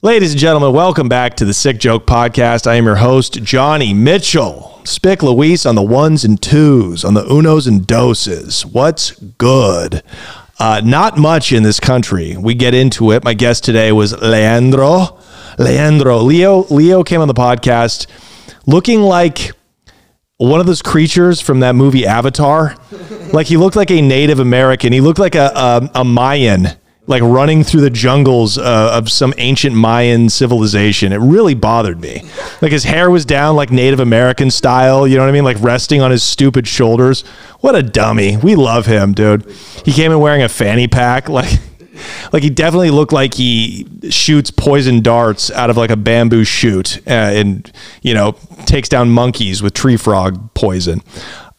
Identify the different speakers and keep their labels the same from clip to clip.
Speaker 1: Ladies and gentlemen, welcome back to the Sick Joke Podcast. I am your host, Johnny Mitchell. Spick Luis on the ones and twos, on the unos and doses. What's good? Uh, not much in this country. We get into it. My guest today was Leandro. Leandro. Leo, Leo came on the podcast looking like one of those creatures from that movie Avatar. Like he looked like a Native American. He looked like a a, a Mayan, like running through the jungles uh, of some ancient Mayan civilization. It really bothered me. Like his hair was down, like Native American style. You know what I mean? Like resting on his stupid shoulders. What a dummy. We love him, dude. He came in wearing a fanny pack, like. Like he definitely looked like he shoots poison darts out of like a bamboo shoot, uh, and you know takes down monkeys with tree frog poison.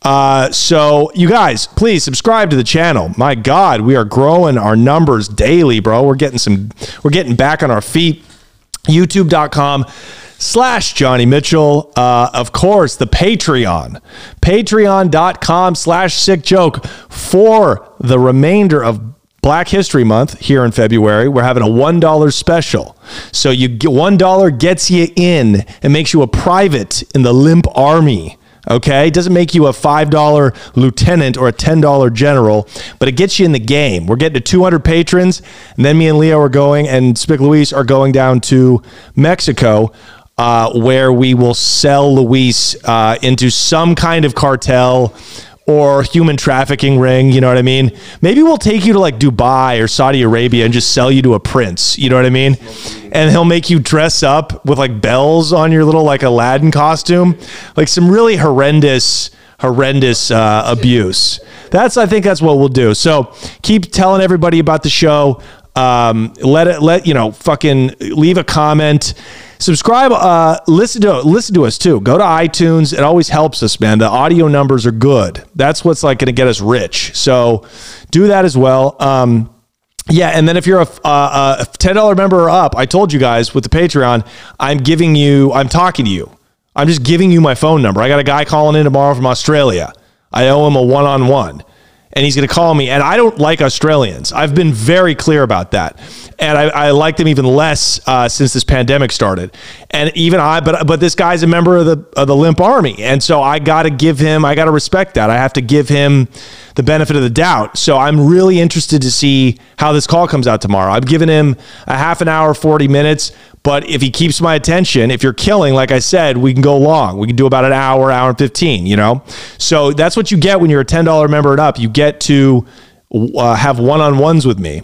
Speaker 1: Uh, so you guys, please subscribe to the channel. My God, we are growing our numbers daily, bro. We're getting some, we're getting back on our feet. YouTube.com slash Johnny Mitchell. Uh, of course, the Patreon, patreon.com slash sick joke for the remainder of Black History Month here in February. We're having a $1 special. So you get $1 gets you in and makes you a private in the limp army. Okay, it doesn't make you a $5 lieutenant or a $10 general, but it gets you in the game. We're getting to 200 patrons, and then me and Leo are going, and Spick Luis are going down to Mexico, uh, where we will sell Luis uh, into some kind of cartel or human trafficking ring. You know what I mean? Maybe we'll take you to like Dubai or Saudi Arabia and just sell you to a prince. You know what I mean? And he'll make you dress up with like bells on your little like Aladdin costume, like some really horrendous, horrendous uh, abuse. That's I think that's what we'll do. So keep telling everybody about the show. Um, let it let you know. Fucking leave a comment. Subscribe. Uh, listen to listen to us too. Go to iTunes. It always helps us, man. The audio numbers are good. That's what's like going to get us rich. So do that as well. Um, yeah, and then if you're a, uh, a, a ten dollar member or up, I told you guys with the Patreon, I'm giving you, I'm talking to you. I'm just giving you my phone number. I got a guy calling in tomorrow from Australia. I owe him a one on one, and he's going to call me. And I don't like Australians. I've been very clear about that, and I, I like them even less uh, since this pandemic started. And even I, but but this guy's a member of the of the Limp Army, and so I got to give him. I got to respect that. I have to give him the benefit of the doubt. So I'm really interested to see how this call comes out tomorrow. I've given him a half an hour, 40 minutes, but if he keeps my attention, if you're killing, like I said, we can go long. We can do about an hour, hour and 15, you know? So that's what you get when you're a $10 member and up. You get to uh, have one on ones with me.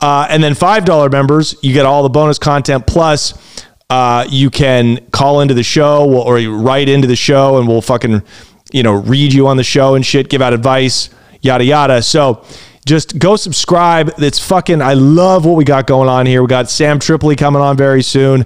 Speaker 1: Uh, and then $5 members, you get all the bonus content plus. Uh, you can call into the show or you write into the show and we'll fucking, you know, read you on the show and shit, give out advice, yada yada. So just go subscribe. It's fucking. I love what we got going on here. We got Sam Tripoli coming on very soon.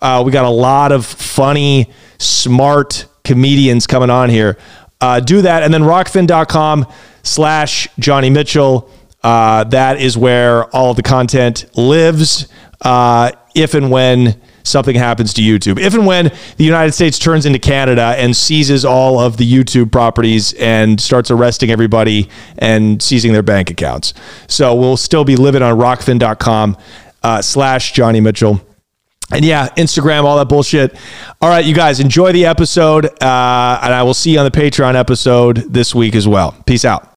Speaker 1: Uh, we got a lot of funny, smart comedians coming on here. Uh, do that, and then rockfin.com slash Johnny Mitchell. Uh, that is where all of the content lives. Uh, if and when something happens to YouTube. If and when the United States turns into Canada and seizes all of the YouTube properties and starts arresting everybody and seizing their bank accounts. So we'll still be living on rockfin.com uh, slash Johnny Mitchell. And yeah, Instagram, all that bullshit. All right, you guys, enjoy the episode. Uh, and I will see you on the Patreon episode this week as well. Peace out.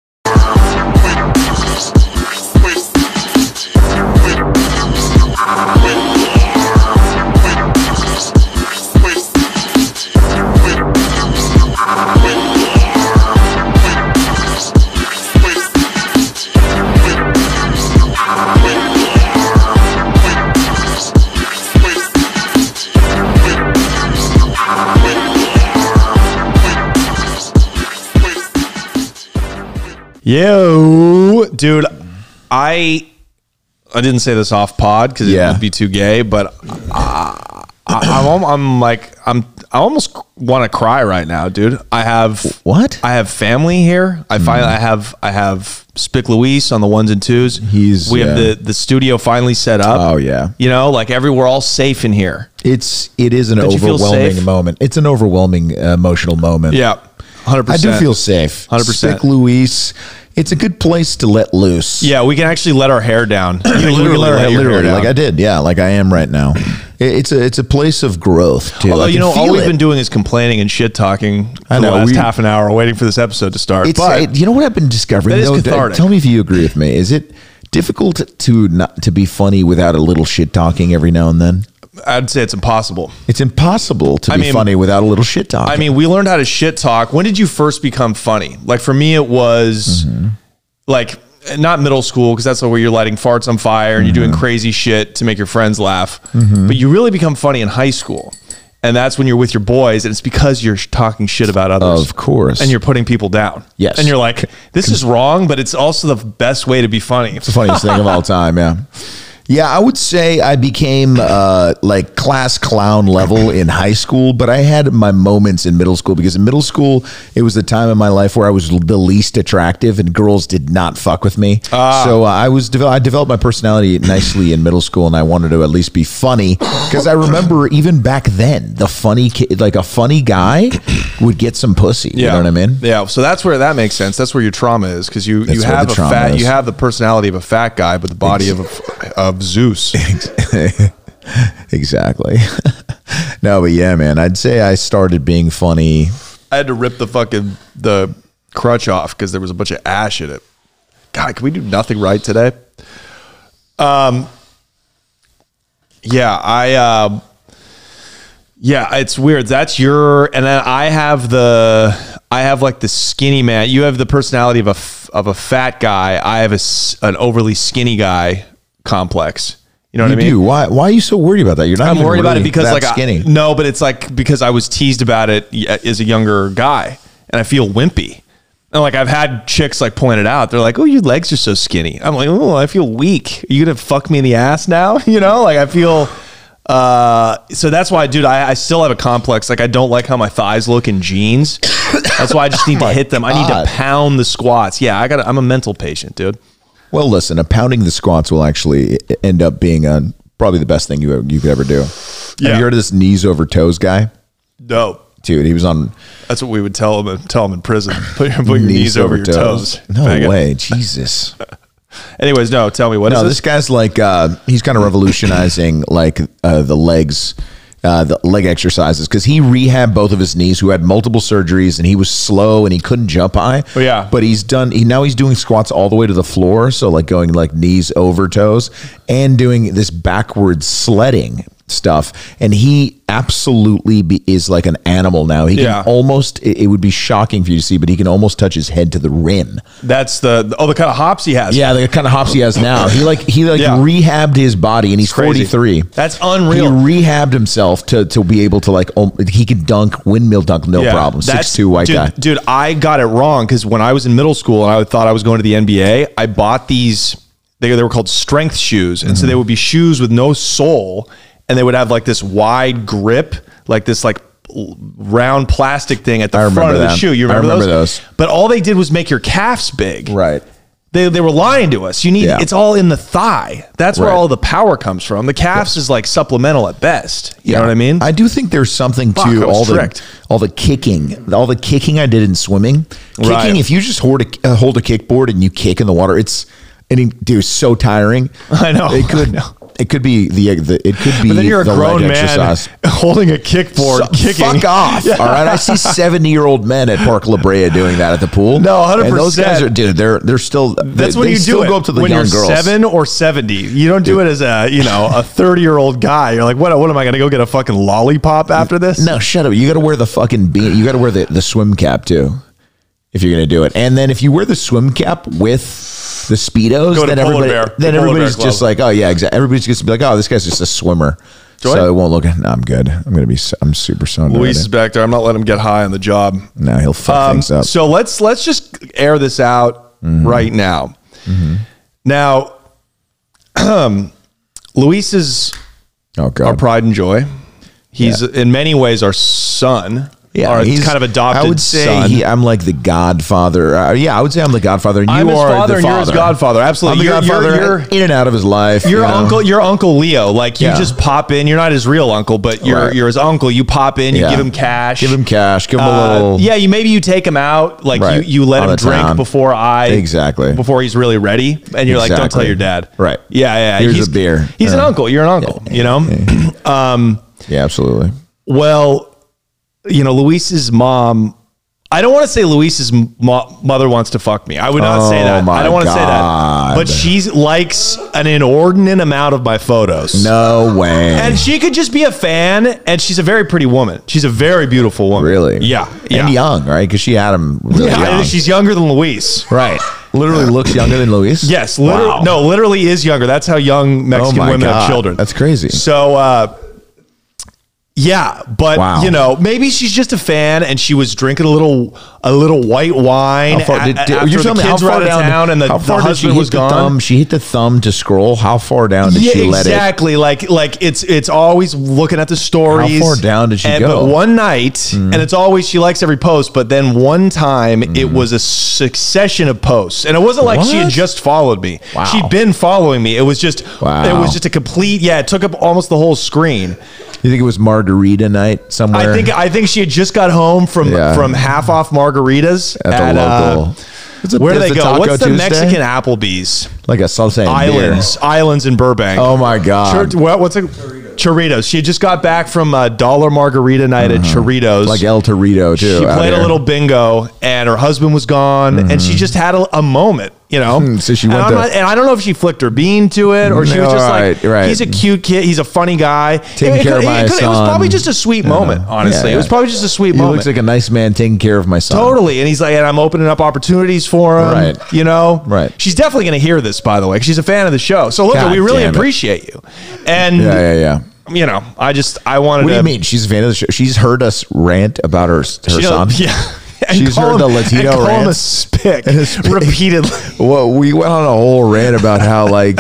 Speaker 1: Yo, dude, I I didn't say this off pod because it
Speaker 2: Yeah.
Speaker 1: would be too gay, but uh, I, I'm al- I'm like I'm I almost want to cry right now, dude. I have
Speaker 2: What? Hmm.
Speaker 1: I have family here. I finally I have I have Spick Luis on the ones and twos.
Speaker 2: He's-
Speaker 1: we have the
Speaker 2: yeah.
Speaker 1: the studio finally set up.
Speaker 2: Oh, yeah.
Speaker 1: you know, like every we're all safe in here.
Speaker 2: It's it is an
Speaker 1: Don't you feel
Speaker 2: overwhelming
Speaker 1: safe?
Speaker 2: moment. It's an overwhelming uh, emotional moment.
Speaker 1: Yeah, hundred
Speaker 2: I
Speaker 1: percent.
Speaker 2: do feel safe.
Speaker 1: 100%.
Speaker 2: Sick Luis it's a good place to let loose.
Speaker 1: Yeah, we can actually let our hair down. You
Speaker 2: Like,
Speaker 1: literally, let
Speaker 2: like,
Speaker 1: your hair
Speaker 2: literally,
Speaker 1: down.
Speaker 2: like I did, yeah, like I am right now. It- It's a it's a place of growth too.
Speaker 1: Although
Speaker 2: I
Speaker 1: you
Speaker 2: can
Speaker 1: know, all
Speaker 2: feel
Speaker 1: we've
Speaker 2: it.
Speaker 1: been doing is complaining and shit talking for
Speaker 2: I
Speaker 1: the
Speaker 2: know,
Speaker 1: last
Speaker 2: we-
Speaker 1: half an hour, waiting for this episode to start.
Speaker 2: It's,
Speaker 1: but
Speaker 2: it- you know what I've been discovering.
Speaker 1: That is
Speaker 2: though?
Speaker 1: cathartic.
Speaker 2: Tell me if you agree with me. Is it difficult to not to be funny without a little shit talking every now and then?
Speaker 1: I'd say it's impossible.
Speaker 2: It's impossible to be
Speaker 1: mean-
Speaker 2: funny without a little shit talking.
Speaker 1: I mean, we learned how to shit talk. When did you first become funny? Like for me, it was
Speaker 2: Mm-hmm.
Speaker 1: like not middle school because that's where you're lighting farts on fire and
Speaker 2: Mm-hmm.
Speaker 1: you're doing crazy shit to make your friends laugh. But you really become funny in high school, and that's when you're with your boys, and it's because you're sh- talking shit about others.
Speaker 2: of course.
Speaker 1: And you're putting people down.
Speaker 2: Yes.
Speaker 1: And you're like, this is wrong, but it's also the best way to be funny.
Speaker 2: It's the funniest thing of all time. Yeah. Yeah, I would say I became uh, like class clown level in high school, but I had my moments in middle school because in middle school it was the time in my life where I was l- the least attractive and girls did not fuck with me. So uh, I was devel- I developed my personality nicely in middle school, and I wanted to at least be funny because I remember even back then the funny kid, like a funny guy, would get some pussy. You know what I mean?
Speaker 1: Yeah. So that's where that makes sense. That's where your trauma is because you you
Speaker 2: That's where
Speaker 1: have
Speaker 2: the
Speaker 1: a
Speaker 2: trauma
Speaker 1: fat
Speaker 2: is.
Speaker 1: you have the personality of a fat guy, but the body of a, of Zeus.
Speaker 2: Exactly. no, but yeah, man, I'd say I started being funny.
Speaker 1: I had to rip the fucking the crutch off because there was a bunch of ash in it. God, can we do nothing right today? Um. Yeah, I. Um, yeah, it's weird. That's your and then I have the I have like the skinny man. You have the personality of a f- of a fat guy. I have a s- an overly skinny guy complex. You know what
Speaker 2: You
Speaker 1: I mean?
Speaker 2: do. Why? Why are you so worried about that? You're not.
Speaker 1: I'm
Speaker 2: even
Speaker 1: worried about it
Speaker 2: really
Speaker 1: because
Speaker 2: that
Speaker 1: like I-
Speaker 2: skinny.
Speaker 1: no, but it's like because I was teased about it y- uh, as a younger guy, and I feel wimpy. And like I've had chicks like point it out. They're like, "Oh, your legs are so skinny." I'm like, "Oh, I feel weak. Are you gonna fuck me in the ass now?" You know, like I feel. Uh, so that's why, dude, I, I still have a complex. Like I don't like how my thighs look in jeans. That's why I just need to hit them. I need
Speaker 2: Oh God.
Speaker 1: to pound the squats. Yeah, I got. to I'm a mental patient, dude.
Speaker 2: well, listen. A pounding the squats will actually i- end up being a, probably the best thing you you could ever do.
Speaker 1: Yeah.
Speaker 2: Have you heard of this knees over toes guy?
Speaker 1: No,
Speaker 2: Dude, he was on
Speaker 1: that's what we would tell them. Tell them in prison. Put, your- put your knees, over, your toes.
Speaker 2: No
Speaker 1: Faggot.
Speaker 2: way, Jesus.
Speaker 1: Anyways, no, tell me what is
Speaker 2: No,
Speaker 1: this?
Speaker 2: this guy's like uh, he's kind of revolutionizing like uh, the legs, uh, the leg exercises because he rehabbed both of his knees, who had multiple surgeries, and he was slow and he couldn't jump high.
Speaker 1: Oh, yeah.
Speaker 2: but he's done. He now he's doing squats all the way to the floor, so like going like knees over toes and doing this backwards sledding stuff and he absolutely be, is like an animal now he
Speaker 1: Yeah.
Speaker 2: can almost it, it would be shocking for you to see but he can almost touch his head to the rim
Speaker 1: That's the oh the kind of hops he has.
Speaker 2: yeah, the kind of hops he has now. He like he like
Speaker 1: Yeah.
Speaker 2: rehabbed his body, and he's
Speaker 1: Crazy.
Speaker 2: forty three.
Speaker 1: That's
Speaker 2: He
Speaker 1: unreal.
Speaker 2: rehabbed himself to to be able to like um, he could dunk windmill dunk no
Speaker 1: Yeah.
Speaker 2: problem.
Speaker 1: That's-
Speaker 2: Six two white
Speaker 1: dude,
Speaker 2: guy.
Speaker 1: Dude, I got it wrong because when I was in middle school and I thought I was going to the NBA, I bought these. They, they were called strength shoes, and
Speaker 2: Mm-hmm.
Speaker 1: so they would be shoes with no sole, and they would have like this wide grip, like this like l- round plastic thing at the
Speaker 2: I
Speaker 1: front
Speaker 2: remember
Speaker 1: of the
Speaker 2: them.
Speaker 1: shoe. You
Speaker 2: I
Speaker 1: remember,
Speaker 2: remember
Speaker 1: those?
Speaker 2: those.
Speaker 1: But all they did was make your calves big.
Speaker 2: Right.
Speaker 1: They, they were lying to us. You need
Speaker 2: Yeah.
Speaker 1: it's all in the thigh. That's where
Speaker 2: Right.
Speaker 1: all the power comes from. The calves is like supplemental at best. You know what I mean?
Speaker 2: I do think there's something
Speaker 1: Fuck, I
Speaker 2: to
Speaker 1: was
Speaker 2: all
Speaker 1: tricked.
Speaker 2: the all the kicking, all the kicking I did in swimming. Kicking,
Speaker 1: Right.
Speaker 2: if you just hold a, uh, hold a kickboard and you kick in the water, it's and it, dude, it's so tiring.
Speaker 1: I know,
Speaker 2: It could
Speaker 1: I know.
Speaker 2: it could be the, the it could be
Speaker 1: but then you're a
Speaker 2: the
Speaker 1: grown
Speaker 2: leg
Speaker 1: man
Speaker 2: exercise.
Speaker 1: holding a kickboard,
Speaker 2: So-
Speaker 1: kicking.
Speaker 2: Fuck off. All right. I see 70 year old men at Park La Brea doing that at the pool.
Speaker 1: No,
Speaker 2: And those
Speaker 1: 100%.
Speaker 2: guys are, dude, they're, they're still,
Speaker 1: That's
Speaker 2: they,
Speaker 1: when
Speaker 2: they
Speaker 1: you
Speaker 2: still
Speaker 1: do it.
Speaker 2: go up to the
Speaker 1: when
Speaker 2: young
Speaker 1: you're
Speaker 2: girls.
Speaker 1: seven or seventy. You don't do it as a you know a thirty year old guy. You're like, what? What am I going to go get a fucking lollipop after this?
Speaker 2: No, shut up. You got to wear the fucking bean. You got to wear the, the swim cap too if you're going to do it. And then if you wear the swim cap with the Speedos,
Speaker 1: Go to
Speaker 2: then,
Speaker 1: Polar
Speaker 2: everybody,
Speaker 1: Bear,
Speaker 2: then
Speaker 1: the Polar Bear
Speaker 2: everybody's just
Speaker 1: Club.
Speaker 2: like, oh, yeah, exactly. Everybody's just be like, oh, this guy's just a swimmer. So
Speaker 1: it.
Speaker 2: it won't look. No, I'm good. I'm gonna be. s- I'm super stoned.
Speaker 1: Luis is
Speaker 2: already.
Speaker 1: back there. I'm not letting him get high on the job.
Speaker 2: No, he'll fuck
Speaker 1: Um,
Speaker 2: things up.
Speaker 1: so let's let's just air this out right now. Mm-hmm. Now, Luis's
Speaker 2: oh god. Oh,
Speaker 1: our pride and joy. He's in many ways our son.
Speaker 2: Yeah,
Speaker 1: Or
Speaker 2: he's-
Speaker 1: kind of adopted
Speaker 2: I would say
Speaker 1: son.
Speaker 2: he- I'm like the Godfather. Uh, yeah, I would say I'm the Godfather. And you
Speaker 1: I'm his
Speaker 2: are
Speaker 1: father
Speaker 2: the
Speaker 1: and
Speaker 2: father.
Speaker 1: you're his godfather. Absolutely.
Speaker 2: I'm the
Speaker 1: You're- you're-
Speaker 2: Godfather.
Speaker 1: you're-
Speaker 2: in and out of his life.
Speaker 1: Your
Speaker 2: you know?
Speaker 1: uncle, your uncle Leo, like you
Speaker 2: Yeah.
Speaker 1: just pop in. You're not his real uncle, but you're
Speaker 2: Right.
Speaker 1: you're his uncle. You pop in, you
Speaker 2: Yeah.
Speaker 1: give him cash,
Speaker 2: Give him cash. Give him a
Speaker 1: Uh,
Speaker 2: little.
Speaker 1: yeah, you maybe you take him out, like
Speaker 2: Right.
Speaker 1: you, you let
Speaker 2: On
Speaker 1: him
Speaker 2: a
Speaker 1: drink
Speaker 2: town.
Speaker 1: before I
Speaker 2: Exactly.
Speaker 1: before he's really ready, and you're like, don't tell
Speaker 2: Exactly.
Speaker 1: your dad,
Speaker 2: Right.
Speaker 1: Yeah, yeah.
Speaker 2: Here's
Speaker 1: he's,
Speaker 2: a beer.
Speaker 1: He's an
Speaker 2: Yeah.
Speaker 1: uncle. You're an uncle. You know.
Speaker 2: Yeah, absolutely.
Speaker 1: Well, you know, Luis's mom. I don't want to say Luis's mo- mother wants to fuck me. I would not say
Speaker 2: Oh,
Speaker 1: that. I
Speaker 2: my
Speaker 1: don't want to say that.
Speaker 2: God.
Speaker 1: But she likes an inordinate amount of my photos.
Speaker 2: No way.
Speaker 1: And she could just be a fan, and she's a very pretty woman. She's a very beautiful woman.
Speaker 2: really?
Speaker 1: Yeah. Yeah.
Speaker 2: And young, right? Because she had him really
Speaker 1: Yeah,
Speaker 2: young.
Speaker 1: she's younger than Luis.
Speaker 2: right. Literally looks younger than Luis.
Speaker 1: Yes, literally,
Speaker 2: Wow. Oh
Speaker 1: no, literally is younger. That's how young Mexican
Speaker 2: my
Speaker 1: women have
Speaker 2: God.
Speaker 1: children.
Speaker 2: That's crazy.
Speaker 1: So, uh, yeah, but
Speaker 2: Wow.
Speaker 1: you know, maybe she's just a fan, and she was drinking a little, a little white wine.
Speaker 2: How far
Speaker 1: a-
Speaker 2: did,
Speaker 1: a-
Speaker 2: did-
Speaker 1: after
Speaker 2: you're
Speaker 1: the
Speaker 2: telling me how
Speaker 1: kids were out
Speaker 2: far
Speaker 1: of
Speaker 2: down
Speaker 1: town, and the,
Speaker 2: how far
Speaker 1: the
Speaker 2: did she
Speaker 1: husband
Speaker 2: hit
Speaker 1: was
Speaker 2: the
Speaker 1: gone.
Speaker 2: thumb? She hit the thumb to scroll. How far down did she let it?
Speaker 1: exactly. Like like it's it's always looking at the stories.
Speaker 2: How far down did she
Speaker 1: and,
Speaker 2: go? Mm.
Speaker 1: But one night, and it's always she likes every post. But then one time, it was a succession of posts, and it wasn't like she had
Speaker 2: What?
Speaker 1: just followed me.
Speaker 2: Wow.
Speaker 1: She'd been following me. It was just
Speaker 2: Wow.
Speaker 1: it was just a complete yeah. It took up almost the whole screen.
Speaker 2: You think it was margarita night somewhere?
Speaker 1: I think I think she had just got home from
Speaker 2: Yeah.
Speaker 1: from half off margaritas
Speaker 2: at the
Speaker 1: uh,
Speaker 2: local. It's a-
Speaker 1: where do
Speaker 2: it's
Speaker 1: they
Speaker 2: a
Speaker 1: go?
Speaker 2: Taco
Speaker 1: What's the
Speaker 2: Tuesday?
Speaker 1: Mexican Applebee's?
Speaker 2: Like a salsa and
Speaker 1: Islands, islands in Burbank.
Speaker 2: Beer. Oh my god!
Speaker 1: Chur- what, what's it? Churritos. She had just got back from a dollar margarita night at Churritos.
Speaker 2: Uh-huh. like El Torito too.
Speaker 1: she
Speaker 2: out
Speaker 1: played a
Speaker 2: here. Mm-hmm.
Speaker 1: little bingo, and her husband was gone, and she just had a, a moment, you know.
Speaker 2: Hmm, so she
Speaker 1: and
Speaker 2: went
Speaker 1: I'm
Speaker 2: to-
Speaker 1: not- and I don't know if she flicked her bean to it, or she was just like,
Speaker 2: Right, right.
Speaker 1: "He's a cute kid. He's a funny guy."
Speaker 2: Taking care of my
Speaker 1: it, it was
Speaker 2: son.
Speaker 1: probably just a sweet moment, honestly.
Speaker 2: yeah.
Speaker 1: It was probably just a sweet
Speaker 2: He
Speaker 1: moment.
Speaker 2: looks like a nice man taking care of my son.
Speaker 1: Totally. And he's like, and I'm opening up opportunities for him.
Speaker 2: Right.
Speaker 1: You know?
Speaker 2: Right.
Speaker 1: She's definitely going to hear this, by the way, 'cause she's a fan of the show. So, look,
Speaker 2: God
Speaker 1: we really
Speaker 2: damn it.
Speaker 1: appreciate you. And,
Speaker 2: Yeah, yeah, yeah.
Speaker 1: you know, I just, I wanted
Speaker 2: What do
Speaker 1: to.
Speaker 2: you mean? She's a fan of the show. She's heard us rant about her her
Speaker 1: you know,
Speaker 2: son.
Speaker 1: Yeah. And
Speaker 2: She's
Speaker 1: call
Speaker 2: heard the
Speaker 1: him-
Speaker 2: Latino
Speaker 1: and call him a
Speaker 2: rants.
Speaker 1: spick
Speaker 2: And a spick.
Speaker 1: repeatedly.
Speaker 2: Well, we went on a whole rant about how like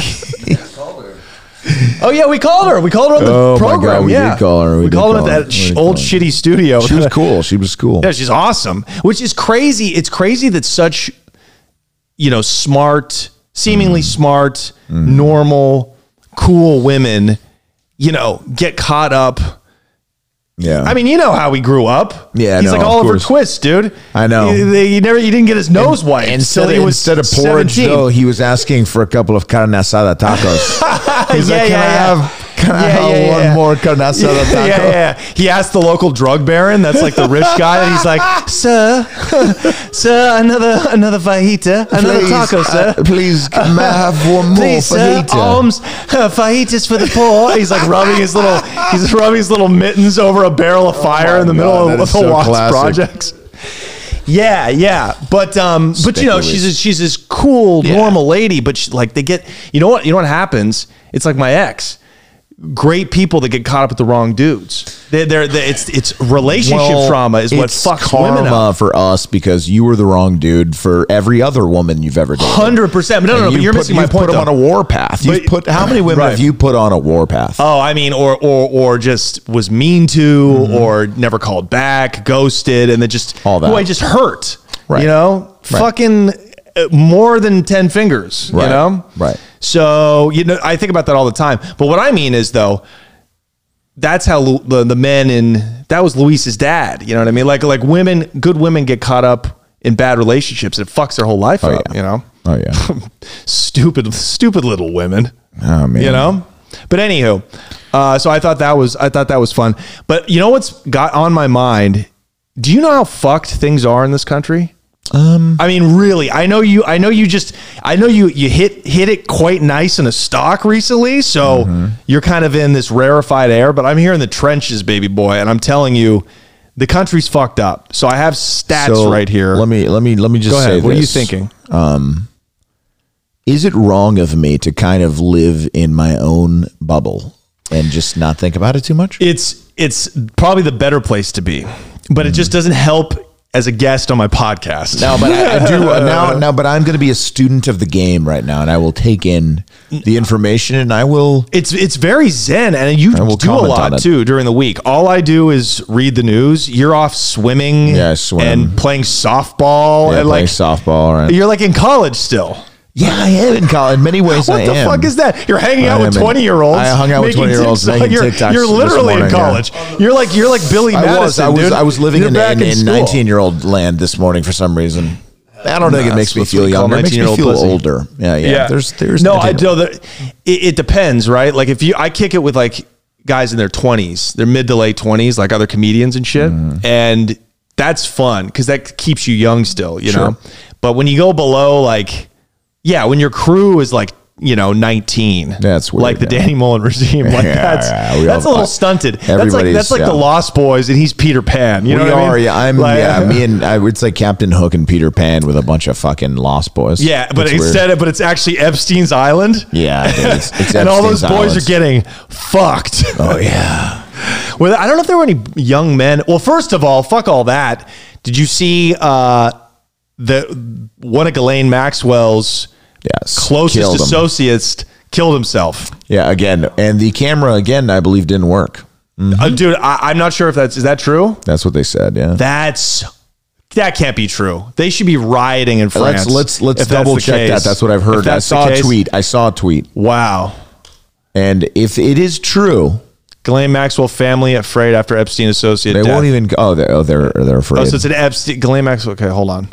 Speaker 1: Oh yeah, we called her. We called her on the
Speaker 2: Oh, my God,
Speaker 1: program.
Speaker 2: we did
Speaker 1: yeah.
Speaker 2: call her. We
Speaker 1: We,
Speaker 2: did
Speaker 1: called
Speaker 2: call
Speaker 1: her
Speaker 2: her.
Speaker 1: at that sh-
Speaker 2: We did
Speaker 1: old
Speaker 2: call her.
Speaker 1: shitty studio.
Speaker 2: she was cool. She was cool.
Speaker 1: Yeah, she's awesome. Which is crazy. It's crazy that such, you know, smart, seemingly
Speaker 2: Mm.
Speaker 1: smart, normal, cool women, you know, get caught up.
Speaker 2: Yeah.
Speaker 1: I mean, you know how we grew up.
Speaker 2: Yeah,
Speaker 1: he's
Speaker 2: no,
Speaker 1: like
Speaker 2: of
Speaker 1: Oliver
Speaker 2: course.
Speaker 1: Twist, dude.
Speaker 2: I know.
Speaker 1: You, they- you never, you didn't get his nose wiped.
Speaker 2: And
Speaker 1: till
Speaker 2: instead,
Speaker 1: he was
Speaker 2: instead of porridge,
Speaker 1: 17.
Speaker 2: though, he was asking for a couple of carne asada tacos. He's
Speaker 1: Yeah,
Speaker 2: like, "Can
Speaker 1: yeah,
Speaker 2: I
Speaker 1: yeah.
Speaker 2: have, can I
Speaker 1: Yeah,
Speaker 2: have
Speaker 1: yeah,
Speaker 2: one
Speaker 1: yeah.
Speaker 2: more carne asada
Speaker 1: Yeah,
Speaker 2: taco?"
Speaker 1: yeah, yeah. He asked the local drug baron, that's like the rich guy, and he's like, "Sir, sir, another another fajita, another
Speaker 2: Please,
Speaker 1: taco, sir."
Speaker 2: uh, please, can I have one more
Speaker 1: Please, sir,
Speaker 2: fajita?
Speaker 1: alms, uh, fajitas for the poor. He's like rubbing his little, he's rubbing his little mittens over a barrel of fire in the middle
Speaker 2: God,
Speaker 1: of
Speaker 2: Oh, that
Speaker 1: the
Speaker 2: is so
Speaker 1: Watts
Speaker 2: classic.
Speaker 1: projects. Yeah, yeah, but um, but you know,
Speaker 2: Speculative.
Speaker 1: she's a, she's this cool, normal lady, but she, like they get, you know what, you know what happens? It's like my ex. Great people that get caught up with the wrong dudes. They're, they're, they it's it's relationship
Speaker 2: Well,
Speaker 1: trauma is what
Speaker 2: it's
Speaker 1: fucks
Speaker 2: karma
Speaker 1: women up.
Speaker 2: for us because you were the wrong dude for every other woman you've ever dated.
Speaker 1: Hundred percent. No, no, no.
Speaker 2: And
Speaker 1: But
Speaker 2: you've
Speaker 1: you're
Speaker 2: put-
Speaker 1: missing my
Speaker 2: you've
Speaker 1: point.
Speaker 2: Put them
Speaker 1: though.
Speaker 2: on a war path. You've
Speaker 1: But-
Speaker 2: put how many women
Speaker 1: Right.
Speaker 2: have you put on a war path?
Speaker 1: Oh, I mean, or or or just was mean to, or never called back, ghosted, and then just
Speaker 2: Mm-hmm. All that.
Speaker 1: Boy, just hurt.
Speaker 2: Right.
Speaker 1: You know,
Speaker 2: Right.
Speaker 1: fucking uh, more than ten fingers. You
Speaker 2: Right.
Speaker 1: know,
Speaker 2: Right.
Speaker 1: So you know, I think about that all the time. But what I mean is though, that's how Lu- the the men in that was Luis's dad. You know what I mean? Like like women, good women get caught up in bad relationships. It fucks their whole life up.
Speaker 2: yeah.
Speaker 1: You know
Speaker 2: Oh yeah.
Speaker 1: stupid, stupid little women.
Speaker 2: Oh, man.
Speaker 1: you know. But anywho, uh, so I thought that was I thought that was fun. But you know what's got on my mind? Do you know how fucked things are in this country? Um, I mean, really. I know you. I know you. Just I know you. You hit hit it quite nice in a stock recently, so
Speaker 2: Mm-hmm.
Speaker 1: you're kind of in this rarefied air. But I'm here in the trenches, baby boy, and I'm telling you, the country's fucked up. So I have stats right here.
Speaker 2: Let me let me let me just
Speaker 1: Go
Speaker 2: say
Speaker 1: ahead. What are you
Speaker 2: this.
Speaker 1: thinking?
Speaker 2: Is it wrong of me to kind of live in my own bubble and just not think about it too much? Hmm.
Speaker 1: it's it's probably the better place to be but it just doesn't help as a guest on my podcast.
Speaker 2: No, but I, I do now. Now, but I'm going to be a student of the game right now, and I will take in the information, and I will.
Speaker 1: It's it's very zen, and you
Speaker 2: will
Speaker 1: do a
Speaker 2: comment on
Speaker 1: lot
Speaker 2: it.
Speaker 1: too during the week. All I do is read the news. You're off swimming,
Speaker 2: Yeah, I swim.
Speaker 1: and playing softball,
Speaker 2: Yeah,
Speaker 1: and like
Speaker 2: play softball, right?
Speaker 1: you're like in college still.
Speaker 2: Yeah, I am in college. In many ways,
Speaker 1: What
Speaker 2: I
Speaker 1: the
Speaker 2: am.
Speaker 1: fuck is that? You're hanging out
Speaker 2: I
Speaker 1: with
Speaker 2: am in-
Speaker 1: 20 year olds.
Speaker 2: I hung out with 20-year-olds making
Speaker 1: You're,
Speaker 2: TikToks
Speaker 1: you're
Speaker 2: this
Speaker 1: literally in
Speaker 2: morning, yeah.
Speaker 1: college. You're like you're like Billy
Speaker 2: I was.
Speaker 1: Madison.
Speaker 2: I was.
Speaker 1: dude.
Speaker 2: I was living
Speaker 1: You're
Speaker 2: in,
Speaker 1: back
Speaker 2: in, in
Speaker 1: school.
Speaker 2: 19 year old land this morning for some reason. I don't think
Speaker 1: Nah,
Speaker 2: it makes me
Speaker 1: that's what
Speaker 2: feel
Speaker 1: we call
Speaker 2: younger. It makes me
Speaker 1: 19-year-old
Speaker 2: feel
Speaker 1: pussy.
Speaker 2: older. Yeah, yeah. There's, there's
Speaker 1: no. I know that it, it depends, right? Like if you, I kick it with like guys in their twenties, their mid to late twenties, like other comedians and shit,
Speaker 2: Mm-hmm.
Speaker 1: and that's fun because that keeps you young still, you know. But when you go below, like, yeah, when your crew is like. You know, nineteen.
Speaker 2: That's weird,
Speaker 1: like the
Speaker 2: yeah.
Speaker 1: Danny Mullen regime. Like
Speaker 2: Yeah,
Speaker 1: that's
Speaker 2: yeah, we
Speaker 1: that's
Speaker 2: all-
Speaker 1: a little stunted. That's like
Speaker 2: everybody's-
Speaker 1: that's like
Speaker 2: yeah.
Speaker 1: the Lost Boys, and he's Peter Pan. You know
Speaker 2: we
Speaker 1: what I mean?
Speaker 2: are. Yeah, I'm.
Speaker 1: Like-
Speaker 2: yeah, me and I, it's like Captain Hook and Peter Pan with a bunch of fucking lost boys.
Speaker 1: Yeah, but
Speaker 2: It's weird.
Speaker 1: instead of, but it's actually Epstein's Island.
Speaker 2: Yeah, dude, it's- it's
Speaker 1: and all those
Speaker 2: Epstein's
Speaker 1: boys
Speaker 2: Islands.
Speaker 1: are getting fucked.
Speaker 2: Oh yeah.
Speaker 1: well, I don't know if there were any young men. Well, first of all, fuck all that. Did you see uh, the one of Ghislaine Maxwell's
Speaker 2: Yes.
Speaker 1: closest
Speaker 2: Killed 'em.
Speaker 1: associates killed himself?
Speaker 2: Yeah. Again, and the camera again, I believe, didn't work.
Speaker 1: Uh,
Speaker 2: Mm-hmm.
Speaker 1: dude, I, I'm not sure if that's is that true.
Speaker 2: That's what they said. Yeah.
Speaker 1: That's that can't be true. They should be rioting in France.
Speaker 2: Let's let's let's
Speaker 1: if that's
Speaker 2: double
Speaker 1: the
Speaker 2: check
Speaker 1: case.
Speaker 2: that. That's what I've
Speaker 1: If
Speaker 2: heard. I
Speaker 1: that's the
Speaker 2: saw a
Speaker 1: case-
Speaker 2: tweet. I saw a tweet,
Speaker 1: Wow.
Speaker 2: and if it is true,
Speaker 1: Ghislaine Maxwell family afraid after Epstein associate.
Speaker 2: they
Speaker 1: death.
Speaker 2: won't even. go- Oh, they're oh, they're they're afraid.
Speaker 1: Oh, so
Speaker 2: so
Speaker 1: it's an Epstein, Ghislaine Maxwell. Okay, hold on.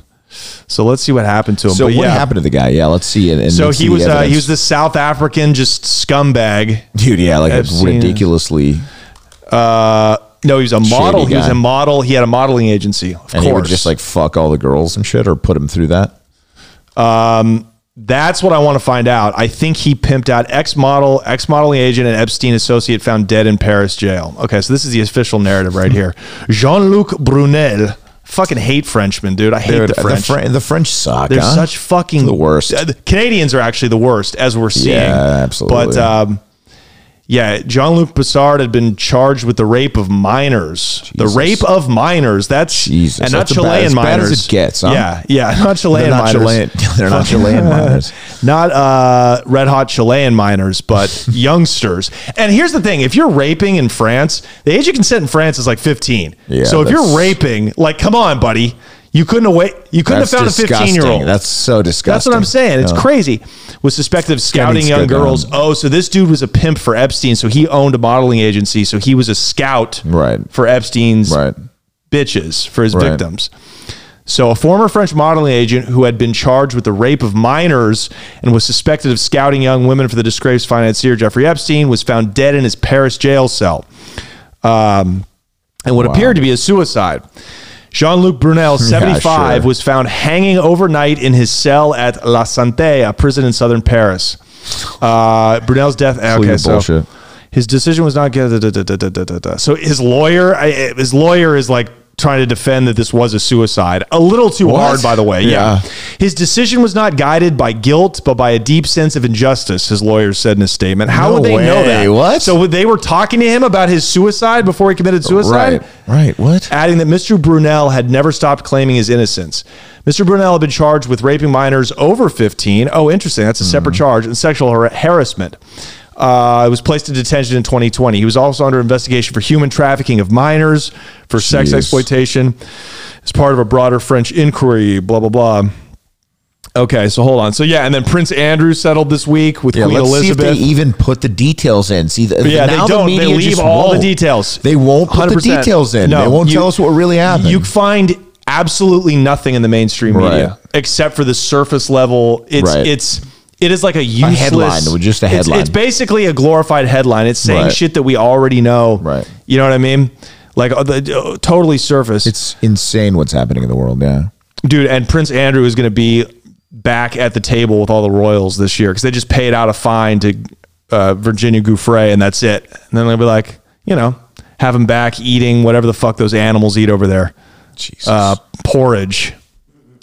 Speaker 1: So let's see what happened to him. But
Speaker 2: what
Speaker 1: yeah.
Speaker 2: happened to the guy? Yeah, let's see it. And
Speaker 1: So
Speaker 2: let's see
Speaker 1: he
Speaker 2: the
Speaker 1: was uh, he
Speaker 2: evidence.
Speaker 1: was this South African just scumbag.
Speaker 2: dude. Yeah, like
Speaker 1: I've seen it.
Speaker 2: ridiculously.
Speaker 1: No, he was a model. He was
Speaker 2: guy.
Speaker 1: a model. He had a modeling agency. Of
Speaker 2: And he would
Speaker 1: course,
Speaker 2: just like fuck all the girls and shit, or put him through that.
Speaker 1: that's what I want to find out. I think he pimped out ex model, ex modeling agent, and Epstein associate found dead in Paris jail. Okay, so this is the official narrative right here. Jean Luc Brunel. Fucking hate Frenchmen, dude. I hate
Speaker 2: Dude,
Speaker 1: the French.
Speaker 2: The, Fre- the French suck.
Speaker 1: They're
Speaker 2: huh?
Speaker 1: such fucking
Speaker 2: The worst.
Speaker 1: Uh, the Canadians are actually the worst, as we're seeing.
Speaker 2: Yeah, absolutely.
Speaker 1: But um, yeah, Jean Luc Bessard had been charged with the rape of minors.
Speaker 2: Jesus.
Speaker 1: The rape of minors. That's
Speaker 2: Jesus,
Speaker 1: and not
Speaker 2: that's about
Speaker 1: Chilean
Speaker 2: as bad
Speaker 1: minors.
Speaker 2: as it gets, huh?
Speaker 1: Yeah, yeah, not Chilean
Speaker 2: They're not
Speaker 1: minors.
Speaker 2: Chilean. They're not Chilean minors.
Speaker 1: Not uh, red hot Chilean minors, but youngsters. And here's the thing: if you're raping in France, the age of consent in France is like 15.
Speaker 2: Yeah,
Speaker 1: so if you're
Speaker 2: that's-
Speaker 1: raping, like, come on, buddy, you couldn't have wait. You couldn't have
Speaker 2: That's
Speaker 1: found a
Speaker 2: disgusting.
Speaker 1: 15 year old.
Speaker 2: That's so disgusting.
Speaker 1: That's what I'm saying. It's
Speaker 2: Yeah.
Speaker 1: crazy. Was suspected of scouting
Speaker 2: needs to
Speaker 1: young
Speaker 2: go down.
Speaker 1: girls. Oh, so this dude was a pimp for Epstein. So he owned a modeling agency. So he was a scout
Speaker 2: Right.
Speaker 1: for Epstein's
Speaker 2: Right.
Speaker 1: bitches, for his
Speaker 2: Right.
Speaker 1: victims. So a former French modeling agent who had been charged with the rape of minors and was suspected of scouting young women for the disgraced financier Jeffrey Epstein was found dead in his Paris jail cell um, and what appeared to be a suicide. Jean Luc Brunel, 75,
Speaker 2: sure.
Speaker 1: was found hanging overnight in his cell at La Santé, a prison in southern Paris. Uh, Brunel's death. Okay, so
Speaker 2: bullshit.
Speaker 1: his decision was not good. da, da, da, da, da, da, da. So his lawyer, I- eh, his lawyer is like trying to defend that this was a suicide. A little too
Speaker 2: What?
Speaker 1: hard, by the way. Yeah.
Speaker 2: Yeah.
Speaker 1: His decision was not guided by guilt, but by a deep sense of injustice. His lawyer said in a statement. How
Speaker 2: No
Speaker 1: would they know
Speaker 2: way.
Speaker 1: that?
Speaker 2: What?
Speaker 1: So they were talking to him about his suicide before he committed suicide
Speaker 2: Right. Right. What?
Speaker 1: adding that Mr. Brunel had never stopped claiming his innocence. Mr. Brunel had been charged with raping minors over 15. Oh, interesting. That's a
Speaker 2: Mm-hmm.
Speaker 1: separate charge and sexual har- harassment. Uh, he was placed in detention in 2020. He was also under investigation for human trafficking of minors, for sex
Speaker 2: Jeez.
Speaker 1: exploitation, as part of a broader French inquiry. Blah blah blah. Okay, so hold on. So yeah, and then Prince Andrew settled this week with
Speaker 2: Yeah,
Speaker 1: Queen
Speaker 2: let's
Speaker 1: Elizabeth.
Speaker 2: see if they even put the details in. See, the,
Speaker 1: Yeah, they
Speaker 2: now
Speaker 1: don't. They
Speaker 2: media
Speaker 1: leave
Speaker 2: just
Speaker 1: all the
Speaker 2: won't.
Speaker 1: details.
Speaker 2: They won't put the
Speaker 1: 100%.
Speaker 2: details in.
Speaker 1: No,
Speaker 2: they won't
Speaker 1: you-
Speaker 2: tell us what really happened.
Speaker 1: You find absolutely nothing in the mainstream
Speaker 2: Right.
Speaker 1: media except for the surface level. It's
Speaker 2: Right.
Speaker 1: it's it is like a useless
Speaker 2: headline, with just a
Speaker 1: it's-
Speaker 2: headline.
Speaker 1: It's, basically a glorified headline. It's saying
Speaker 2: Right.
Speaker 1: shit that we already know.
Speaker 2: Right.
Speaker 1: You know what I mean? Like uh, the, uh, totally surface,
Speaker 2: it's insane what's happening in the world. Yeah.
Speaker 1: dude. And Prince Andrew is going to be back at the table with all the royals this year because they just paid out a fine to uh, Virginia Gouffre, and that's it. And then they'll be like, you know, have him back eating whatever the fuck those animals eat over there
Speaker 2: Jesus.
Speaker 1: uh, porridge.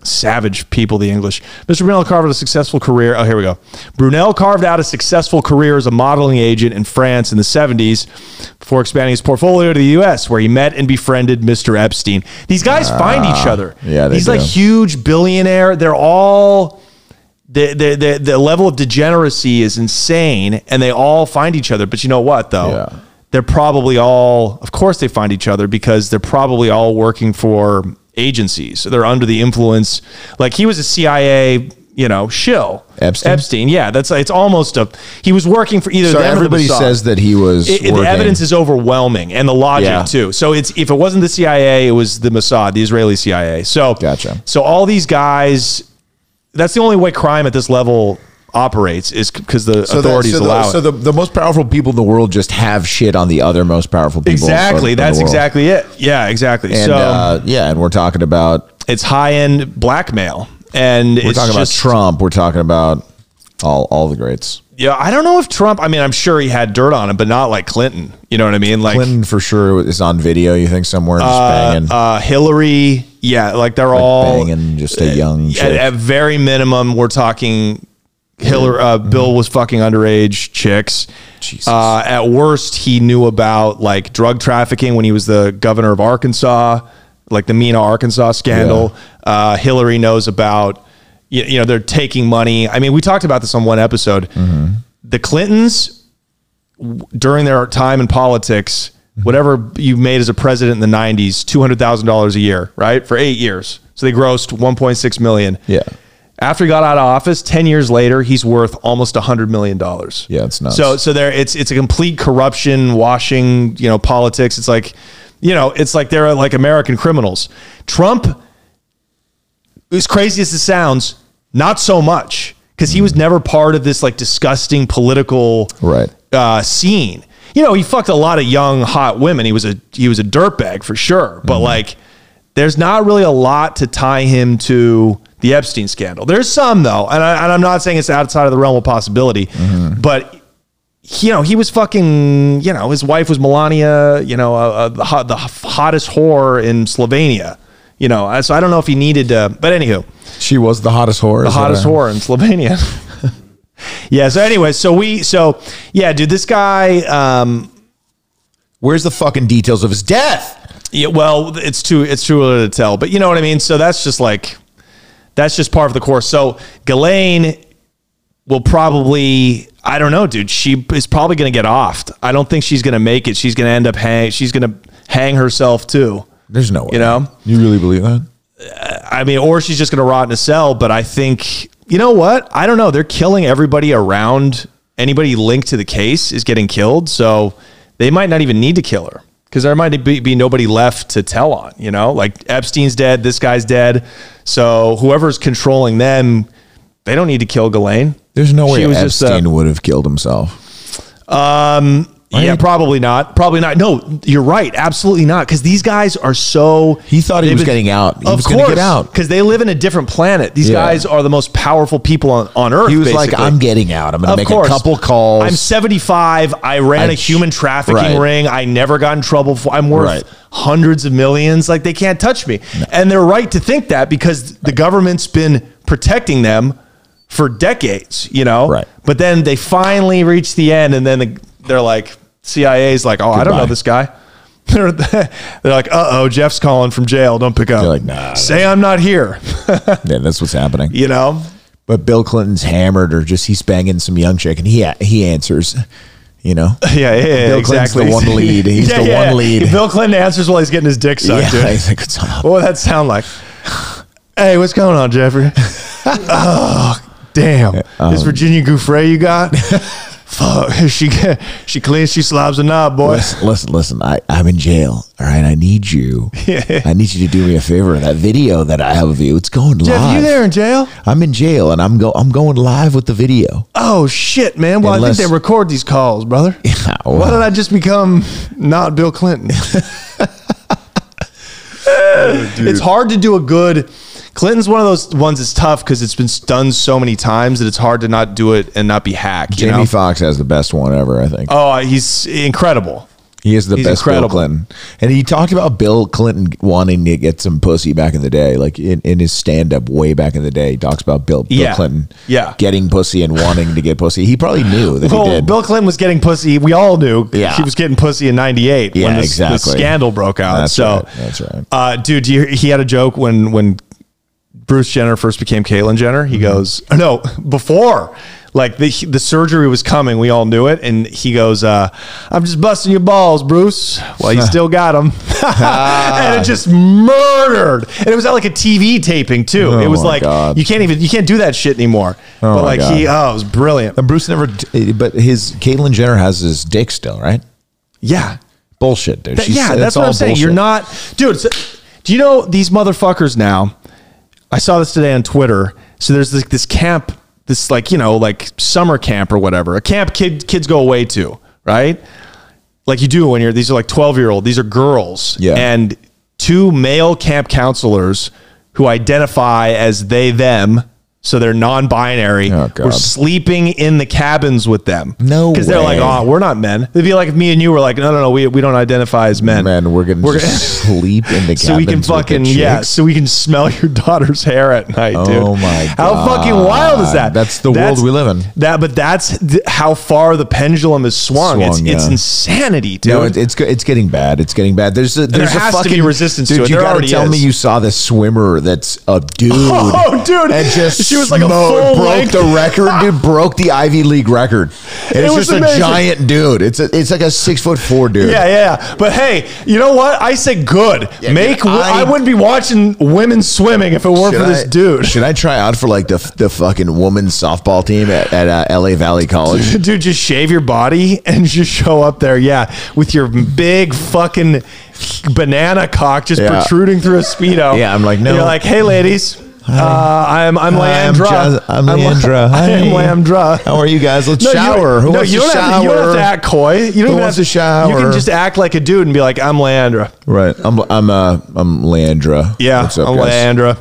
Speaker 1: savage people, the English. Mr. Brunel carved out a successful career. Oh, here we go. Brunel carved out a successful career as a modeling agent in France in the 70s before expanding his portfolio to the U.S., where he met and befriended Mr. Epstein. These guys find each other.
Speaker 2: Ah, yeah, they
Speaker 1: He's like
Speaker 2: do.
Speaker 1: huge billionaire. They're all the, the the the level of degeneracy is insane, and they all find each other. But you know what though?
Speaker 2: Yeah.
Speaker 1: They're probably all, of course, they find each other because they're probably all working for agencies. So they're under the influence. Like he was a CIA, you know, shill.
Speaker 2: Epstein?
Speaker 1: Epstein. Yeah, that's it's almost a. He was working for either.
Speaker 2: So
Speaker 1: them or the
Speaker 2: everybody
Speaker 1: Mossad.
Speaker 2: says that he was.
Speaker 1: It- it-
Speaker 2: working.
Speaker 1: the evidence is overwhelming, and the logic
Speaker 2: Yeah.
Speaker 1: too. So it's if it wasn't the CIA, it was the Mossad, the Israeli CIA. So
Speaker 2: Gotcha.
Speaker 1: So all these guys, that's the only way crime at this level operates is because the
Speaker 2: the-
Speaker 1: authorities
Speaker 2: so the,
Speaker 1: allow
Speaker 2: So
Speaker 1: it.
Speaker 2: the, the most powerful people in the world just have shit on the other most powerful people.
Speaker 1: Exactly.
Speaker 2: in the
Speaker 1: That's
Speaker 2: world.
Speaker 1: exactly it. Yeah, exactly.
Speaker 2: And
Speaker 1: so
Speaker 2: uh, yeah, and we're talking about
Speaker 1: it's high end blackmail, and
Speaker 2: we're
Speaker 1: it's
Speaker 2: talking
Speaker 1: just,
Speaker 2: about Trump. We're talking about all all the greats.
Speaker 1: Yeah, I don't know if Trump. I mean, I'm sure he had dirt on him, but not like Clinton. You know what I mean? Like
Speaker 2: Clinton for sure is on video. You think somewhere just banging,
Speaker 1: uh, Hillary. Yeah, like they're all
Speaker 2: banging just a young.
Speaker 1: at,
Speaker 2: chick.
Speaker 1: at very minimum, we're talking Hillary. Uh, Bill was fucking underage chicks.
Speaker 2: Mm-hmm. Jesus.
Speaker 1: Uh, at worst, he knew about like drug trafficking when he was the governor of Arkansas, like the Mena, Arkansas scandal. Uh, Hillary knows about, you, you know, they're taking money. I mean, we talked about this on one episode.
Speaker 2: Mm-hmm.
Speaker 1: The Clintons, w- during their time in politics,
Speaker 2: Mm-hmm.
Speaker 1: whatever you made as a president in the 90s, $200,000 a year, right? For eight years. So they grossed 1.6 million.
Speaker 2: Yeah.
Speaker 1: After he got out of office, 10 years later, he's worth almost $100 million.
Speaker 2: Yeah, it's nuts.
Speaker 1: So, so there it's, it's a complete corruption, washing, you know, politics. It's like, you know, it's like they're like American criminals. Trump, as crazy as it sounds, not so much because he was never part of this like disgusting political
Speaker 2: Right.
Speaker 1: uh, scene. You know, he fucked a lot of young hot women. He was a he was a dirtbag for sure, but like there's not really a lot to tie him to the Epstein scandal. There's some though, and, I, and I'm not saying it's outside of the realm of possibility, but you know, he was fucking, you know, his wife was Melania, you know, uh, uh, the, hot, the hottest whore in Slovenia, you know, uh, so I don't know if he needed to, but anywho,
Speaker 2: she was the hottest whore.
Speaker 1: the hottest whore in Slovenia. yeah. So anyway, so we, so yeah, dude, this guy, um,
Speaker 2: Where's the fucking details of his death?
Speaker 1: yeah, well, it's too, it's too early to tell, but you know what I mean? So that's just like, that's just part of the course. So Ghislaine will probably I don't know, dude. She is probably going to get offed. I don't think she's going to make it. She's going to end up hang. She's going to hang herself too.
Speaker 2: There's no way.
Speaker 1: You know?
Speaker 2: You really believe that?
Speaker 1: I mean, or she's just going to rot in a cell. But I think you know what? I don't know. They're killing everybody around. Anybody linked to the case is getting killed, so they might not even need to kill her because there might be, be nobody left to tell on. You know, like Epstein's dead, this guy's dead, so whoever's controlling them, they don't need to kill Ghislaine.
Speaker 2: There's no way
Speaker 1: She was
Speaker 2: Epstein
Speaker 1: just, uh,
Speaker 2: would have killed himself.
Speaker 1: Yeah,
Speaker 2: Right?
Speaker 1: Mm, probably not. Probably not. No, you're right. Absolutely not. Because these guys are so.
Speaker 2: He thought he
Speaker 1: they've
Speaker 2: was getting out. He
Speaker 1: of
Speaker 2: was gonna
Speaker 1: course,
Speaker 2: get out.
Speaker 1: because they live in a different planet. These
Speaker 2: Yeah.
Speaker 1: guys are the most powerful people on, on Earth.
Speaker 2: He was like,
Speaker 1: basically.
Speaker 2: "I'm getting out. I'm going to
Speaker 1: Of
Speaker 2: make
Speaker 1: course.
Speaker 2: a couple calls."
Speaker 1: I'm 75. I ran a
Speaker 2: I-
Speaker 1: human trafficking
Speaker 2: Right.
Speaker 1: ring. I never got in trouble for. I'm worth
Speaker 2: Right.
Speaker 1: hundreds of millions. Like they can't touch me. And they're right to think that because the government's been protecting them for decades. You know.
Speaker 2: Right.
Speaker 1: But then they finally reach the end, and then the, they're like, CIA's like, oh, I don't know
Speaker 2: Goodbye.
Speaker 1: this guy. They're, they're like, uh oh, Jeff's calling from jail. Don't pick up.
Speaker 2: They're like, "Nah,
Speaker 1: Say I'm not here.
Speaker 2: yeah, that's what's happening.
Speaker 1: you know?
Speaker 2: But Bill Clinton's hammered, or just he's banging some young chick, and he he answers. You know,
Speaker 1: Yeah, yeah, yeah,
Speaker 2: Bill Clinton's
Speaker 1: exactly.
Speaker 2: the one lead. He's the one lead.
Speaker 1: Bill Clinton answers while he's getting his dick
Speaker 2: yeah,
Speaker 1: sucked. dude.
Speaker 2: he's like, "What's up?"
Speaker 1: What would that sound like? hey, what's going on, Jeffrey? oh, damn. this Virginia Gouffre you got? Fuck. She she cleans, she slobs a knob, boy.
Speaker 2: Listen, listen, listen. I, I'm in jail. All right, I need you. I need you to do me a favor. That video that I have of you, it's going
Speaker 1: Jeff,
Speaker 2: live.
Speaker 1: you there in jail?
Speaker 2: I'm in jail, and I'm go. I'm going live with the video.
Speaker 1: Oh shit, man. Well, I
Speaker 2: Unless-
Speaker 1: think they record these calls, brother. Why did I just become not Bill Clinton? it's hard to do a good. Clinton's one of those ones that's tough because it's been done so many times that it's hard to not do it and not be hack. You
Speaker 2: Jamie
Speaker 1: know?
Speaker 2: Foxx has the best one ever, I think.
Speaker 1: Oh, he's incredible.
Speaker 2: He is the
Speaker 1: He's
Speaker 2: best
Speaker 1: incredible.
Speaker 2: Bill Clinton. And he talked about Bill Clinton wanting to get some pussy back in the day, like in, in his stand up way back in the day. He talks about Bill, Bill
Speaker 1: Yeah.
Speaker 2: Clinton
Speaker 1: Yeah.
Speaker 2: getting pussy and wanting to get pussy. He probably knew that he
Speaker 1: Well,
Speaker 2: did.
Speaker 1: Bill Clinton was getting pussy. We all knew
Speaker 2: Yeah.
Speaker 1: she was getting pussy in '98 when
Speaker 2: Yeah,
Speaker 1: this, this
Speaker 2: exactly.
Speaker 1: scandal broke out.
Speaker 2: That's
Speaker 1: so
Speaker 2: right. That's right.
Speaker 1: Uh, dude, do you, he had a joke when when Bruce Jenner first became Caitlyn Jenner.
Speaker 2: Mm-hmm.
Speaker 1: He goes, no, before like the the surgery was coming, we all knew it, and he goes, uh, "I'm just busting your balls, Bruce." Well, you still got them,
Speaker 2: Ah.
Speaker 1: and it just murdered. And it was at like a TV taping too. it was
Speaker 2: Oh, my
Speaker 1: like
Speaker 2: God.
Speaker 1: you can't even you can't do that shit anymore.
Speaker 2: my
Speaker 1: but like he, oh, it was brilliant.
Speaker 2: and Bruce never, but his Caitlyn Jenner has his dick still, right?
Speaker 1: Yeah,
Speaker 2: Bullshit, dude.
Speaker 1: That-
Speaker 2: She's-
Speaker 1: yeah, that's what I'm
Speaker 2: all
Speaker 1: saying. You're
Speaker 2: bullshit.
Speaker 1: not, dude. so- do you know these motherfuckers now? I saw this today on Twitter. So there's this, this camp, this like you know like summer camp or whatever, a camp kid kids go away to, right? Like you do when you're these are like 12 year old. These are girls,
Speaker 2: Yeah.
Speaker 1: and two male camp counselors who identify as they them. So they're non-binary.
Speaker 2: Oh,
Speaker 1: were
Speaker 2: God.
Speaker 1: sleeping in the cabins with them.
Speaker 2: No
Speaker 1: because they're like,
Speaker 2: way.
Speaker 1: oh, we're not men. It'd be like if me and you were like, no, no, no, we, we don't identify as men.
Speaker 2: Man, we're gonna
Speaker 1: We're
Speaker 2: just sleep in the
Speaker 1: so we can
Speaker 2: cabins with the
Speaker 1: fucking yeah,
Speaker 2: chicks?
Speaker 1: so we can smell your daughter's hair at night, dude.
Speaker 2: Oh my
Speaker 1: How fucking wild is
Speaker 2: God.
Speaker 1: that?
Speaker 2: That's the world we live in.
Speaker 1: That, but that's th- how far the pendulum is swung.
Speaker 2: Swung,
Speaker 1: it's, it's
Speaker 2: yeah.
Speaker 1: insanity, dude.
Speaker 2: No, it, it's go- it's getting bad. It's getting bad. There's a there's a
Speaker 1: has to be
Speaker 2: fucking
Speaker 1: resistance to
Speaker 2: dude,
Speaker 1: it.
Speaker 2: You
Speaker 1: There
Speaker 2: gotta
Speaker 1: already
Speaker 2: tell me
Speaker 1: is.
Speaker 2: you saw this swimmer that's a dude.
Speaker 1: Oh, dude.
Speaker 2: and just
Speaker 1: She was like a full
Speaker 2: broke
Speaker 1: length-
Speaker 2: the record. Dude broke the Ivy League record. And
Speaker 1: It
Speaker 2: it's
Speaker 1: was
Speaker 2: just
Speaker 1: amazing.
Speaker 2: a giant dude. It's a, it's like a six foot four dude.
Speaker 1: yeah, yeah, yeah. But hey, you know what? I say good.
Speaker 2: Yeah,
Speaker 1: Make.
Speaker 2: dude,
Speaker 1: wo- I,
Speaker 2: I-
Speaker 1: wouldn't be watching women swimming if it weren't for
Speaker 2: Should
Speaker 1: this
Speaker 2: I-
Speaker 1: dude.
Speaker 2: Should I try out for like the the fucking women's softball team at, at uh, L.A. Valley College?
Speaker 1: Dude, just shave your body and just show up there, yeah, with your big fucking banana cock just
Speaker 2: Yeah.
Speaker 1: protruding through a speedo.
Speaker 2: Yeah, I'm like, no.
Speaker 1: You're like, hey, ladies, uh, I'm I'm
Speaker 2: Hi, I'm
Speaker 1: Leandra.
Speaker 2: Jas- I'm Leandra.
Speaker 1: I am
Speaker 2: Hi.
Speaker 1: Leandra.
Speaker 2: How are you guys? Let's
Speaker 1: No, you don't-
Speaker 2: shower. Who
Speaker 1: no,
Speaker 2: wants
Speaker 1: you
Speaker 2: to
Speaker 1: don't Have, you don't have
Speaker 2: shower?
Speaker 1: to act coy. You don't even have
Speaker 2: wants
Speaker 1: to
Speaker 2: to shower?
Speaker 1: You can just act like a dude and be like, I'm Leandra.
Speaker 2: Right. I'm I'm uh I'm Leandra.
Speaker 1: Yeah,
Speaker 2: What's up,
Speaker 1: I'm
Speaker 2: guys?
Speaker 1: Leandra.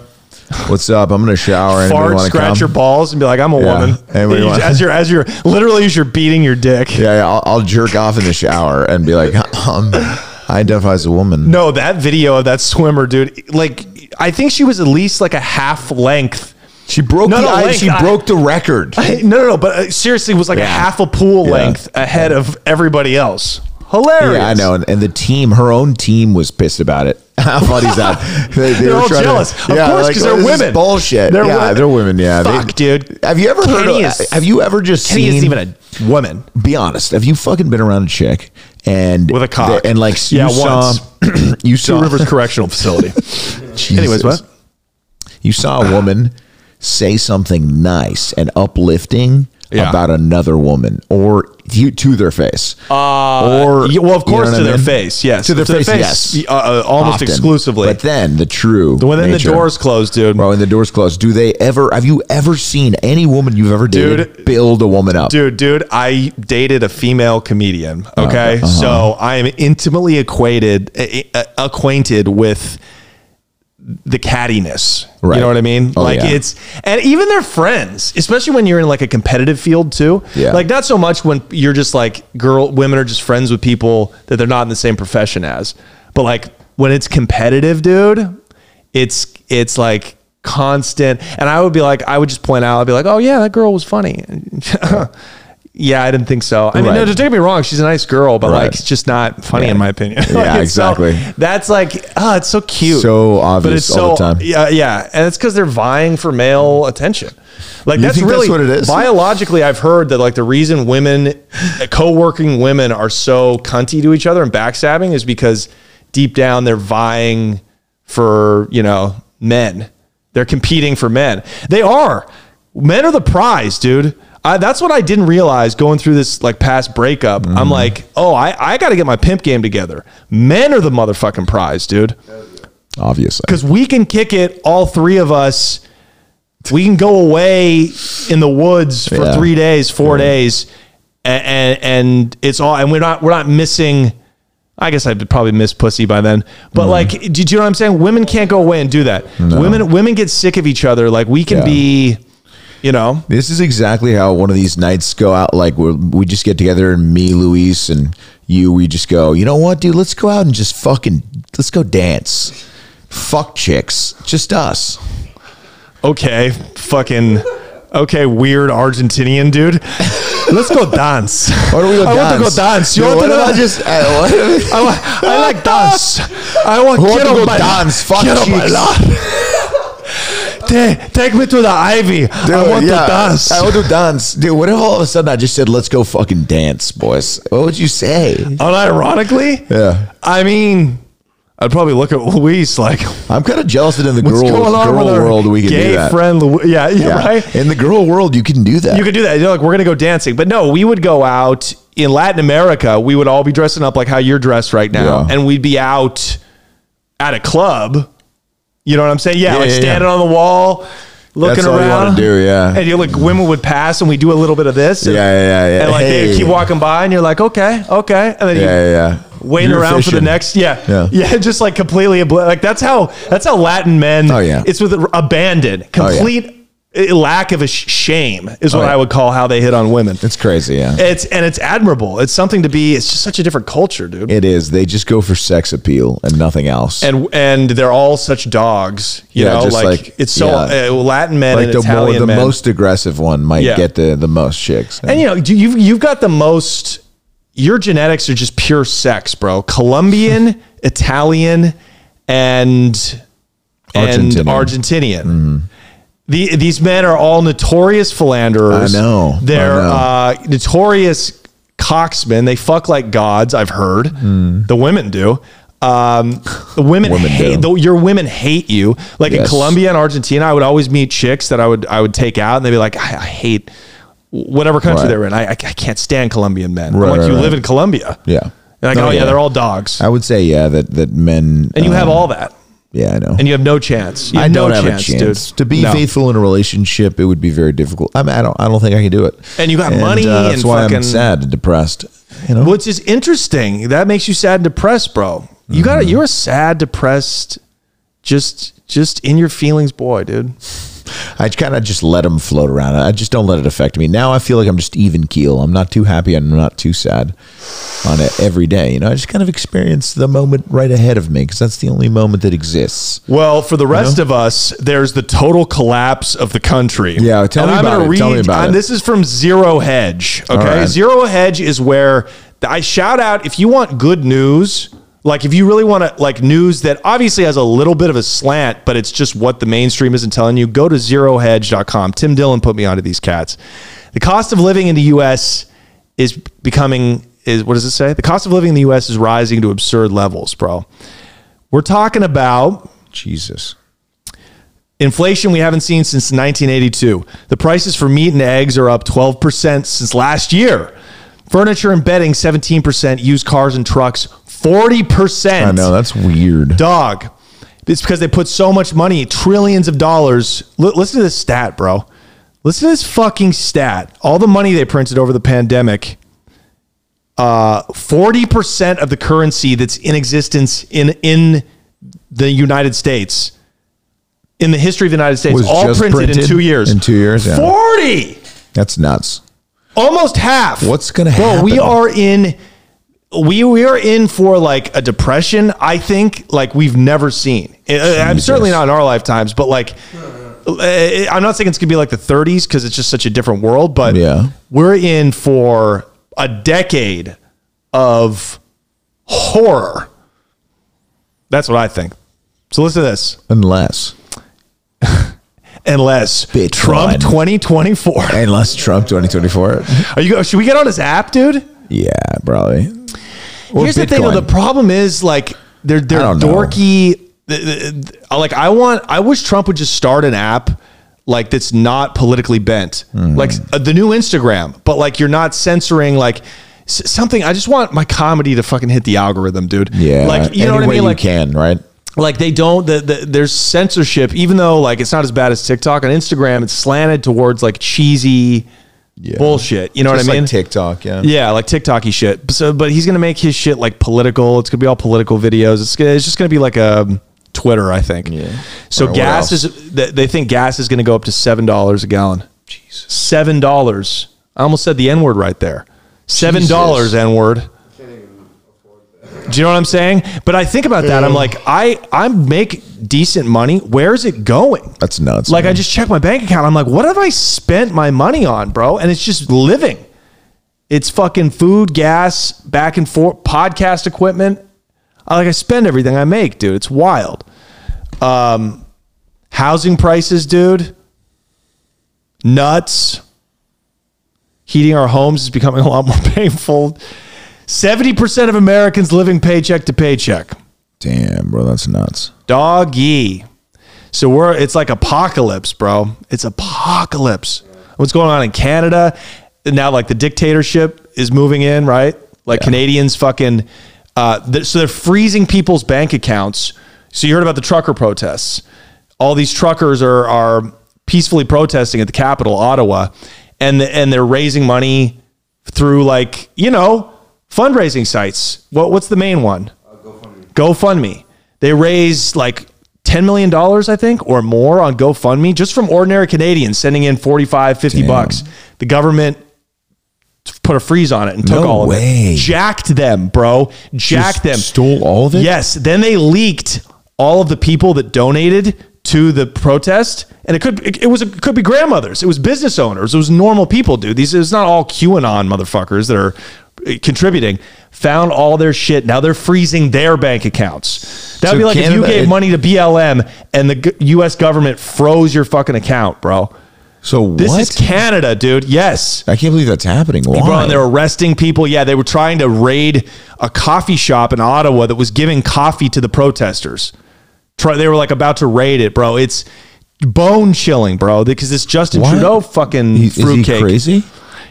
Speaker 2: What's up? I'm gonna shower. Anybody
Speaker 1: Fart,
Speaker 2: wanna
Speaker 1: scratch
Speaker 2: come?
Speaker 1: your balls, and be like, I'm a
Speaker 2: Yeah.
Speaker 1: woman.
Speaker 2: Anybody
Speaker 1: You-
Speaker 2: wanna-
Speaker 1: as you're as you're literally as you're beating your dick.
Speaker 2: Yeah, yeah I'll, I'll jerk off in the shower and be like, um, I identify as a woman.
Speaker 1: No, that video of that swimmer, dude. Like, I think she was at least like a half length.
Speaker 2: She broke
Speaker 1: No,
Speaker 2: the
Speaker 1: no,
Speaker 2: ice.
Speaker 1: Link,
Speaker 2: she
Speaker 1: I-
Speaker 2: broke the record.
Speaker 1: No, no, no. But uh, seriously, was like a
Speaker 2: Yeah.
Speaker 1: half a pool
Speaker 2: Yeah.
Speaker 1: length ahead of everybody else. Hilarious.
Speaker 2: Yeah, I know. And, and the team, her own team, was pissed about it. How funny is that? They, they
Speaker 1: They're
Speaker 2: were
Speaker 1: all
Speaker 2: trying
Speaker 1: jealous. Of course, 'cause they're
Speaker 2: this is
Speaker 1: women.
Speaker 2: Bullshit.
Speaker 1: They're
Speaker 2: yeah,
Speaker 1: women.
Speaker 2: they're women. Yeah, They-
Speaker 1: Fuck, dude.
Speaker 2: Have you ever heard?
Speaker 1: Kenny
Speaker 2: Of,
Speaker 1: is-
Speaker 2: have you ever just
Speaker 1: Kenny
Speaker 2: seen?
Speaker 1: isn't even a woman.
Speaker 2: be honest. Have you fucking been around a chick and
Speaker 1: With a cock.
Speaker 2: and like
Speaker 1: Yeah,
Speaker 2: you saw
Speaker 1: once.
Speaker 2: you saw
Speaker 1: Two Rivers Correctional Facility.
Speaker 2: Jesus.
Speaker 1: Anyways, what?
Speaker 2: You saw a woman say something nice and uplifting
Speaker 1: Yeah.
Speaker 2: about another woman or you, to their face.
Speaker 1: Uh, yeah, well, of
Speaker 2: you know
Speaker 1: course,
Speaker 2: what
Speaker 1: to
Speaker 2: I
Speaker 1: their
Speaker 2: mean?
Speaker 1: face, yes,
Speaker 2: To their face, yes.
Speaker 1: uh, uh, almost
Speaker 2: Often.
Speaker 1: exclusively.
Speaker 2: But then the true.
Speaker 1: when then the
Speaker 2: nature-
Speaker 1: doors closed, dude.
Speaker 2: Bro, and the doors closed. Do they ever, have you ever seen any woman you've ever dated
Speaker 1: Dude.
Speaker 2: build a woman up? Oh,
Speaker 1: Dude, dude, I dated a female comedian. Okay,
Speaker 2: Uh-huh.
Speaker 1: so I am intimately acquainted uh, acquainted with the cattiness.
Speaker 2: Right.
Speaker 1: You know what I mean?
Speaker 2: Oh,
Speaker 1: like
Speaker 2: yeah.
Speaker 1: it's and even their friends, especially when you're in like a competitive field too.
Speaker 2: Yeah.
Speaker 1: Like not so much when you're just like girl women are just friends with people that they're not in the same profession as. But like when it's competitive, dude, it's it's like constant and I would be like I would just point out I'd be like, "Oh yeah, that girl was funny." yeah, I didn't think so. I mean, no,
Speaker 2: Right.
Speaker 1: don't get me wrong, she's a nice girl, but
Speaker 2: Right.
Speaker 1: like it's just not funny in my opinion.
Speaker 2: Yeah,
Speaker 1: Like, it's so-
Speaker 2: exactly.
Speaker 1: that's like, oh, it's so cute cute.
Speaker 2: So obvious all the time.
Speaker 1: Yeah, yeah, and it's because they're vying for male attention. Like that's
Speaker 2: think that's
Speaker 1: really
Speaker 2: what it is?
Speaker 1: Biologically, I've heard that like the reason women, co-working women, are so cunty to each other and backstabbing is because deep down they're vying for you know men. They're competing for men. They are. Men are the prize, dude. I, that's what I didn't realize going through this like past breakup.
Speaker 2: Mm-hmm.
Speaker 1: I'm like, oh, I, I got to get my pimp game together. Men are the motherfucking prize, dude
Speaker 2: Obviously.
Speaker 1: because we can kick it all three of us we can go away in the woods for
Speaker 2: Yeah.
Speaker 1: three days four days and, and and it's all and we're not we're not missing i guess i'd probably miss pussy by then but
Speaker 2: Mm.
Speaker 1: like do, do you know what i'm saying women can't go away and do that women women get sick of each other like we can
Speaker 2: Yeah.
Speaker 1: be you you know.
Speaker 2: This is exactly how one of these nights go out. Like we we just get together and me, Luis, and you. We just go. You know what, dude? Let's go out and just fucking let's go dance. Fuck chicks, just us.
Speaker 1: Okay, fucking. Okay, weird Argentinian dude. Let's go dance.
Speaker 2: Why don't we go
Speaker 1: I
Speaker 2: dance?
Speaker 1: want to go dance. You
Speaker 2: Dude,
Speaker 1: want
Speaker 2: what
Speaker 1: to
Speaker 2: about
Speaker 1: know?
Speaker 2: just? I, what,
Speaker 1: I, want, I like dance. I want,
Speaker 2: I want to
Speaker 1: quiero
Speaker 2: go
Speaker 1: bailar.
Speaker 2: dance. Fuck
Speaker 1: Quiero
Speaker 2: chicks.
Speaker 1: bailar. Ta- take me to the ivy. I want
Speaker 2: yeah,
Speaker 1: to dance.
Speaker 2: I want to dance, dude. What if all of a sudden I just said, "Let's go fucking dance, boys"? What would you say?
Speaker 1: Unironically,
Speaker 2: Yeah.
Speaker 1: I mean, I'd probably look at Luis like,
Speaker 2: I'm kind of jealous that in the
Speaker 1: what's
Speaker 2: girl,
Speaker 1: going on
Speaker 2: girl
Speaker 1: with our
Speaker 2: world we can
Speaker 1: gay
Speaker 2: do that.
Speaker 1: friend? Lu- yeah, yeah,
Speaker 2: Yeah.
Speaker 1: right.
Speaker 2: In the girl world, you can do that.
Speaker 1: You could do that. You're like, we're gonna go dancing, but no, we would go out in Latin America. We would all be dressing up like how you're dressed right now,
Speaker 2: Yeah.
Speaker 1: and we'd be out at a club. You know what I'm saying? Yeah,
Speaker 2: Yeah,
Speaker 1: like
Speaker 2: yeah, yeah.
Speaker 1: standing on the wall, looking
Speaker 2: That's all you
Speaker 1: around.
Speaker 2: wanna do, yeah.
Speaker 1: And you like women would pass, and we do a little bit of this. and-
Speaker 2: Yeah, yeah, yeah.
Speaker 1: And like they
Speaker 2: Hey.
Speaker 1: keep walking by, and you're like, okay, okay, and then you
Speaker 2: yeah, yeah, yeah.
Speaker 1: waiting
Speaker 2: You're
Speaker 1: around for the
Speaker 2: efficient.
Speaker 1: next yeah
Speaker 2: Yeah.
Speaker 1: just like completely obli- like that's how that's how latin men
Speaker 2: Oh, yeah. Oh,
Speaker 1: it's with abandon
Speaker 2: yeah. Oh,
Speaker 1: complete eh, lack of a sh- shame is what
Speaker 2: yeah.
Speaker 1: i would call how they hit on women
Speaker 2: It's crazy, yeah.
Speaker 1: it's and it's admirable it's something to be it's just such a different culture dude
Speaker 2: it is. They just go for sex appeal and nothing else.
Speaker 1: and and they're all such dogs you
Speaker 2: Yeah,
Speaker 1: know
Speaker 2: just
Speaker 1: like,
Speaker 2: like-
Speaker 1: it's so
Speaker 2: yeah.
Speaker 1: uh, latin men
Speaker 2: like
Speaker 1: and
Speaker 2: the, more,
Speaker 1: italian
Speaker 2: the
Speaker 1: men
Speaker 2: most aggressive one might
Speaker 1: Yeah.
Speaker 2: get the, the most chicks.
Speaker 1: And you know, do- you've you've got the most. Your genetics are just pure sex, bro. Colombian, Italian, and and
Speaker 2: Argentinian. Mm-hmm.
Speaker 1: Argentinian. The, these men are all notorious philanderers.
Speaker 2: I know, I
Speaker 1: They're
Speaker 2: know.
Speaker 1: Uh, notorious cocksmen. They fuck like gods. I've heard the women do. Um, the women,
Speaker 2: Mm. Women
Speaker 1: hate
Speaker 2: do.
Speaker 1: the, your women hate you. Like in
Speaker 2: Yes.
Speaker 1: Colombia and Argentina, I would always meet chicks that I would I would take out, and they'd be like, I, I hate whatever country
Speaker 2: Right.
Speaker 1: they're in. I, I I can't stand Colombian men. I'm
Speaker 2: Right,
Speaker 1: like
Speaker 2: right,
Speaker 1: you
Speaker 2: right.
Speaker 1: live in Colombia.
Speaker 2: yeah.
Speaker 1: And like, oh, yeah,
Speaker 2: yeah.
Speaker 1: they're all dogs.
Speaker 2: I would say, yeah, that, that men.
Speaker 1: and you
Speaker 2: uh,
Speaker 1: have all that.
Speaker 2: Yeah, I know.
Speaker 1: And you have no chance. You
Speaker 2: I don't
Speaker 1: no
Speaker 2: have a chance
Speaker 1: dude.
Speaker 2: to be
Speaker 1: No.
Speaker 2: faithful in a relationship. It would be very difficult. I mean, I don't. I don't think I can do it. uh,
Speaker 1: And you got money
Speaker 2: that's
Speaker 1: and
Speaker 2: why
Speaker 1: fucking-
Speaker 2: I'm sad and depressed. You know,
Speaker 1: Which is interesting. That makes you sad and depressed, bro. You got to
Speaker 2: Mm-hmm.
Speaker 1: You're a sad, depressed, just just in your feelings, boy, dude.
Speaker 2: I kind of just let them float around. I just don't let it affect me. Now I feel like I'm just even keel. I'm not too happy and I'm not too sad on it every day. You know, I just kind of experience the moment right ahead of me because that's the only moment that exists.
Speaker 1: Well, for the rest of us, there's the total collapse of the country.
Speaker 2: Yeah, tell me about
Speaker 1: gonna
Speaker 2: it. Tell me about
Speaker 1: and
Speaker 2: it.
Speaker 1: This is from Zero Hedge. Okay,
Speaker 2: right.
Speaker 1: Zero Hedge is where I shout out if you want good news. Like if you really want to like news that obviously has a little bit of a slant, but it's just what the mainstream isn't telling you, go to zerohedge.com. Tim Dillon put me onto these cats. The cost of living in the US is becoming is what does it say? The cost of living in the US is rising to absurd levels, bro. We're talking about
Speaker 2: Jesus.
Speaker 1: Inflation we haven't seen since 1982. The prices for meat and eggs are up 12% since last year. Furniture and bedding 17%, used cars and trucks 40%.
Speaker 2: I know that's weird.
Speaker 1: Dog. It's because they put so much money, trillions of dollars. L- listen to this stat, bro. Listen to this fucking stat. All the money they printed over the pandemic. Uh, 40% of the currency that's in existence in in the United States in the history of the United States
Speaker 2: Was
Speaker 1: all
Speaker 2: just
Speaker 1: printed, in
Speaker 2: printed
Speaker 1: 2 years.
Speaker 2: in two years, yeah.
Speaker 1: 40
Speaker 2: That's nuts.
Speaker 1: almost half.
Speaker 2: What's gonna
Speaker 1: Bro, we
Speaker 2: happen?
Speaker 1: are in we we are in for like a depression. I think like we've never seen. I- I- I'm certainly not in our lifetimes, but like uh, I'm not saying it's gonna be like the 30s because it's just such a different world. But
Speaker 2: Yeah.
Speaker 1: we're in for a decade of horror. That's what I think. So listen to this.
Speaker 2: Unless,
Speaker 1: Unless
Speaker 2: Bitcoin.
Speaker 1: Trump 2024,
Speaker 2: unless Trump 2024.
Speaker 1: are you? go- Should we get on his app, dude?
Speaker 2: Yeah, probably. Or
Speaker 1: Here's the thing though,
Speaker 2: Bitcoin.
Speaker 1: the problem is like they're they're
Speaker 2: I don't know.
Speaker 1: dorky. th- th- th- Like I want, I wish Trump would just start an app like that's not politically bent,
Speaker 2: Hmm.
Speaker 1: like uh, the new Instagram, but like you're not censoring like s- something. I just want my comedy to fucking hit the algorithm, dude.
Speaker 2: yeah,
Speaker 1: like you know
Speaker 2: any
Speaker 1: what I
Speaker 2: way
Speaker 1: mean.
Speaker 2: you
Speaker 1: Like
Speaker 2: can right.
Speaker 1: like they don't the, the, there's censorship even though like it's not as bad as tiktok on instagram it's slanted towards like cheesy bullshit you know
Speaker 2: Just
Speaker 1: what i mean
Speaker 2: like TikTok. Yeah.
Speaker 1: yeah, like TikToky shit. But So, but he's gonna make his shit like political. It's gonna be all political videos. It's gonna, it's just gonna be like a Twitter, I think. Yeah. So
Speaker 2: Or what
Speaker 1: gas
Speaker 2: else?
Speaker 1: is they they think gas is gonna go up to seven dollars a gallon. seven dollars. I almost said the N word right there. Seven dollars N word. Do you know what I'm saying? But I think about that. I'm like, I I make decent money. Where is it going?
Speaker 2: That's nuts.
Speaker 1: Like I just checked my bank account. I'm like, what have I spent my money on, bro? And it's just living. It's fucking food, gas, back and forth, podcast equipment. I like I spend everything I make, dude. It's wild. Um, housing prices, dude. Nuts. Heating our homes is becoming a lot more painful. 70% of Americans living paycheck to paycheck.
Speaker 2: damn, bro, that's nuts.
Speaker 1: Doggy. So we're it's like apocalypse, bro. It's apocalypse. What's going on in Canada? And now like the dictatorship is moving in, right? Like Canadians fucking uh th- so they're freezing people's bank accounts. So you heard about the trucker protests. All these truckers are are peacefully protesting at the capital, Ottawa, and the, and they're raising money through like, you know, fundraising sites. What what's the main one? GoFundMe. They raised like $10 million, I think, or more on GoFundMe just from ordinary Canadians sending in 45, 50 bucks. The government put a freeze on it and took
Speaker 2: No
Speaker 1: all of
Speaker 2: way.
Speaker 1: it. Jacked them, bro. Jacked
Speaker 2: Just
Speaker 1: them.
Speaker 2: Stole all of it?
Speaker 1: Yes. Then they leaked all of the people that donated to the protest, and it could it, it was it could be grandmothers, it was business owners, it was normal people, dude. These it's not all QAnon motherfuckers that are eh, contributing. Found all their shit. Now they're freezing their bank accounts. That would
Speaker 2: So
Speaker 1: be like if you
Speaker 2: Canada-
Speaker 1: gave
Speaker 2: it-
Speaker 1: money to BLM and the g- U.S. government froze your fucking account, bro.
Speaker 2: So
Speaker 1: This
Speaker 2: what?
Speaker 1: is Canada, dude. Yes.
Speaker 2: I can't believe that's happening. Why?
Speaker 1: Bro, and they're arresting people. Yeah, they were trying to raid a coffee shop in Ottawa that was giving coffee to the protesters. Try, they were like about to raid it, bro. It's bone chilling, bro, because it's Justin
Speaker 2: Why-
Speaker 1: Trudeau fucking
Speaker 2: He- is he
Speaker 1: fruitcake.
Speaker 2: crazy?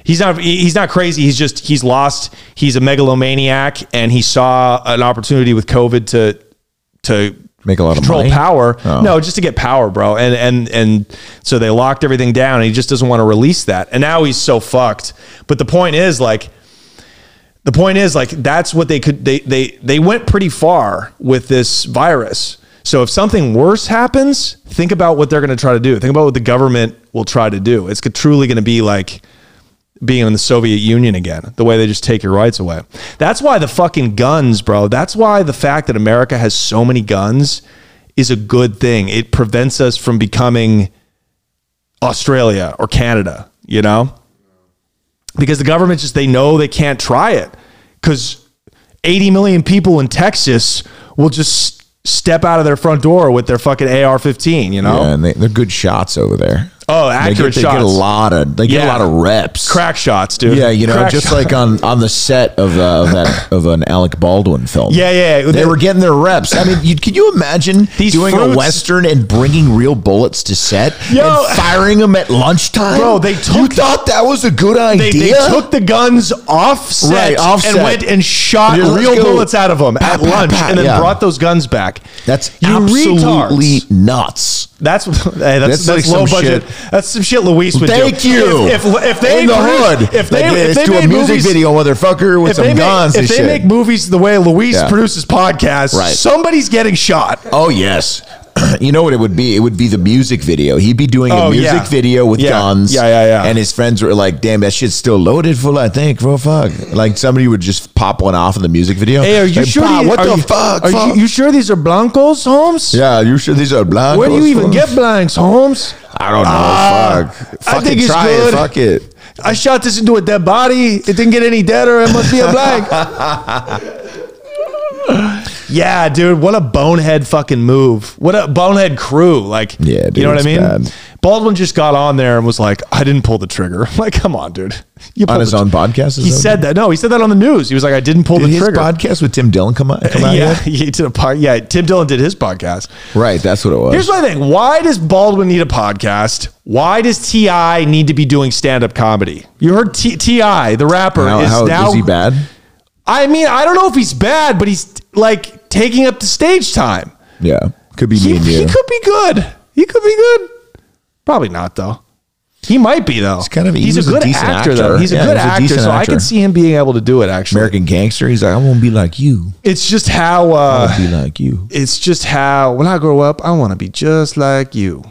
Speaker 1: He's not. he- He's not crazy. He's just. He's lost. He's a megalomaniac, and he saw an opportunity with COVID to to
Speaker 2: Make a lot of
Speaker 1: control
Speaker 2: money?
Speaker 1: power.
Speaker 2: Oh.
Speaker 1: No, just to get power, bro. And and and so they locked everything down. And he just doesn't want to release that. And now he's so fucked. But the point is, like, the point is, like, that's what they could. They they they went pretty far with this virus. So if something worse happens, think about what they're going to try to do. Think about what the government will try to do. It's truly going to be like being in the Soviet Union again, the way they just take your rights away. That's why the fucking guns, bro. That's why the fact that America has so many guns is a good thing. It prevents us from becoming Australia or Canada, you know? Because the government just, they know they can't try it because 80 million people in Texas will just step out of their front door with their fucking AR 15, you know?
Speaker 2: Yeah, and they, they're good shots over there.
Speaker 1: Oh,
Speaker 2: they
Speaker 1: accurate
Speaker 2: get, They get a
Speaker 1: shots.
Speaker 2: lot of they get
Speaker 1: Yeah.
Speaker 2: a lot of reps.
Speaker 1: Crack shots, dude.
Speaker 2: Yeah, you know,
Speaker 1: Crack
Speaker 2: just
Speaker 1: shots.
Speaker 2: like on on the set of uh, of, that, of an Alec Baldwin film.
Speaker 1: Yeah, yeah, yeah.
Speaker 2: They were getting their reps. I mean, you, could you imagine
Speaker 1: These
Speaker 2: doing
Speaker 1: fruits-
Speaker 2: a western and bringing real bullets to set
Speaker 1: Yo.
Speaker 2: and firing them at lunchtime?
Speaker 1: Bro, they
Speaker 2: You
Speaker 1: took-
Speaker 2: thought that was a good
Speaker 1: they,
Speaker 2: idea?
Speaker 1: they took the guns off set,
Speaker 2: Right, off
Speaker 1: and
Speaker 2: set.
Speaker 1: went and shot
Speaker 2: Yeah, let's
Speaker 1: real
Speaker 2: go.
Speaker 1: bullets out of them
Speaker 2: Pow,
Speaker 1: at
Speaker 2: pow,
Speaker 1: lunch,
Speaker 2: pow,
Speaker 1: and then
Speaker 2: yeah.
Speaker 1: brought those guns back.
Speaker 2: That's
Speaker 1: You
Speaker 2: absolutely
Speaker 1: retards.
Speaker 2: nuts.
Speaker 1: That's hey, that's, that's,
Speaker 2: That's like
Speaker 1: low
Speaker 2: some
Speaker 1: budget. That's some shit Luis would
Speaker 2: Thank
Speaker 1: do.
Speaker 2: you.
Speaker 1: If, if, if they
Speaker 2: in the
Speaker 1: agree-
Speaker 2: hood,
Speaker 1: if they,
Speaker 2: Like,
Speaker 1: if
Speaker 2: let's
Speaker 1: they
Speaker 2: do
Speaker 1: made
Speaker 2: a music
Speaker 1: movies,
Speaker 2: video, motherfucker, with
Speaker 1: if
Speaker 2: some
Speaker 1: they,
Speaker 2: guns
Speaker 1: make, if
Speaker 2: and
Speaker 1: they
Speaker 2: shit.
Speaker 1: make movies the way Luis
Speaker 2: Yeah.
Speaker 1: produces podcasts,
Speaker 2: Right.
Speaker 1: somebody's getting shot.
Speaker 2: Oh yes. You know what it would be? It would be the music video. He'd be doing
Speaker 1: Oh,
Speaker 2: a music
Speaker 1: yeah.
Speaker 2: video with
Speaker 1: Yeah.
Speaker 2: guns.
Speaker 1: Yeah, yeah, yeah.
Speaker 2: And his friends were like, "Damn, that shit's still loaded full." I think, bro, fuck. Like somebody would just pop one off in the music video.
Speaker 1: Hey, are you
Speaker 2: Like,
Speaker 1: sure?
Speaker 2: "Bah,
Speaker 1: these-
Speaker 2: what
Speaker 1: are
Speaker 2: the
Speaker 1: you-
Speaker 2: fuck?
Speaker 1: Are
Speaker 2: fuck?"
Speaker 1: You, you sure these are blancos, Holmes?
Speaker 2: yeah, you sure these are black?
Speaker 1: Where do you even get blanks, Holmes?
Speaker 2: I don't know.
Speaker 1: Ah,
Speaker 2: fuck.
Speaker 1: I
Speaker 2: Fucking
Speaker 1: think it's
Speaker 2: try
Speaker 1: good.
Speaker 2: it. Fuck it.
Speaker 1: I shot this into a dead body. It didn't get any deader. It must be a blank. yeah, dude, what a bonehead fucking move. What a bonehead crew. Like,
Speaker 2: Yeah, dude,
Speaker 1: you know what I
Speaker 2: it's
Speaker 1: mean?
Speaker 2: bad.
Speaker 1: Baldwin just got on there and was like, I didn't pull the trigger. I'm like, come on, dude. You pulled
Speaker 2: his
Speaker 1: the
Speaker 2: own
Speaker 1: tr-
Speaker 2: podcast, is
Speaker 1: He
Speaker 2: that what
Speaker 1: said that. No, he said that on the news. He was like, I didn't pull
Speaker 2: Did
Speaker 1: the
Speaker 2: his
Speaker 1: trigger.
Speaker 2: podcast with Tim Dillon come out? Come out
Speaker 1: yeah,
Speaker 2: yet?
Speaker 1: he did a part. Yeah, Tim Dillon did his podcast.
Speaker 2: Right. That's what it was.
Speaker 1: Here's my thing. Why does Baldwin need a podcast? Why does T.I. need to be doing stand up comedy? You heard T- T.I., the rapper,
Speaker 2: how,
Speaker 1: is
Speaker 2: how-
Speaker 1: now.
Speaker 2: is he bad?
Speaker 1: I mean, I don't know if he's bad, but he's like taking up the stage time.
Speaker 2: Yeah, could be me
Speaker 1: He,
Speaker 2: and
Speaker 1: he
Speaker 2: you.
Speaker 1: could be good. He could be good. Probably not, though. He might be, though. He's
Speaker 2: kind of- he
Speaker 1: he's a
Speaker 2: was a
Speaker 1: good
Speaker 2: decent
Speaker 1: actor,
Speaker 2: actor.
Speaker 1: though. He's a
Speaker 2: Yeah,
Speaker 1: good
Speaker 2: he was a
Speaker 1: actor,
Speaker 2: decent
Speaker 1: so I
Speaker 2: actor.
Speaker 1: can see him being able to do it, actually.
Speaker 2: American gangster. He's like, I won't be like you.
Speaker 1: It's just how. Uh,
Speaker 2: I'll be like you.
Speaker 1: it's just how when I grow up, I want to be just like you.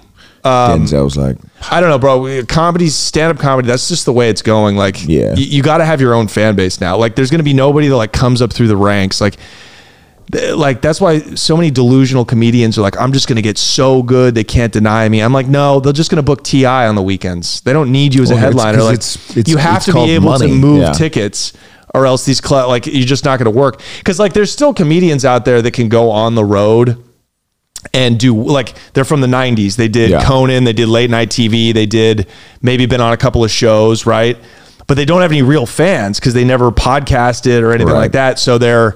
Speaker 2: Denzel's like,
Speaker 1: I don't know, bro. Comedy, stand up comedy, that's just the way it's going. Like,
Speaker 2: Yeah.
Speaker 1: y- you got to have your own fan base now. Like, there's going to be nobody that like comes up through the ranks. Like, th- like that's why so many delusional comedians are like, I'm just going to get so good they can't deny me. I'm like, no, they're just going to book Ti on the weekends. They don't need you as
Speaker 2: Well,
Speaker 1: a
Speaker 2: it's
Speaker 1: headliner.
Speaker 2: 'cause
Speaker 1: Like,
Speaker 2: it's- it's-
Speaker 1: you have
Speaker 2: it's
Speaker 1: to
Speaker 2: called
Speaker 1: be able
Speaker 2: money.
Speaker 1: to move
Speaker 2: Yeah.
Speaker 1: tickets. Or else these cl- like you're just not going to work because like there's still comedians out there that can go on the road and do like they're from the 90s they did
Speaker 2: Yeah.
Speaker 1: conan they did late night tv they did maybe been on a couple of shows right but they don't have any real fans because they never podcasted or anything
Speaker 2: Right.
Speaker 1: like that so they're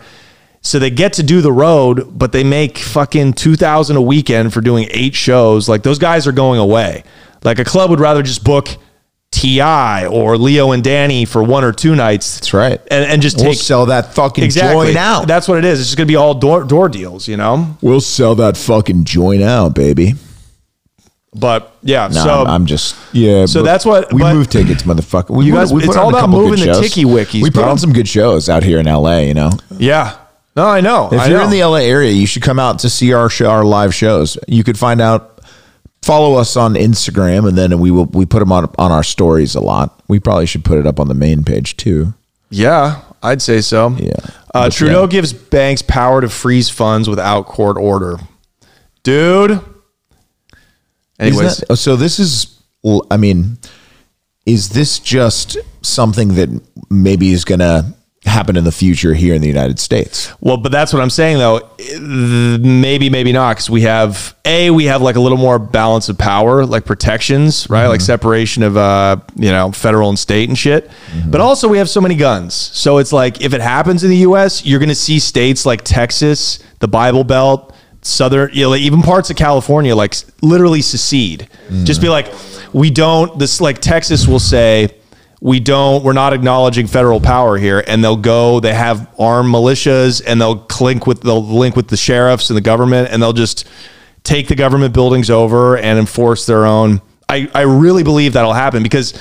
Speaker 1: so they get to do the road but they make fucking 2000 a weekend for doing eight shows like those guys are going away like a club would rather just book ti or leo and danny for one or two nights
Speaker 2: That's right.
Speaker 1: and, and just
Speaker 2: we'll
Speaker 1: take
Speaker 2: sell that fucking
Speaker 1: exactly
Speaker 2: joint out.
Speaker 1: that's what it is it's just gonna be all door door deals you know
Speaker 2: we'll sell that fucking joint out, baby.
Speaker 1: but yeah
Speaker 2: No,
Speaker 1: so
Speaker 2: I'm, I'm just yeah.
Speaker 1: so
Speaker 2: but
Speaker 1: that's what-
Speaker 2: we
Speaker 1: but-
Speaker 2: move tickets, motherfucker. We,
Speaker 1: You
Speaker 2: put-
Speaker 1: guys-
Speaker 2: we put
Speaker 1: it's
Speaker 2: on
Speaker 1: all
Speaker 2: a
Speaker 1: about
Speaker 2: couple good
Speaker 1: moving the
Speaker 2: shows.
Speaker 1: tiki wikis,
Speaker 2: We put
Speaker 1: bro.
Speaker 2: on some good shows out here in L.A. You know,
Speaker 1: Yeah. No, I know.
Speaker 2: if
Speaker 1: I
Speaker 2: you're
Speaker 1: know.
Speaker 2: in the L.A. area, you should come out to see our show, our live shows. You could find out, follow us on Instagram, and then we will we put them on on our stories a lot. We probably should put it up on the main page too.
Speaker 1: yeah, I'd say so.
Speaker 2: Yeah.
Speaker 1: Uh,
Speaker 2: But
Speaker 1: Trudeau
Speaker 2: yeah.
Speaker 1: gives banks power to freeze funds without court order. Dude.
Speaker 2: Isn't
Speaker 1: Anyways,
Speaker 2: that- oh, so this is, l- I mean, is this just something that maybe is going to happen in the future here in the United States?
Speaker 1: well, but that's what I'm saying though. Th- Maybe, maybe not, because we have a we have like a little more balance of power, like protections, right? Like separation of uh, you know, federal and state and shit. But also we have so many guns, so it's like if it happens in the U.S., you're gonna see states like Texas, the Bible Belt, southern you know, like, even parts of california like s- literally secede just be like we don't this like texas will say we don't we're not acknowledging federal power here and they'll go they have armed militias and they'll clink with they'll link with the sheriffs and the government and they'll just take the government buildings over and enforce their own i i really believe that'll happen because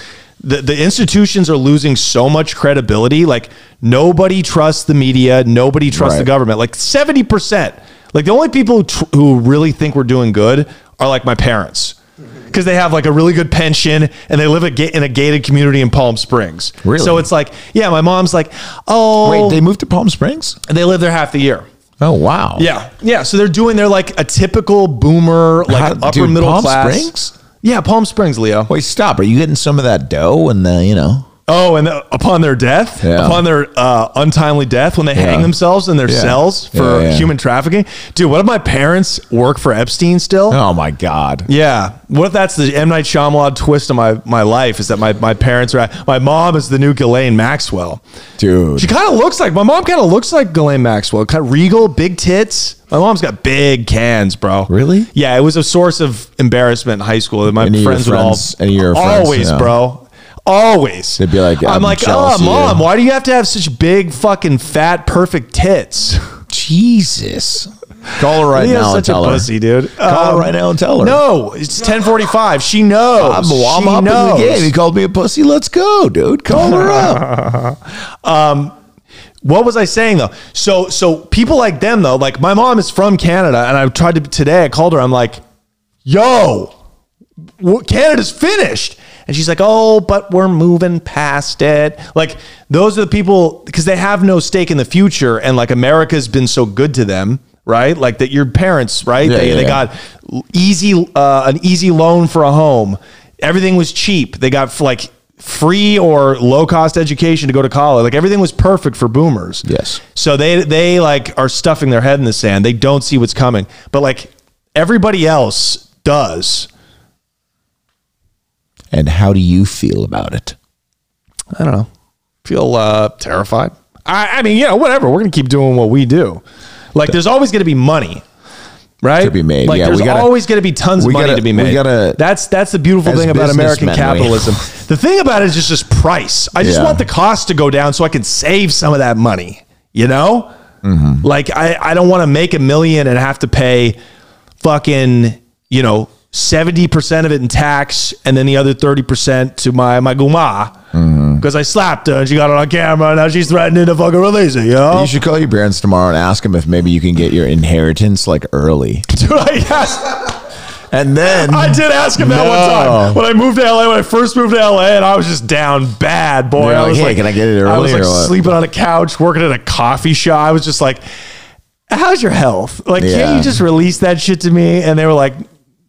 Speaker 1: the, the institutions are losing so much credibility like nobody trusts the media nobody trusts the
Speaker 2: Right.
Speaker 1: government government. Like seventy percent. Like the only people who, tr- who really think we're doing good are like my parents, because they have like a really good pension and they live a ga- in a gated community in Palm Springs.
Speaker 2: Really?
Speaker 1: So it's like, yeah, my mom's like, oh,
Speaker 2: Wait, they moved to Palm Springs?
Speaker 1: they live there half the year.
Speaker 2: Oh, wow.
Speaker 1: Yeah, yeah. So they're doing they're like a typical boomer, like
Speaker 2: How-
Speaker 1: upper
Speaker 2: dude,
Speaker 1: middle
Speaker 2: Palm
Speaker 1: class.
Speaker 2: Springs?
Speaker 1: Yeah, Palm Springs, Leo.
Speaker 2: Wait, stop. Are you getting some of that dough and the, you know?
Speaker 1: Oh, and uh, upon their death,
Speaker 2: Yeah.
Speaker 1: upon their uh, untimely death, when they hang
Speaker 2: Yeah.
Speaker 1: themselves in their
Speaker 2: Yeah.
Speaker 1: cells for
Speaker 2: Yeah, yeah.
Speaker 1: human trafficking, dude. What if my parents work for Epstein still?
Speaker 2: Oh, my God.
Speaker 1: Yeah. What if that's the M Night Shyamalan twist of my my life? Is that my my parents are my mom is the new Ghislaine Maxwell.
Speaker 2: Dude.
Speaker 1: She kind of looks like my mom. Kind of looks like Ghislaine Maxwell. Kind of regal, big tits. My mom's got big cans, bro.
Speaker 2: Really?
Speaker 1: Yeah. It was a source of embarrassment in high school. that My
Speaker 2: Any of your
Speaker 1: friends would all
Speaker 2: friends- any of your friends,
Speaker 1: always,
Speaker 2: yeah.
Speaker 1: bro. Always.
Speaker 2: They'd be like,
Speaker 1: I'm,
Speaker 2: "I'm
Speaker 1: like,
Speaker 2: jealous
Speaker 1: oh,
Speaker 2: of you."
Speaker 1: mom, why do you have to have such big, fucking, fat, perfect tits?
Speaker 2: Jesus. Call her right
Speaker 1: Leo's
Speaker 2: now and
Speaker 1: such a
Speaker 2: tell her.
Speaker 1: pussy, dude.
Speaker 2: Call
Speaker 1: Um,
Speaker 2: her right now and tell her.
Speaker 1: No, it's 10:45. She knows.
Speaker 2: I'm,
Speaker 1: she
Speaker 2: I'm up
Speaker 1: knows.
Speaker 2: in the game. He called me a pussy. Let's go, dude. Call her up.
Speaker 1: What was I saying though? So so people like them though, like my mom is from Canada and I tried to today I called her I'm like, "Yo, wh- Canada's finished." And she's like, "Oh, but we're moving past it." Like those are the people because they have no stake in the future and like America's been so good to them, right? Like that your parents, right?
Speaker 2: Yeah,
Speaker 1: they
Speaker 2: yeah,
Speaker 1: they
Speaker 2: yeah.
Speaker 1: got got easy uh, an easy loan for a home. Everything was cheap. They got f- like free or low cost education to go to college. Like everything was perfect for boomers.
Speaker 2: Yes.
Speaker 1: So they they like are stuffing their head in the sand. They don't see what's coming. But like everybody else does.
Speaker 2: And how do you feel about it?
Speaker 1: I don't know. Feel uh, terrified. I, I mean, yeah, whatever. We're gonna keep doing what we do. Like, there's always gonna be money, right?
Speaker 2: To be made.
Speaker 1: Like,
Speaker 2: Yeah,
Speaker 1: there's
Speaker 2: we gotta-
Speaker 1: always gonna be tons of
Speaker 2: we
Speaker 1: money
Speaker 2: gotta-
Speaker 1: to be
Speaker 2: we
Speaker 1: made.
Speaker 2: gotta-
Speaker 1: that's that's the beautiful
Speaker 2: As
Speaker 1: thing about American
Speaker 2: businessmen, we-
Speaker 1: capitalism. the thing about it is just just price. I just
Speaker 2: Yeah.
Speaker 1: want the cost to go down so I can save some of that money. You know,
Speaker 2: Mm-hmm.
Speaker 1: like I I don't want to make a million and have to pay fucking you know. 70% of it in tax and then the other 30% to my my guma because I slapped her and she got it on camera. and Now she's threatening to fucking release it, yo.
Speaker 2: You should call your parents tomorrow and ask them if maybe you can get your inheritance like early.
Speaker 1: Dude, I asked.
Speaker 2: And then
Speaker 1: I did ask him that
Speaker 2: No.
Speaker 1: one time when I moved to LA. When I first moved to LA, and I was just down bad, boy.
Speaker 2: You're
Speaker 1: I
Speaker 2: like,
Speaker 1: was
Speaker 2: "Hey,
Speaker 1: like,
Speaker 2: can I get it
Speaker 1: I was
Speaker 2: early
Speaker 1: like
Speaker 2: or what?"
Speaker 1: sleeping on a couch, working at a coffee shop. I was just like, "How's your health? Like,
Speaker 2: Yeah.
Speaker 1: can't you just release that shit to me?" And they were like,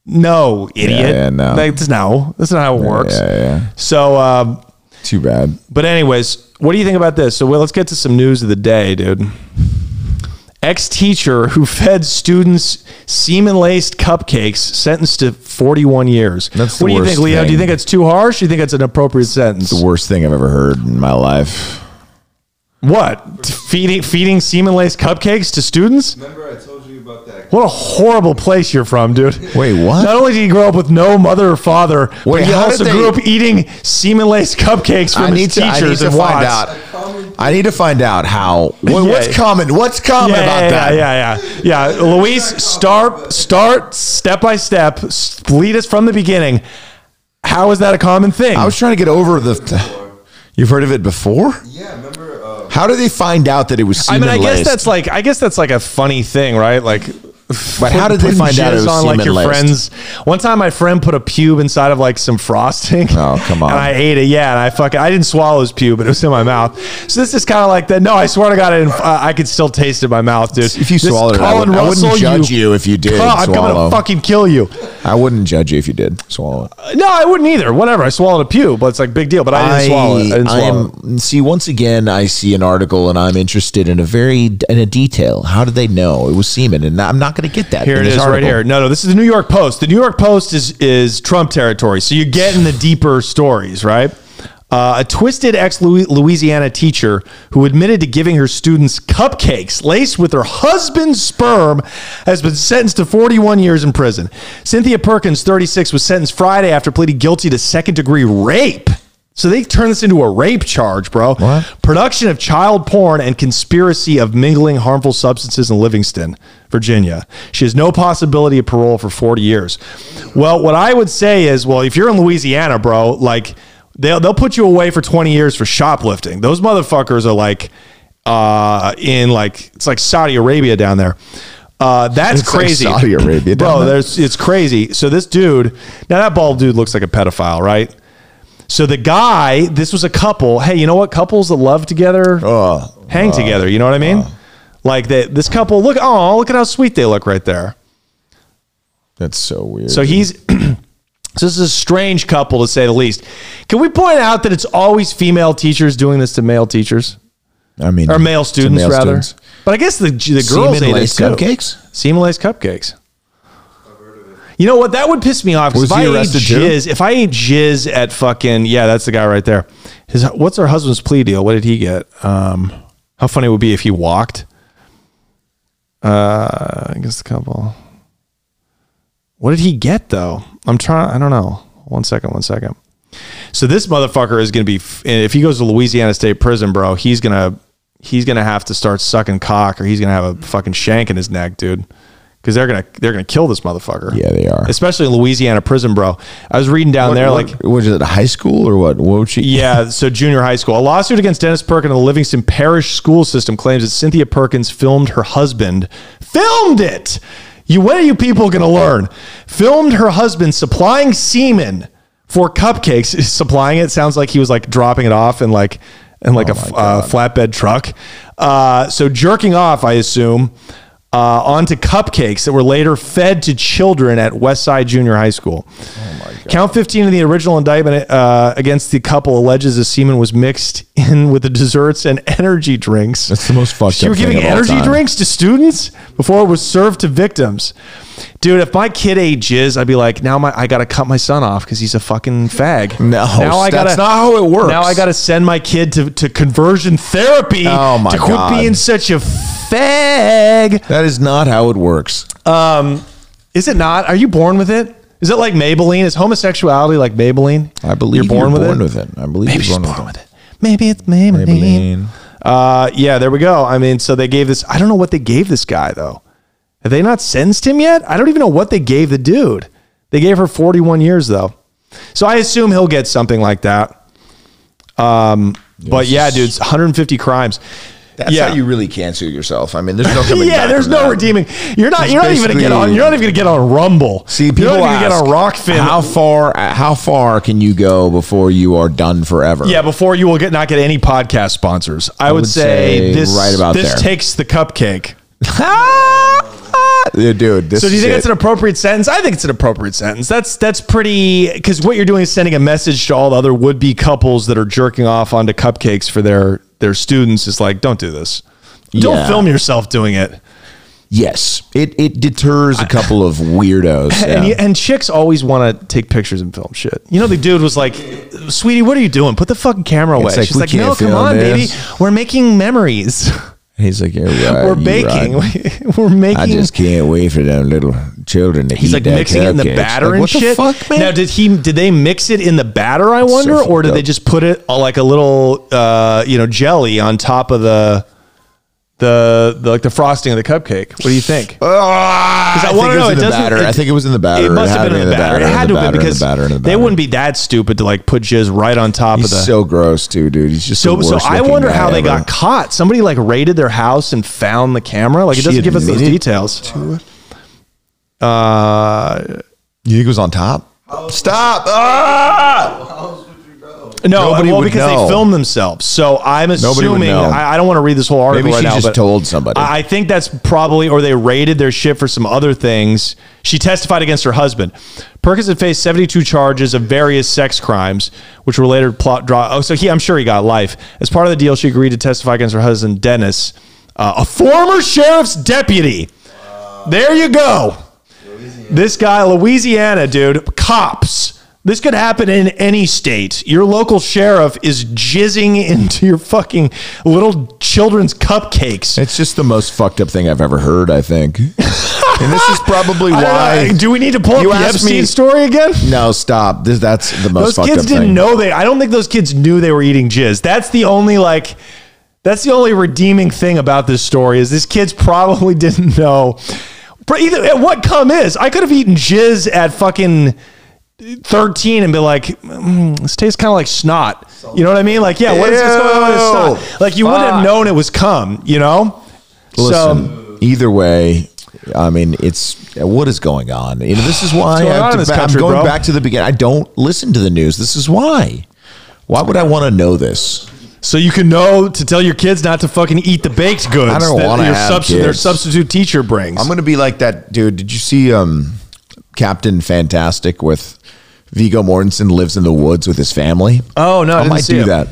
Speaker 1: "No, idiot.
Speaker 2: yeah, no.
Speaker 1: Like, that's- no, that's not how it works."
Speaker 2: yeah, yeah.
Speaker 1: So, um,
Speaker 2: Too bad.
Speaker 1: but anyways, what do you think about this? So well, let's get to some news of the day, dude. Ex teacher who fed students semen laced cupcakes sentenced to 41 years.
Speaker 2: That's the
Speaker 1: what do you
Speaker 2: worst
Speaker 1: think, Leo? Do you
Speaker 2: thing.
Speaker 1: think it's too harsh? Do you think it's an appropriate sentence?
Speaker 2: Worst thing I've ever heard in my life.
Speaker 1: What feeding feeding semen laced cupcakes to students?
Speaker 3: Remember, I told you about that.
Speaker 1: What a horrible place you're from, dude.
Speaker 2: Wait, what?
Speaker 1: Not only did he grow up with no mother or father,
Speaker 2: Wait,
Speaker 1: but he
Speaker 2: how
Speaker 1: also
Speaker 2: did they-
Speaker 1: grew up eating semen laced cupcakes from
Speaker 2: I
Speaker 1: his
Speaker 2: need to,
Speaker 1: teachers
Speaker 2: I need to
Speaker 1: and
Speaker 2: find
Speaker 1: Watts.
Speaker 2: out. I need to find out how. What,
Speaker 1: Yeah.
Speaker 2: What's common? What's common
Speaker 1: yeah,
Speaker 2: about
Speaker 1: yeah,
Speaker 2: that?
Speaker 1: Yeah, yeah, yeah, yeah. Luis, start, start step by step. s- Lead us from the beginning. How is that a common thing?
Speaker 2: I was trying to get over the. You've heard of it before?
Speaker 3: Yeah, remember. Uh,
Speaker 2: How did they find out that it was
Speaker 1: I
Speaker 2: semen
Speaker 1: mean, I guess
Speaker 2: laced?
Speaker 1: that's like, I guess that's like a funny thing, right? Like,
Speaker 2: But how did they
Speaker 1: putting
Speaker 2: find out it
Speaker 1: jizz
Speaker 2: was
Speaker 1: on like your friends?
Speaker 2: semen-laced?
Speaker 1: One time, my friend put a pube inside of like some frosting.
Speaker 2: Oh, come on.
Speaker 1: And I ate it. Yeah, and I fucking I didn't swallow his pube, but it was in my mouth. So this is kind of like that. No, I swear to God, I, didn't, uh, I I could still taste it in my mouth, dude.
Speaker 2: If you
Speaker 1: This
Speaker 2: swallowed it, I
Speaker 1: Colin
Speaker 2: wouldn't- I wouldn't
Speaker 1: Russell,
Speaker 2: judge you if you did
Speaker 1: Oh, I'm
Speaker 2: swallow.
Speaker 1: gonna fucking kill you.
Speaker 2: I wouldn't judge you if you did swallow it.
Speaker 1: No, I wouldn't either. Whatever. I swallowed a pube, but it's like big deal. But I didn't swallow it. I didn't swallow it.
Speaker 2: am see once again. I see an article and I'm interested in a very in a detail. How did they know it was semen? And I'm not going to get that.
Speaker 1: Here
Speaker 2: in
Speaker 1: it
Speaker 2: this
Speaker 1: is, right
Speaker 2: article.
Speaker 1: here. No, no, this is the New York Post. The New York Post is is Trump territory, so you get in the deeper stories, right? Uh, a twisted ex Louisiana teacher who admitted to giving her students cupcakes laced with her husband's sperm has been sentenced to 41 years in prison. Cynthia Perkins, 36, was sentenced Friday after pleading guilty to second degree rape. So they turned this into a rape charge, bro.
Speaker 2: What?
Speaker 1: Production of child porn and conspiracy of mingling harmful substances in Livingston, Virginia. She has no possibility of parole for 40 years. Well, what I would say is, well, if you're in Louisiana, bro, like they'll, they'll put you away for 20 years for shoplifting. Those motherfuckers are like uh, in like, it's like Saudi Arabia down there. Uh, that's
Speaker 2: It's like
Speaker 1: crazy.
Speaker 2: Saudi Arabia down
Speaker 1: bro.
Speaker 2: there.
Speaker 1: There's it's crazy. So this dude, now that bald dude looks like a pedophile, right? So the guy, this was a couple. Hey, you know what? Couples that love together
Speaker 2: Oh,
Speaker 1: hang together. You know what I mean? like that. This couple, look. Oh, look at how sweet they look right there.
Speaker 2: that's so weird.
Speaker 1: So he's. so this is a strange couple to say the least. Can we point out that it's always female teachers doing this to male teachers
Speaker 2: I mean,
Speaker 1: or male
Speaker 2: to
Speaker 1: students
Speaker 2: male
Speaker 1: rather?
Speaker 2: students.
Speaker 1: But I guess the the girls ate it
Speaker 2: Semen-laced
Speaker 1: too.
Speaker 2: cupcakes?
Speaker 1: Semen laced cupcakes. You know what? That would piss me off. 'cause
Speaker 2: Was
Speaker 1: if
Speaker 2: he
Speaker 1: I ate
Speaker 2: arrested too?
Speaker 1: jizz, if I ate jizz at fucking yeah, that's the guy right there. His what's her husband's plea deal? What did he get? Um, how funny it would be if he walked. Uh, I guess the couple. What did he get though? I'm trying. I don't know. One second. One second. So this motherfucker is going to be f- if he goes to Louisiana State Prison, bro. He's gonna he's gonna have to start sucking cock, or he's gonna have a fucking shank in his neck, dude. Because they're gonna they're gonna kill this motherfucker.
Speaker 2: Yeah, they are.
Speaker 1: Especially in Louisiana prison, bro. I was reading down there like
Speaker 2: what, was it high school or what? What would she?
Speaker 1: yeah, so junior high school. A lawsuit against Dennis Perkins and the Livingston Parish School System claims that Cynthia Perkins filmed her husband. Filmed it! You, when are you people going to learn? Filmed her husband supplying semen for cupcakes. Supplying it sounds like he was like dropping it off in like in like a f- uh, flatbed truck. Uh, so jerking off, I assume, uh, onto cupcakes that were later fed to children at Westside Junior High School.
Speaker 2: Oh
Speaker 1: Count 15 of the original indictment uh, against the couple alleges the semen was mixed in with the desserts and energy drinks.
Speaker 2: That's the most fucked
Speaker 1: You
Speaker 2: up
Speaker 1: were giving
Speaker 2: thing of all
Speaker 1: energy
Speaker 2: time.
Speaker 1: drinks to students before it was served to victims. Dude, if my kid ate jizz, I'd be like, now my I gotta cut my son off because he's a fucking fag.
Speaker 2: No,
Speaker 1: now I
Speaker 2: that's
Speaker 1: gotta,
Speaker 2: not how it works.
Speaker 1: Now I gotta send my kid to, to conversion therapy
Speaker 2: Oh my
Speaker 1: to quit
Speaker 2: God.
Speaker 1: being such a fag.
Speaker 2: That is not how it works.
Speaker 1: Is it not? Are you born with it? Is it like Maybelline? Is homosexuality like Maybelline?
Speaker 2: I believe
Speaker 1: you're born, with, it?
Speaker 2: I believe
Speaker 1: Maybe she's
Speaker 2: you're
Speaker 1: born with it. Maybe it's Maybelline.
Speaker 2: Maybelline.
Speaker 1: Uh, yeah, there we go. I mean, so they gave this. I don't know what they gave this guy though. Have they not sentenced him yet? I don't even know what they gave the dude. They gave her 41 years though, so I assume he'll get something like that. Um, but yeah, dude, it's 150 crimes.
Speaker 2: That's
Speaker 1: Yeah.
Speaker 2: how you really cancel yourself. I mean, there's no coming
Speaker 1: Yeah,
Speaker 2: back
Speaker 1: there's
Speaker 2: from
Speaker 1: no
Speaker 2: that.
Speaker 1: redeeming. You're not.
Speaker 2: It's
Speaker 1: You're not even gonna get on.
Speaker 2: basically-
Speaker 1: You're not even gonna get on Rumble.
Speaker 2: See, people
Speaker 1: you're not even
Speaker 2: ask,
Speaker 1: gonna get on Rockfin.
Speaker 2: How far? How far can you go before you are done forever?
Speaker 1: yeah, before you will get not get any podcast sponsors. I, would,
Speaker 2: would
Speaker 1: say,
Speaker 2: say
Speaker 1: this
Speaker 2: right about
Speaker 1: this
Speaker 2: there.
Speaker 1: takes the cupcake.
Speaker 2: Yeah, dude. This
Speaker 1: So do you
Speaker 2: is
Speaker 1: think
Speaker 2: it.
Speaker 1: it's an appropriate sentence? I think it's an appropriate sentence. That's that's pretty because what you're doing is sending a message to all the other would be couples that are jerking off onto cupcakes for their their students. Is like, don't do this. Don't
Speaker 2: Yeah.
Speaker 1: film yourself doing it.
Speaker 2: yes? It it deters a couple of weirdos.
Speaker 1: And,
Speaker 2: yeah.
Speaker 1: you, and chicks always want to take pictures and film shit. You know, the dude was like, "Sweetie, what are you doing? Put the fucking camera away."
Speaker 2: It's like,
Speaker 1: She's
Speaker 2: "We
Speaker 1: like, "No,
Speaker 2: can't
Speaker 1: come
Speaker 2: film
Speaker 1: on,
Speaker 2: this."
Speaker 1: baby. We're making memories.
Speaker 2: He's like, you're right,
Speaker 1: We're
Speaker 2: you're
Speaker 1: baking.
Speaker 2: right.
Speaker 1: We're making."
Speaker 2: I just can't wait for them little children to
Speaker 1: He's
Speaker 2: eat
Speaker 1: like
Speaker 2: that
Speaker 1: mixing it in the
Speaker 2: cupcakes.
Speaker 1: batter
Speaker 2: Like,
Speaker 1: and
Speaker 2: what the
Speaker 1: shit.
Speaker 2: fuck, man?
Speaker 1: Now, did he? Did they mix it in the batter? I wonder,
Speaker 2: fucked
Speaker 1: or did they
Speaker 2: up.
Speaker 1: just put it all like a little, uh, you know, jelly on top of the, the, the like the frosting of the cupcake? What do you think?
Speaker 2: Ah,
Speaker 1: I
Speaker 2: I,
Speaker 1: wanna
Speaker 2: think it
Speaker 1: know,
Speaker 2: was
Speaker 1: it
Speaker 2: in the
Speaker 1: doesn't-
Speaker 2: batter.
Speaker 1: it-
Speaker 2: I think it was in the batter.
Speaker 1: It must
Speaker 2: had
Speaker 1: have been
Speaker 2: to
Speaker 1: in the batter. It had
Speaker 2: in
Speaker 1: to
Speaker 2: the
Speaker 1: have been
Speaker 2: batter, in the
Speaker 1: because
Speaker 2: batter, in the
Speaker 1: they
Speaker 2: batter.
Speaker 1: wouldn't be that stupid to like put jizz right on top of
Speaker 2: He's
Speaker 1: the.
Speaker 2: so gross too, dude. He's just
Speaker 1: So,
Speaker 2: The
Speaker 1: so
Speaker 2: worst
Speaker 1: I
Speaker 2: looking
Speaker 1: wonder
Speaker 2: guy
Speaker 1: how they
Speaker 2: ever.
Speaker 1: got caught. Somebody like raided their house and found the camera. Like it
Speaker 2: She
Speaker 1: doesn't give us those
Speaker 2: admitted
Speaker 1: details.
Speaker 2: You think it was on top? Stop! Ah!
Speaker 3: How else would you know?
Speaker 1: No,
Speaker 2: Nobody
Speaker 1: well,
Speaker 2: would
Speaker 1: because
Speaker 2: know.
Speaker 1: they filmed themselves. So I'm
Speaker 2: Nobody would
Speaker 1: assuming
Speaker 2: know.
Speaker 1: I, I don't want to read this whole article
Speaker 2: Maybe
Speaker 1: right
Speaker 2: she
Speaker 1: now.
Speaker 2: just
Speaker 1: but
Speaker 2: told somebody.
Speaker 1: I, I think that's probably, or they raided their shit for some other things. She testified against her husband. Perkins had faced 72 charges of various sex crimes, which were later plot draw. Oh, so he, I'm sure he got life. As part of the deal, she agreed to testify against her husband Dennis, uh, a former sheriff's deputy. There you go. This guy, Louisiana, dude, cops. This could happen in any state. Your local sheriff is jizzing into your fucking little children's cupcakes.
Speaker 2: It's just the most fucked up thing I've ever heard. I think, and this is probably why.
Speaker 1: Uh, Do we need to pull up
Speaker 2: You
Speaker 1: the
Speaker 2: asked
Speaker 1: Epstein
Speaker 2: me-
Speaker 1: story again?
Speaker 2: No, stop. This, that's the most
Speaker 1: Those
Speaker 2: fucked
Speaker 1: kids
Speaker 2: up
Speaker 1: didn't
Speaker 2: thing.
Speaker 1: know they. I don't think those kids knew they were eating jizz. That's the only like. That's the only redeeming thing about this story is these kids probably didn't know. But either at what come is I could have eaten jizz at fucking thirteen and be like, mm, this tastes kind of like snot. You know what I mean? Like, yeah, what is what's going on with
Speaker 2: Ew.
Speaker 1: snot? Like, you wouldn't have
Speaker 2: Fuck.
Speaker 1: known it was cum. You know? so,
Speaker 2: Listen, either way, I mean, it's what is going on. You know, this is why
Speaker 1: going on
Speaker 2: I,
Speaker 1: in this
Speaker 2: am
Speaker 1: country,
Speaker 2: going
Speaker 1: bro?
Speaker 2: back to the beginning. I don't listen to the news. This is why. Why would I want to know this?
Speaker 1: so you can know to tell your kids not to fucking eat the baked goods.
Speaker 2: I don't
Speaker 1: that
Speaker 2: wanna
Speaker 1: your
Speaker 2: have
Speaker 1: Their
Speaker 2: kids.
Speaker 1: substitute teacher brings.
Speaker 2: I'm going to be like that dude. Did you see um, Captain Fantastic with Vigo Mortensen lives in the woods with his family?
Speaker 1: Oh, no, I
Speaker 2: Uh, I,
Speaker 1: didn't
Speaker 2: might
Speaker 1: see
Speaker 2: do
Speaker 1: it.
Speaker 2: that.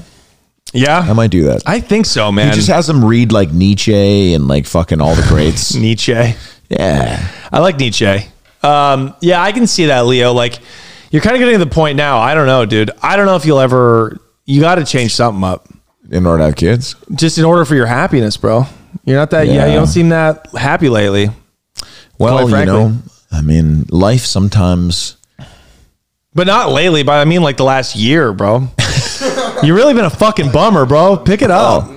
Speaker 1: yeah,
Speaker 2: I might do that.
Speaker 1: I think so, man.
Speaker 2: he just has them read like Nietzsche and like fucking all the greats.
Speaker 1: Nietzsche.
Speaker 2: yeah.
Speaker 1: I like Nietzsche. Um, yeah, I can see that, Leo. Like, you're kind of getting to the point now. I don't know, dude. I don't know if you'll ever. You got to change something up,
Speaker 2: In order to have kids.
Speaker 1: just in order for your happiness, bro. You're not that. Yeah, you
Speaker 2: Yeah.
Speaker 1: don't seem that happy lately.
Speaker 2: Well,
Speaker 1: Quite
Speaker 2: you
Speaker 1: frankly.
Speaker 2: know, I mean, life sometimes.
Speaker 1: But not lately, but I mean like the last year, bro. you really been a fucking bummer, bro. Pick it up.
Speaker 2: Oh.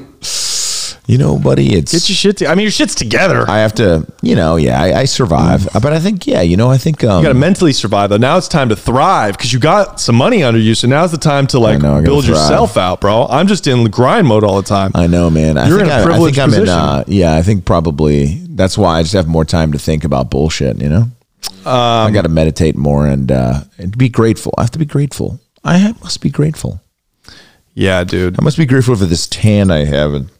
Speaker 2: You know, buddy, it's
Speaker 1: Get your shit. To, I mean, your shit's together.
Speaker 2: I have to, you know, yeah, I, I survive. But I think, yeah, Mm. you know, I think um,
Speaker 1: you got to mentally survive though. Now it's time to thrive because you got some money under you. So now's the time to like
Speaker 2: I know, I gotta
Speaker 1: build
Speaker 2: thrive.
Speaker 1: yourself out, bro. I'm just in grind mode all the time.
Speaker 2: I know, man. I
Speaker 1: You're
Speaker 2: think
Speaker 1: in a
Speaker 2: I, I
Speaker 1: privileged
Speaker 2: think I'm in,
Speaker 1: position.
Speaker 2: uh, yeah, I think probably that's why I just have more time to think about bullshit. You know, I got to meditate more and uh, and be grateful. I have to be grateful. I ha- must be grateful.
Speaker 1: yeah, dude.
Speaker 2: I must be grateful for this tan I have. In,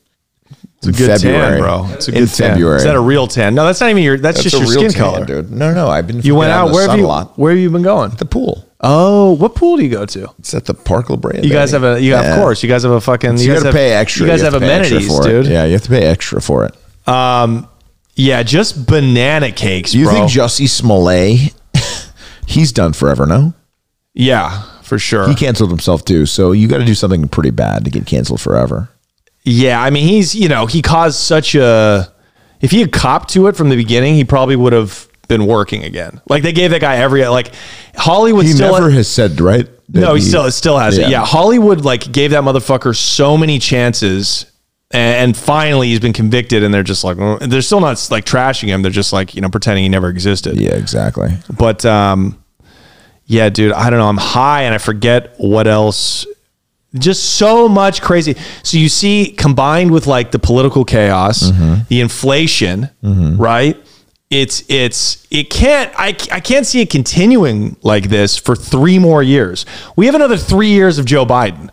Speaker 2: it's
Speaker 1: It's a good tan, bro. It's a good
Speaker 2: in
Speaker 1: tan.
Speaker 2: February.
Speaker 1: Is that a real tan? No, that's not even your. That's,
Speaker 2: That's
Speaker 1: just
Speaker 2: a
Speaker 1: your
Speaker 2: real
Speaker 1: skin color.
Speaker 2: tan, dude? No, no. I've been
Speaker 1: You went
Speaker 2: fucking
Speaker 1: out.
Speaker 2: in the
Speaker 1: Where have
Speaker 2: sun a
Speaker 1: you?
Speaker 2: lot.
Speaker 1: Where have you been going?
Speaker 2: The pool.
Speaker 1: Oh, what pool do you go to?
Speaker 2: It's at the Park La Brea.
Speaker 1: You guys have a. You
Speaker 2: Yeah.
Speaker 1: of course. You guys have a fucking.
Speaker 2: So you,
Speaker 1: guys
Speaker 2: got to
Speaker 1: have-
Speaker 2: pay extra.
Speaker 1: You guys have,
Speaker 2: to pay extra
Speaker 1: amenities,
Speaker 2: for it.
Speaker 1: dude.
Speaker 2: Yeah, you have to pay extra for it.
Speaker 1: Yeah, just banana cakes,
Speaker 2: Do you
Speaker 1: bro.
Speaker 2: think Jussie Smollett? he's done forever. No,
Speaker 1: yeah, for sure.
Speaker 2: he canceled himself too. So you got to do something pretty bad to get canceled forever.
Speaker 1: Yeah, I mean, he's you know he caused such a. If he had copped to it from the beginning, he probably would have been working again. Like they gave that guy every like Hollywood
Speaker 2: He
Speaker 1: still.
Speaker 2: never has said right. that
Speaker 1: no, he, still still has
Speaker 2: Yeah.
Speaker 1: it. Yeah, Hollywood like gave that motherfucker so many chances, and, and finally he's been convicted, and they're just like "Mm." they're still not like trashing him. They're just like you know pretending he never existed.
Speaker 2: Yeah, exactly.
Speaker 1: But um, yeah, dude, I don't know. I'm high and I forget what else Just so much crazy. So you see, combined with like the political chaos,
Speaker 2: Mm-hmm.
Speaker 1: the inflation, right? It's it's it can't I I can't see it continuing like this for three more years. We have another three years of Joe Biden.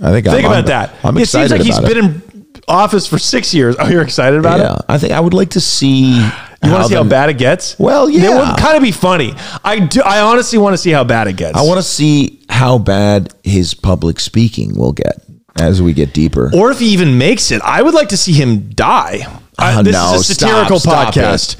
Speaker 2: I think.
Speaker 1: Think
Speaker 2: I'm,
Speaker 1: about that.
Speaker 2: I'm
Speaker 1: it seems
Speaker 2: excited
Speaker 1: like he's
Speaker 2: about it.
Speaker 1: been in office for six years. Oh, you're excited about it?
Speaker 2: yeah, I think I would like to see.
Speaker 1: You want to see how
Speaker 2: them-
Speaker 1: bad it gets?
Speaker 2: Well, yeah.
Speaker 1: It would kind of be funny. I do. I honestly want to see how bad it gets.
Speaker 2: I want to see how bad his public speaking will get as we get deeper.
Speaker 1: or if he even makes it. I would like to see him die. I-
Speaker 2: Oh,
Speaker 1: this
Speaker 2: no,
Speaker 1: is a satirical
Speaker 2: stop, stop
Speaker 1: podcast.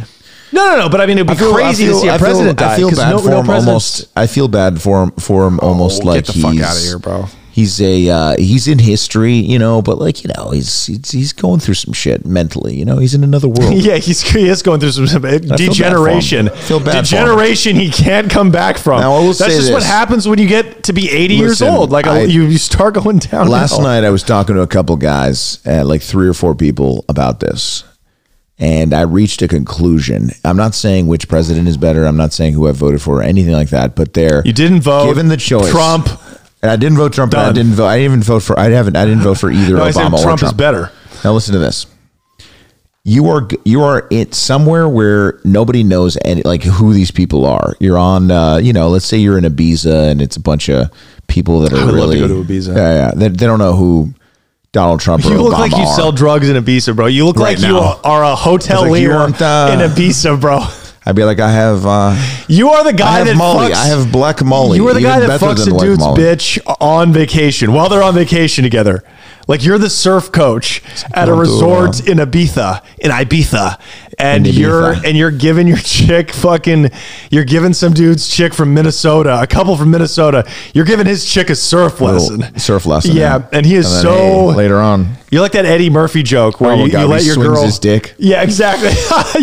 Speaker 1: No, no, no. But I mean, it'd be crazy to see a president
Speaker 2: I
Speaker 1: die.
Speaker 2: feel
Speaker 1: 'cause
Speaker 2: bad
Speaker 1: no,
Speaker 2: for
Speaker 1: no
Speaker 2: him
Speaker 1: presidents- Oh,
Speaker 2: almost. I feel bad for him for him almost
Speaker 1: get
Speaker 2: like
Speaker 1: the fuck
Speaker 2: he's-
Speaker 1: outta here, bro.
Speaker 2: He's a uh, he's in history, you know, but like you know, he's he's, he's going through some shit mentally, you know. He's in another world.
Speaker 1: Yeah, he's he is going through some, some degeneration.
Speaker 2: I feel bad for him.
Speaker 1: degeneration he can't come back from.
Speaker 2: Now, I will
Speaker 1: That's
Speaker 2: say
Speaker 1: just what
Speaker 2: this.
Speaker 1: happens when you get to be 80 years
Speaker 2: Listen,
Speaker 1: old. Like a-
Speaker 2: I-
Speaker 1: you, you start going down.
Speaker 2: Last night I was talking to a couple guys, uh, like three or four people about this, and I reached a conclusion. I'm not saying which president is better. I'm not saying who I voted for or anything like that. But they're
Speaker 1: You didn't vote.
Speaker 2: given the choice.
Speaker 1: Trump.
Speaker 2: And I didn't vote Trump. And I
Speaker 1: Done.
Speaker 2: didn't vote. I didn't even vote for. I haven't. I didn't vote for either
Speaker 1: No, I said
Speaker 2: Obama or
Speaker 1: Trump,
Speaker 2: Trump
Speaker 1: is better.
Speaker 2: Now listen to this. You are you are it somewhere where nobody knows any like who these people are. You're on, uh, you know, let's say you're in Ibiza and it's a bunch of people that are
Speaker 1: I would love
Speaker 2: really
Speaker 1: to go to Ibiza.
Speaker 2: Yeah, yeah. They, they don't know who Donald Trump or
Speaker 1: You look
Speaker 2: Obama
Speaker 1: like you
Speaker 2: are.
Speaker 1: sell drugs in Ibiza, bro. You look
Speaker 2: Right
Speaker 1: like you
Speaker 2: now.
Speaker 1: are a
Speaker 2: like, you
Speaker 1: hotelier
Speaker 2: aren't, uh,
Speaker 1: in Ibiza, bro.
Speaker 2: I'd be like, I have, uh,
Speaker 1: You are the
Speaker 2: I
Speaker 1: guy
Speaker 2: have
Speaker 1: that
Speaker 2: Molly.
Speaker 1: fucks-
Speaker 2: I have Black Molly.
Speaker 1: You are the
Speaker 2: even
Speaker 1: guy that
Speaker 2: better
Speaker 1: fucks
Speaker 2: than
Speaker 1: a
Speaker 2: Black
Speaker 1: dude's
Speaker 2: Molly.
Speaker 1: bitch on vacation while they're on vacation together. Like you're the surf coach at a
Speaker 2: Ponto,
Speaker 1: resort in Ibiza, in Ibiza, and
Speaker 2: uh, In Ibiza.
Speaker 1: you're and you're giving your chick fucking, you're giving some dude's chick from Minnesota, a couple from Minnesota, you're giving his chick a surf
Speaker 2: Little
Speaker 1: lesson,
Speaker 2: Surf lesson.
Speaker 1: yeah, and he is
Speaker 2: then,
Speaker 1: so
Speaker 2: hey, later on.
Speaker 1: You're like that Eddie Murphy joke where
Speaker 2: Oh my
Speaker 1: you,
Speaker 2: God,
Speaker 1: you
Speaker 2: he
Speaker 1: let your
Speaker 2: swings
Speaker 1: girl
Speaker 2: his dick.
Speaker 1: Yeah, exactly.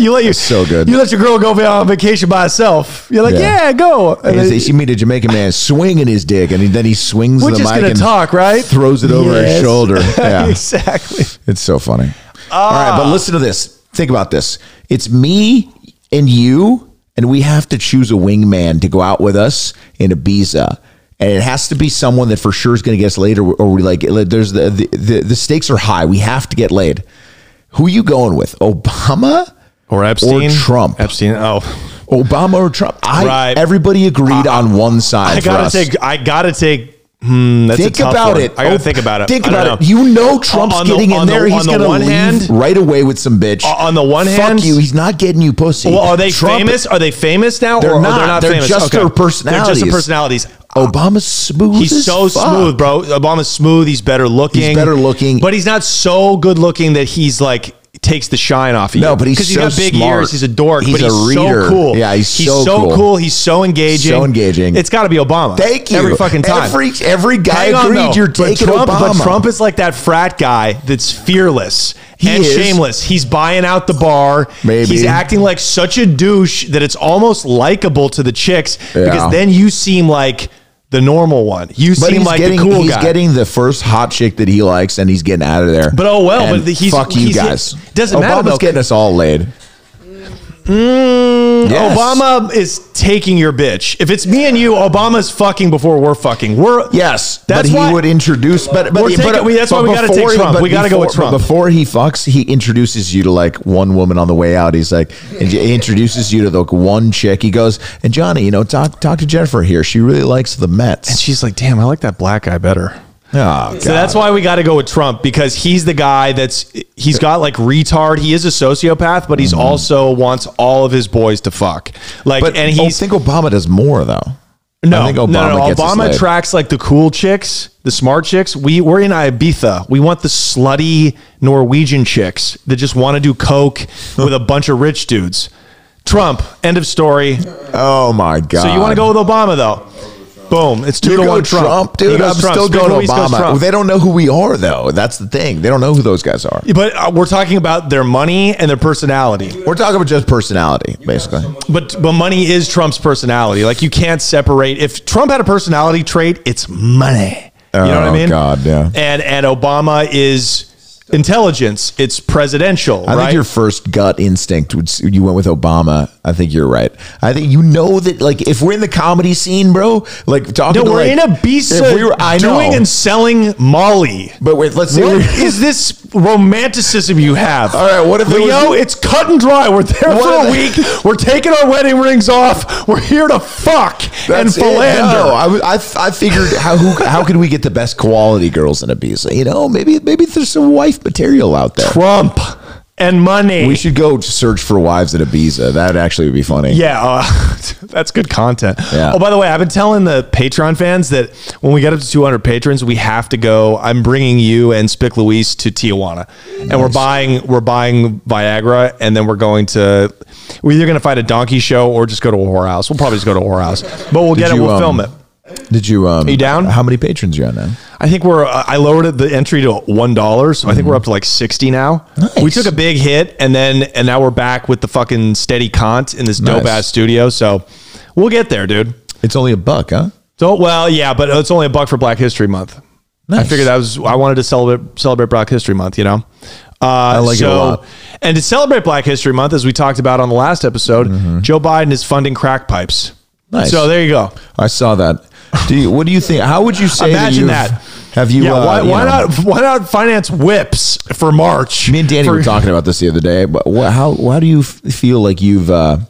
Speaker 1: you let your
Speaker 2: so good.
Speaker 1: You let your girl go on vacation by herself. You're like,
Speaker 2: Yeah.
Speaker 1: yeah, go. And
Speaker 2: And
Speaker 1: then-
Speaker 2: they see me, a Jamaican man swinging his dick, and he, then he swings
Speaker 1: we're
Speaker 2: the
Speaker 1: just
Speaker 2: mic
Speaker 1: gonna
Speaker 2: and
Speaker 1: talk, right?
Speaker 2: throws it over his
Speaker 1: Yes.
Speaker 2: shoulder. Yeah,
Speaker 1: exactly.
Speaker 2: it's so funny. All right,
Speaker 1: Ah.
Speaker 2: but listen to this. Think about this. It's me and you, and we have to choose a wingman to go out with us in Ibiza. And it has to be someone that for sure is going to get us laid, or, or we like. There's the, the the the stakes are high. We have to get laid. Who you going with? Obama
Speaker 1: Or Epstein.
Speaker 2: or Trump?
Speaker 1: Epstein. Oh,
Speaker 2: Obama or Trump? I
Speaker 1: Right.
Speaker 2: everybody agreed on one side.
Speaker 1: I
Speaker 2: for
Speaker 1: gotta
Speaker 2: us.
Speaker 1: take. I gotta take. Hmm, that's
Speaker 2: Think
Speaker 1: a tough
Speaker 2: about
Speaker 1: one.
Speaker 2: it.
Speaker 1: I gotta
Speaker 2: Oh,
Speaker 1: think about it.
Speaker 2: Think
Speaker 1: I don't
Speaker 2: about it.
Speaker 1: know.
Speaker 2: You know Trump's
Speaker 1: On the-
Speaker 2: getting in
Speaker 1: on the-
Speaker 2: there. He's
Speaker 1: on the
Speaker 2: going to
Speaker 1: one
Speaker 2: leave
Speaker 1: hand-
Speaker 2: right away with some bitch.
Speaker 1: on the one
Speaker 2: Fuck
Speaker 1: hand-
Speaker 2: you. He's not getting you pussy.
Speaker 1: Well, are they
Speaker 2: Trump-
Speaker 1: famous? Are they famous now?
Speaker 2: They're
Speaker 1: or, or
Speaker 2: not.
Speaker 1: they're not
Speaker 2: They're
Speaker 1: famous.
Speaker 2: just their
Speaker 1: They're just
Speaker 2: personalities.
Speaker 1: their personalities.
Speaker 2: Obama's smooth.
Speaker 1: He's
Speaker 2: as
Speaker 1: so
Speaker 2: fuck.
Speaker 1: smooth, bro. Obama's smooth. He's better looking.
Speaker 2: He's better looking.
Speaker 1: but he's not so good looking that he's like takes the shine off of you.
Speaker 2: No, but he's
Speaker 1: 'Cause
Speaker 2: so
Speaker 1: he's got big
Speaker 2: smart.
Speaker 1: ears. He's a dork.
Speaker 2: He's
Speaker 1: but
Speaker 2: a
Speaker 1: he's
Speaker 2: reader.
Speaker 1: so cool.
Speaker 2: Yeah, he's so cool.
Speaker 1: He's so engaging.
Speaker 2: So engaging.
Speaker 1: It's got to be Obama.
Speaker 2: Thank you.
Speaker 1: Every fucking time.
Speaker 2: Every, every guy
Speaker 1: Hang on,
Speaker 2: agreed
Speaker 1: though.
Speaker 2: you're
Speaker 1: But
Speaker 2: taking
Speaker 1: Trump,
Speaker 2: Obama.
Speaker 1: But Trump is like that frat guy that's fearless and
Speaker 2: is.
Speaker 1: shameless. He's buying out the bar.
Speaker 2: Maybe.
Speaker 1: he's acting like such a douche that it's almost likable to the chicks
Speaker 2: Yeah.
Speaker 1: because then you seem like the normal one. You
Speaker 2: But
Speaker 1: seem
Speaker 2: he's
Speaker 1: like
Speaker 2: getting
Speaker 1: the cool
Speaker 2: he's
Speaker 1: guy.
Speaker 2: getting the first hot chick that he likes, and he's getting out of there.
Speaker 1: but oh well,
Speaker 2: And
Speaker 1: but the- he's
Speaker 2: fuck you
Speaker 1: he's-
Speaker 2: guys.
Speaker 1: Doesn't
Speaker 2: Obama's
Speaker 1: matter though.
Speaker 2: getting us all laid. Yes.
Speaker 1: Mm, Obama is taking your bitch. If it's me and you, Obama's fucking before we're fucking. We're
Speaker 2: Yes,
Speaker 1: That's
Speaker 2: but he
Speaker 1: why-
Speaker 2: would introduce. But but,
Speaker 1: We're taking-
Speaker 2: but
Speaker 1: we- that's why we gotta take
Speaker 2: before he-
Speaker 1: Trump.
Speaker 2: but
Speaker 1: We gotta go with
Speaker 2: before- but
Speaker 1: Trump.
Speaker 2: Before he fucks, he introduces you to like one woman on the way out. He's like, and he introduces you to the one chick. He goes, and Johnny, you know, talk talk to Jennifer here. She really likes the Mets.
Speaker 1: She's like, damn, I like that black guy better.
Speaker 2: oh God.
Speaker 1: So that's why we got to go with Trump because he's the guy that's he's got like retard. He is a sociopath, but he's also wants all of his boys to fuck. Like,
Speaker 2: Mm-hmm. but
Speaker 1: and
Speaker 2: and I
Speaker 1: he's
Speaker 2: think Obama does more though.
Speaker 1: no,
Speaker 2: I think
Speaker 1: no,
Speaker 2: Obama
Speaker 1: no,
Speaker 2: gets us
Speaker 1: Obama
Speaker 2: laid.
Speaker 1: attracts like the cool chicks, the smart chicks. We we're in Ibiza. We want the slutty Norwegian chicks that just want to do coke with a bunch of rich dudes. Trump. End of story. So
Speaker 2: Oh my God.
Speaker 1: you want to go with Obama though? Boom! It's two
Speaker 2: You
Speaker 1: to
Speaker 2: go
Speaker 1: one.
Speaker 2: Trump,
Speaker 1: Trump, He
Speaker 2: dude.
Speaker 1: goes
Speaker 2: I'm
Speaker 1: Trump.
Speaker 2: still
Speaker 1: Speaker
Speaker 2: going to
Speaker 1: Luis goes
Speaker 2: Obama.
Speaker 1: Trump.
Speaker 2: Well, they don't know who we are, though. That's the thing. They don't know who those guys are.
Speaker 1: But uh, we're talking about their money and their personality.
Speaker 2: We're talking about just personality, basically.
Speaker 1: But but money is Trump's personality. Like you can't separate. If Trump had a personality trait, it's money. You know what
Speaker 2: Oh,
Speaker 1: I mean?
Speaker 2: God, yeah.
Speaker 1: And and Obama is intelligence. It's presidential.
Speaker 2: I
Speaker 1: right?
Speaker 2: think your first gut instinct would s- you went with Obama. I think you're right. I think you know that, like, if we're in the comedy scene, bro, like talking.
Speaker 1: No,
Speaker 2: to,
Speaker 1: we're
Speaker 2: like-
Speaker 1: in a beast
Speaker 2: if we were- I know.
Speaker 1: doing and selling Molly.
Speaker 2: but wait, let's see.
Speaker 1: What is this romanticism you have?
Speaker 2: All right, what if it
Speaker 1: Leo?
Speaker 2: was-
Speaker 1: it's cut and dry. We're there
Speaker 2: What
Speaker 1: for a
Speaker 2: if-
Speaker 1: week. We're taking our wedding rings off. We're here to fuck and
Speaker 2: it. No,
Speaker 1: philander.
Speaker 2: I, was- I, f- I figured how who, how could we get the best quality girls in Ibiza? You know, maybe maybe there's some wife material out there.
Speaker 1: Trump and money.
Speaker 2: We should go search for wives in Ibiza. That actually would be funny.
Speaker 1: Yeah, uh, that's good content.
Speaker 2: Yeah.
Speaker 1: Oh, by the way, I've been telling the Patreon fans that when we get up to 200 patrons, we have to go. I'm bringing you and Spick Luis to Tijuana, and we're buying we're buying Viagra, and then we're going to we're either going to find a donkey show or just go to a whorehouse. We'll probably just go to a whorehouse, but we'll get
Speaker 2: you,
Speaker 1: it. We'll
Speaker 2: um,
Speaker 1: film it.
Speaker 2: Did you um?
Speaker 1: you down?
Speaker 2: How many patrons you on now?
Speaker 1: I think we're. Uh, I lowered it- the entry to one dollar, so I think we're up to like sixty now. We
Speaker 2: Mm-hmm. Nice.
Speaker 1: took a big hit, and then and now we're back with the fucking steady cont in this dope
Speaker 2: Nice.
Speaker 1: ass studio. So we'll get there, dude.
Speaker 2: It's only a buck, huh?
Speaker 1: So well, yeah, but it's only a buck for Black History Month. I
Speaker 2: Nice.
Speaker 1: figured that was. I wanted to celebrate celebrate Black History Month. You know. Uh, I
Speaker 2: like it a lot.
Speaker 1: And to celebrate Black History Month, as we talked about on the last episode, Joe Biden is funding crack pipes.
Speaker 2: Mm-hmm. Nice.
Speaker 1: So there you go.
Speaker 2: I saw that. Do you, what do you think? How would you say?
Speaker 1: Imagine that.
Speaker 2: that. you've- Have you?
Speaker 1: Yeah,
Speaker 2: uh,
Speaker 1: why,
Speaker 2: you
Speaker 1: why
Speaker 2: know-
Speaker 1: not? Why not finance whips for March?
Speaker 2: Me and Danny
Speaker 1: For-
Speaker 2: were talking about this the other day. But wha how how do you f- feel like you've uh,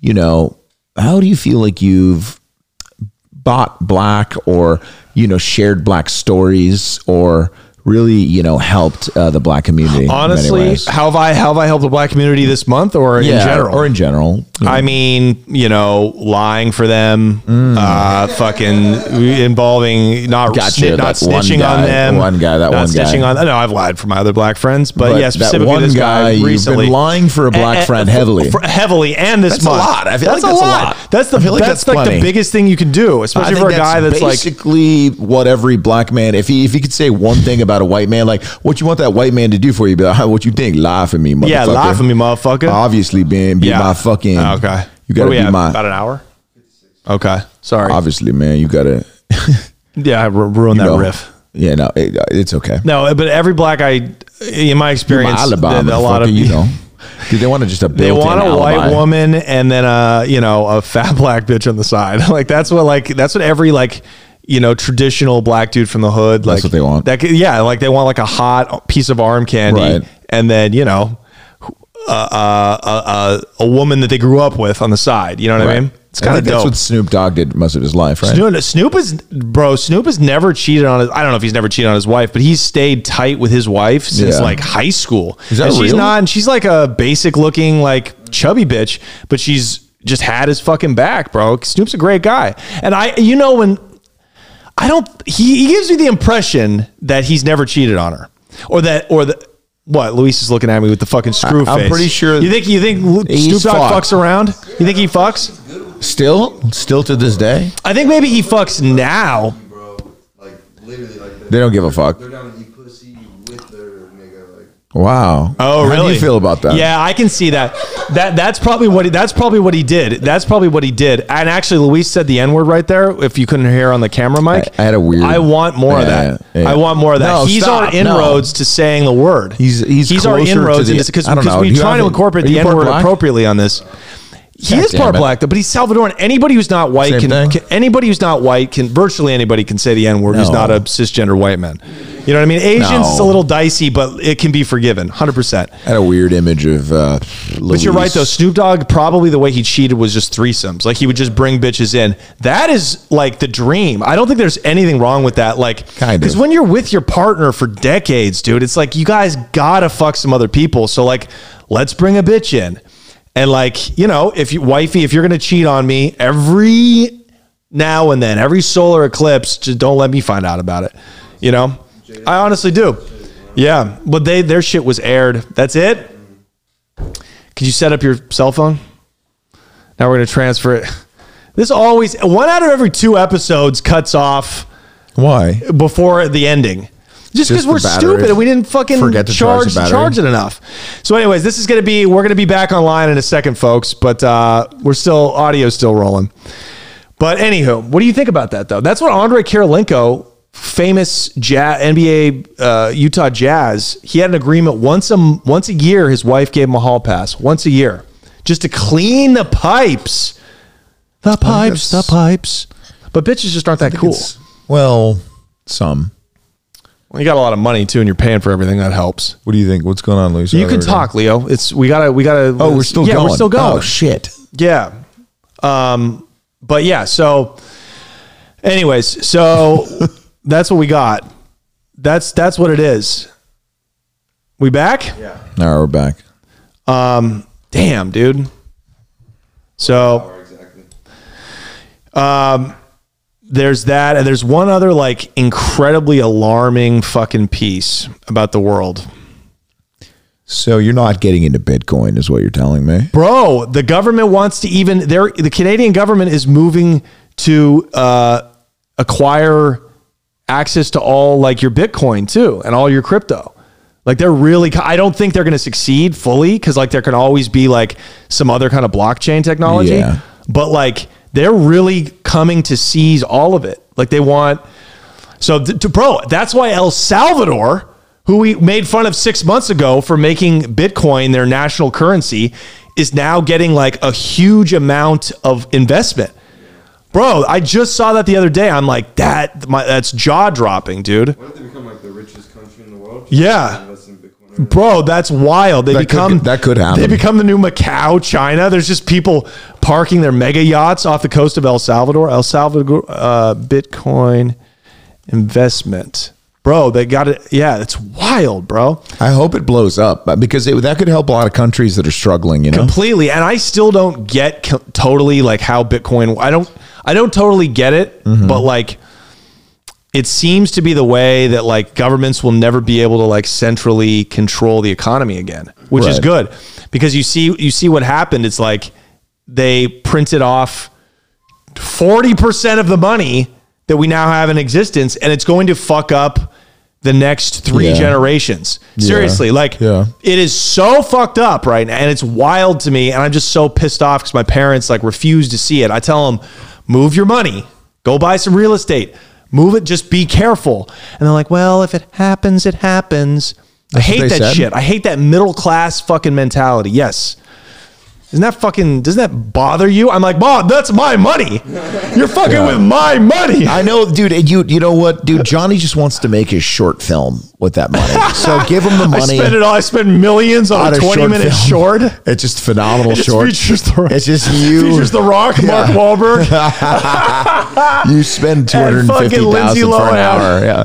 Speaker 2: you know how do you feel like you've bought black or you know shared black stories or really you know helped uh, the black community? in many
Speaker 1: Honestly,
Speaker 2: ways?
Speaker 1: how have I how have I helped the black community this month or in
Speaker 2: Yeah,
Speaker 1: general?
Speaker 2: or in general,
Speaker 1: I mean, you know, lying for them, uh, fucking involving not
Speaker 2: Mm. Gotcha,
Speaker 1: sni- not
Speaker 2: that one
Speaker 1: snitching on
Speaker 2: guy-
Speaker 1: them.
Speaker 2: one guy, that
Speaker 1: not
Speaker 2: one guy.
Speaker 1: snitching on. No, I've lied for my other black friends, but,
Speaker 2: But
Speaker 1: yeah,
Speaker 2: that
Speaker 1: specifically
Speaker 2: one
Speaker 1: this guy,
Speaker 2: guy, you've been
Speaker 1: recently
Speaker 2: lying for a black
Speaker 1: And- and-
Speaker 2: friend heavily.
Speaker 1: for- heavily, and this
Speaker 2: That's a
Speaker 1: month.
Speaker 2: lot. I feel like that's a lot.
Speaker 1: That's the
Speaker 2: I feel like
Speaker 1: that's,
Speaker 2: that's
Speaker 1: like the
Speaker 2: plenty.
Speaker 1: biggest thing you can do, especially for a guy that's like
Speaker 2: basically what every black man. If he if he could say one thing about a white man, like what you want that white man to do for you, be like, "Huh, what you think? Lie for me, motherfucker.
Speaker 1: Yeah, lie for me, motherfucker. Ah,
Speaker 2: Obviously, being be my fucking.
Speaker 1: Uh, Okay.
Speaker 2: you
Speaker 1: What do
Speaker 2: gotta
Speaker 1: we
Speaker 2: be
Speaker 1: have?
Speaker 2: my.
Speaker 1: about an hour. Okay. Sorry.
Speaker 2: Obviously, man, you gotta
Speaker 1: yeah, I ru- ruined that
Speaker 2: no.
Speaker 1: riff.
Speaker 2: Yeah, no, it, uh, it's okay.
Speaker 1: No, but every black I, in my
Speaker 2: My
Speaker 1: experience,
Speaker 2: alibi,
Speaker 1: that a lot of
Speaker 2: motherfucker, you know. Dude, they want to just a
Speaker 1: They
Speaker 2: built-in
Speaker 1: want a white
Speaker 2: alibi.
Speaker 1: woman and then a you know a fat black bitch on the side. like that's what like that's what every like you know traditional black dude from the hood like
Speaker 2: what they want.
Speaker 1: That could- yeah, like they want like a hot piece of arm candy
Speaker 2: Right.
Speaker 1: and then you know uh, uh, uh, uh, a woman that they grew up with on the side. You know what
Speaker 2: Right.
Speaker 1: I mean? It's
Speaker 2: I
Speaker 1: kind of
Speaker 2: think That's
Speaker 1: dope.
Speaker 2: what Snoop Dogg did most of his life, right?
Speaker 1: Snoop, Snoop is bro. Snoop has never cheated on his. I don't know if he's never cheated on his wife, but he's stayed tight with his wife since
Speaker 2: Yeah.
Speaker 1: like high school.
Speaker 2: Is that
Speaker 1: and she's
Speaker 2: real?
Speaker 1: not. And she's like a basic looking like chubby bitch, but she's just had his fucking back, bro. Snoop's a great guy, and I you know when I don't. He, he gives me the impression that he's never cheated on her, or that or the. What Luis is looking at me with the fucking screw
Speaker 2: I- I'm
Speaker 1: face.
Speaker 2: pretty sure
Speaker 1: You think you think Lu- Snoop
Speaker 2: he's
Speaker 1: Dogg
Speaker 2: fucked.
Speaker 1: fucks around? You think he fucks?
Speaker 2: Still, still to this day,
Speaker 1: I think maybe he fucks now,
Speaker 3: bro. Like literally, like
Speaker 2: They don't give a fuck.
Speaker 3: They're down to eat pussy with their nigga. Like
Speaker 2: wow.
Speaker 1: Oh, really?
Speaker 2: How do you feel about that?
Speaker 1: Yeah, I can see that. That that's probably what he, that's probably what he did. That's probably what he did. And actually, Luis said the N word right there. If you couldn't hear on the camera mic,
Speaker 2: I- I had a weird-
Speaker 1: I want more of
Speaker 2: Yeah,
Speaker 1: that.
Speaker 2: yeah.
Speaker 1: I want more of that.
Speaker 2: No,
Speaker 1: he's
Speaker 2: stop,
Speaker 1: our inroads to saying the word.
Speaker 2: He's- he's
Speaker 1: our
Speaker 2: closer to
Speaker 1: inroads
Speaker 2: the-
Speaker 1: because
Speaker 2: I don't know. Do
Speaker 1: we're
Speaker 2: you
Speaker 1: trying to
Speaker 2: have a-
Speaker 1: incorporate
Speaker 2: are
Speaker 1: the
Speaker 2: you
Speaker 1: N
Speaker 2: part
Speaker 1: word
Speaker 2: black?
Speaker 1: appropriately on this. He
Speaker 2: God
Speaker 1: is
Speaker 2: damn
Speaker 1: part
Speaker 2: it.
Speaker 1: black, though, but he's Salvadoran. Anybody who's not white
Speaker 2: Same
Speaker 1: can,
Speaker 2: thing?
Speaker 1: can anybody who's not white can virtually anybody can say the N word who's
Speaker 2: No.
Speaker 1: not a cisgender white man. You know what I mean? Asians it's a
Speaker 2: No.
Speaker 1: little dicey, but it can be forgiven, hundred percent.
Speaker 2: I had a weird image of. Uh,
Speaker 1: But you're right though. Snoop Dogg probably the way he cheated was just threesomes. Like he would just bring bitches in. That is like the dream. I don't think there's anything wrong with that. Like
Speaker 2: Kind of.
Speaker 1: because when you're with your partner for decades, dude, it's like you guys gotta fuck some other people. So like, let's bring a bitch in, and like you know, if you wifey, if you're gonna cheat on me every now and then, every solar eclipse, just don't let me find out about it. You know, I honestly do. Yeah, but they their shit was aired. That's it. Could you set up your cell phone? Now we're going to transfer it. This always, one out of every two episodes cuts off
Speaker 2: Why?
Speaker 1: before the ending. Just because
Speaker 2: Just the
Speaker 1: we're
Speaker 2: battery.
Speaker 1: stupid and we didn't fucking
Speaker 2: Forget to charge
Speaker 1: charge,
Speaker 2: the battery.
Speaker 1: charge it enough. So, anyways, this is going to be, we're going to be back online in a second, folks, but uh, we're still, audio's still rolling. But anywho, what do you think about that though? That's what Andre Kirilenko, famous jazz, NBA uh, Utah Jazz, he had an agreement once a m- once a year. His wife gave him a hall pass once a year. just to clean the pipes. The pipes, the
Speaker 2: that's-
Speaker 1: pipes. But bitches just aren't that cool.
Speaker 2: It's- Well, some.
Speaker 1: Well, you got a lot of money too, and you're paying for everything. That helps.
Speaker 2: What do you think? What's going on, Lucy?
Speaker 1: You can talk, Leo. It's we gotta we gotta.
Speaker 2: Oh, we're still
Speaker 1: yeah,
Speaker 2: going.
Speaker 1: we're still going.
Speaker 2: Oh, shit.
Speaker 1: Yeah. Um, but yeah, so anyways, so that's what we got. That's that's what it is. We back? Um,
Speaker 3: Yeah.
Speaker 2: Now we're back.
Speaker 1: Damn, dude. So um,
Speaker 3: Or exactly.
Speaker 1: there's that, and there's one other like incredibly alarming fucking piece about the world.
Speaker 2: So you're not getting into Bitcoin, is what you're telling me?
Speaker 1: Bro, the government wants to even there the Canadian government is moving to uh acquire access to all like your Bitcoin too and all your crypto. Like they're really I don't think they're going to succeed fully cuz like there can always be like some other kind of blockchain technology.
Speaker 2: Yeah.
Speaker 1: But like they're really coming to seize all of it. Like they want so, th- to, bro, that's why El Salvador, who we made fun of six months ago for making Bitcoin their national currency, is now getting like a huge amount of investment. Bro, I just saw that the other day. I'm like, that my, that's jaw dropping, dude.
Speaker 3: Why don't they become like the richest country in the world?
Speaker 1: Yeah.
Speaker 3: Invest in Bitcoin.
Speaker 1: Bro, that's wild. They
Speaker 2: That could-
Speaker 1: become
Speaker 2: that could happen.
Speaker 1: They become the new Macau, China. There's just people parking their mega yachts off the coast of El Salvador. El Salvador uh, Bitcoin investment, bro. They got it. Yeah, it's wild, bro.
Speaker 2: I hope it blows up but- because it, that could help a lot of countries that are struggling, you know?
Speaker 1: Completely. And I still don't get co- totally like how Bitcoin. I don't. I don't totally get it,
Speaker 2: Mm-hmm.
Speaker 1: but like. It seems to be the way that like governments will never be able to like centrally control the economy again, which is
Speaker 2: Right.
Speaker 1: good. good because you see you see what happened it's like they printed off 40% of the money that we now have in existence and it's going to fuck up the next 3
Speaker 2: Yeah.
Speaker 1: generations seriously like
Speaker 2: Yeah.
Speaker 1: it is so fucked up right now and it's wild to me and i'm just so pissed off cuz my parents like refuse to see it i tell them move your money go buy some real estate move it just be careful and they're like well if it happens it happens i
Speaker 2: what
Speaker 1: hate
Speaker 2: they
Speaker 1: that
Speaker 2: said?
Speaker 1: shit I hate that middle class fucking mentality. Yes. Isn't that fucking doesn't that bother you? I'm like, Mom, that's my money. You're fucking
Speaker 2: Yeah.
Speaker 1: with my money.
Speaker 2: I know, dude. and You you know what, dude? Johnny just wants to make his short film with that money. So give him the
Speaker 1: I
Speaker 2: money.
Speaker 1: spend it all I spend millions on
Speaker 2: on
Speaker 1: a
Speaker 2: a
Speaker 1: 20
Speaker 2: short
Speaker 1: minute
Speaker 2: film.
Speaker 1: short.
Speaker 2: It's just phenomenal
Speaker 1: It just
Speaker 2: short.
Speaker 1: features the rock.
Speaker 2: It's just you.
Speaker 1: Features The Rock, Mark Wahlberg.
Speaker 2: you spend two
Speaker 1: And
Speaker 2: hundred and
Speaker 1: fucking
Speaker 2: fifty
Speaker 1: Lindsay
Speaker 2: thousand for
Speaker 1: Lohan.
Speaker 2: an hour. Yeah.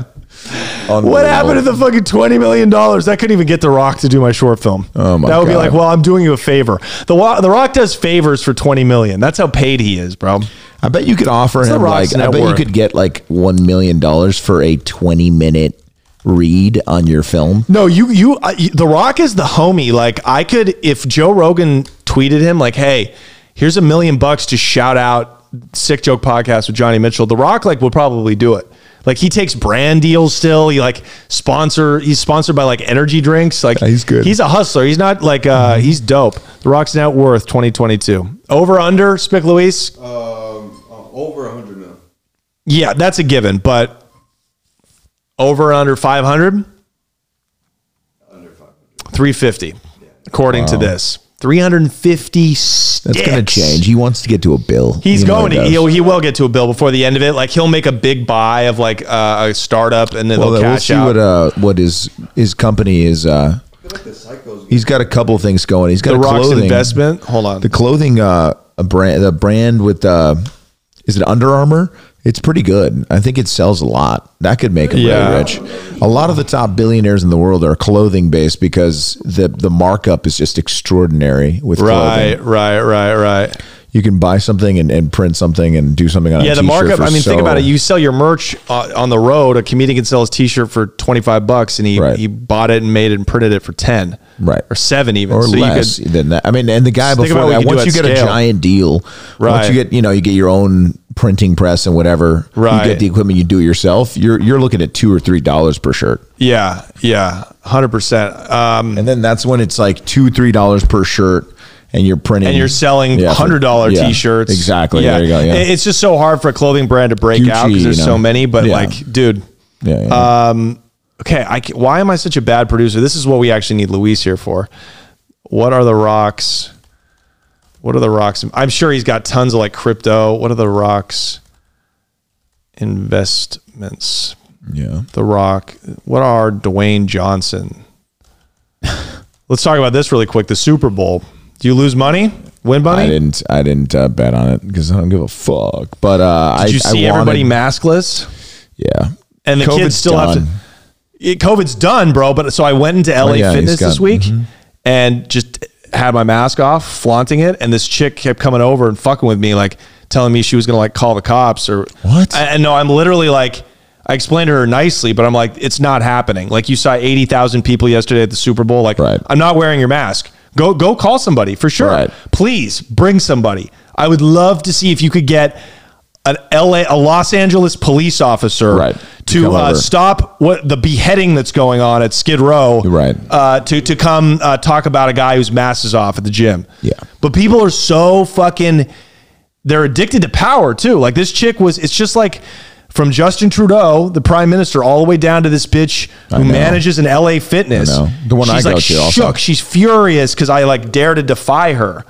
Speaker 1: What
Speaker 2: Unbelievable.
Speaker 1: happened to the fucking twenty million dollars? That couldn't even get The Rock to do my short film.
Speaker 2: Oh my
Speaker 1: that would be
Speaker 2: God.
Speaker 1: like, well, I'm doing you a favor. The Wa- The Rock does favors for twenty million. That's how paid he is, bro.
Speaker 2: I bet you could offer
Speaker 1: The
Speaker 2: him
Speaker 1: Rock's
Speaker 2: like. I bet you
Speaker 1: network.
Speaker 2: could get like one million dollars for a twenty-minute read on your film.
Speaker 1: No, you you I, you- The Rock is the homie. Like I could if Joe Rogan tweeted him like, "Hey, here's a million bucks to shout out Sick Joke podcast with Johnny Mitchell." The Rock like would probably do it. Like he takes brand deals still. He like sponsor. He's sponsored by like energy drinks. Like
Speaker 2: Yeah, he's good. Mm-hmm.
Speaker 1: He's a hustler. He's not like uh he's dope. The Rock's net worth 2022 over under Spick Luis.
Speaker 3: Um, uh, over 100 mil.
Speaker 1: Yeah, that's a given. But over under 500.
Speaker 3: Under 500.
Speaker 1: 350 according to this 350 sticks.
Speaker 2: That's gonna change. He wants to get to a bill.
Speaker 1: he's
Speaker 2: You know
Speaker 1: going
Speaker 2: he
Speaker 1: to
Speaker 2: does.
Speaker 1: he'll, he will get to a bill before the end of it like he'll make a big buy of like uh, a startup and then
Speaker 2: Well,
Speaker 1: they'll
Speaker 2: then we'll
Speaker 1: cash
Speaker 2: see
Speaker 1: out
Speaker 2: what uh what his his company is. Uh,
Speaker 3: I feel like the psychos.
Speaker 2: he's got a couple things going. He's got
Speaker 1: the
Speaker 2: a
Speaker 1: rocks
Speaker 2: clothing
Speaker 1: investment hold on
Speaker 2: the clothing uh a brand the brand with uh is it Under Armour? It's pretty good. I think it sells a lot. That could make him
Speaker 1: Yeah.
Speaker 2: really rich. A lot of the top billionaires in the world are clothing based because the the markup is just extraordinary with
Speaker 1: right
Speaker 2: clothing.
Speaker 1: right right right
Speaker 2: You can buy something and, and print something and do something on a
Speaker 1: yeah the
Speaker 2: t-shirt
Speaker 1: markup
Speaker 2: for
Speaker 1: i mean think
Speaker 2: so-
Speaker 1: about it you sell your merch uh, on the road a comedian can sell his t-shirt for 25 bucks and he,
Speaker 2: Right.
Speaker 1: he bought it and made it and printed it for 10
Speaker 2: Right.
Speaker 1: or 7 even
Speaker 2: or
Speaker 1: so
Speaker 2: less
Speaker 1: you could
Speaker 2: than that. I mean, and the guy
Speaker 1: think about what
Speaker 2: before
Speaker 1: you
Speaker 2: that,
Speaker 1: can do
Speaker 2: once
Speaker 1: at
Speaker 2: you get
Speaker 1: scale.
Speaker 2: a giant deal,
Speaker 1: Right.
Speaker 2: once you get you know you get your own printing press and whatever,
Speaker 1: Right.
Speaker 2: you get the equipment, you do it yourself. You're you're looking at two or three dollars per shirt,
Speaker 1: yeah yeah 100% um
Speaker 2: and then that's when it's like two three dollars per shirt, and you're printing
Speaker 1: and you're selling
Speaker 2: Yeah, for-
Speaker 1: hundred dollar
Speaker 2: yeah,
Speaker 1: t-shirts.
Speaker 2: Exactly. There you go. Yeah.
Speaker 1: It- It's just so hard for a clothing brand to break
Speaker 2: Gucci,
Speaker 1: out because there's
Speaker 2: you
Speaker 1: so
Speaker 2: know.
Speaker 1: many. But
Speaker 2: Yeah.
Speaker 1: like, dude,
Speaker 2: yeah, yeah.
Speaker 1: uh, okay, I, ca- why am I such a bad producer? This is what we actually need Luis here for. What are the rocks? What are the rocks? I'm sure he's got tons of like crypto. What are the rocks? Investments.
Speaker 2: Yeah.
Speaker 1: The Rock. What are Dwayne Johnson? Let's talk about this really quick. The Super Bowl. Do you lose money? Win
Speaker 2: I
Speaker 1: money? Did
Speaker 2: didn't. I didn't uh, bet on it because I don't give a fuck. But uh, I
Speaker 1: you
Speaker 2: I
Speaker 1: see
Speaker 2: wanted-
Speaker 1: everybody maskless?
Speaker 2: Yeah,
Speaker 1: And the kids
Speaker 2: COVID's
Speaker 1: still have to.
Speaker 2: done. Oh,
Speaker 1: Yeah, COVID's done, bro. But so I went into LA
Speaker 2: yeah, he's
Speaker 1: Fitness this
Speaker 2: got- mm-hmm.
Speaker 1: week and just had my mask off, flaunting it. And this chick kept coming over and fucking with me, like telling me she was gonna like call the cops or
Speaker 2: What?
Speaker 1: I- And no, I'm literally like, I explained to her nicely, but I'm like, it's not happening. Like you saw eighty thousand people yesterday at the Super Bowl. Like
Speaker 2: Right.
Speaker 1: I'm not wearing your mask. Go go call somebody for sure.
Speaker 2: Right.
Speaker 1: Please bring somebody. I would love to see if you could get an LA, a Los Angeles police officer
Speaker 2: Right.
Speaker 1: to
Speaker 2: Come
Speaker 1: uh,
Speaker 2: over.
Speaker 1: stop what the beheading that's going on at Skid Row.
Speaker 2: Right.
Speaker 1: Uh, to to come uh, talk about a guy whose mask is off at the gym.
Speaker 2: Yeah.
Speaker 1: But people are so fucking. They're addicted to power too. Like this chick was. It's just like from Justin Trudeau, the prime minister, all the way down to this bitch who
Speaker 2: know.
Speaker 1: manages an LA Fitness.
Speaker 2: I know. The one I
Speaker 1: She's
Speaker 2: go
Speaker 1: like
Speaker 2: to
Speaker 1: shook.
Speaker 2: also.
Speaker 1: She's furious because I like dare to defy her.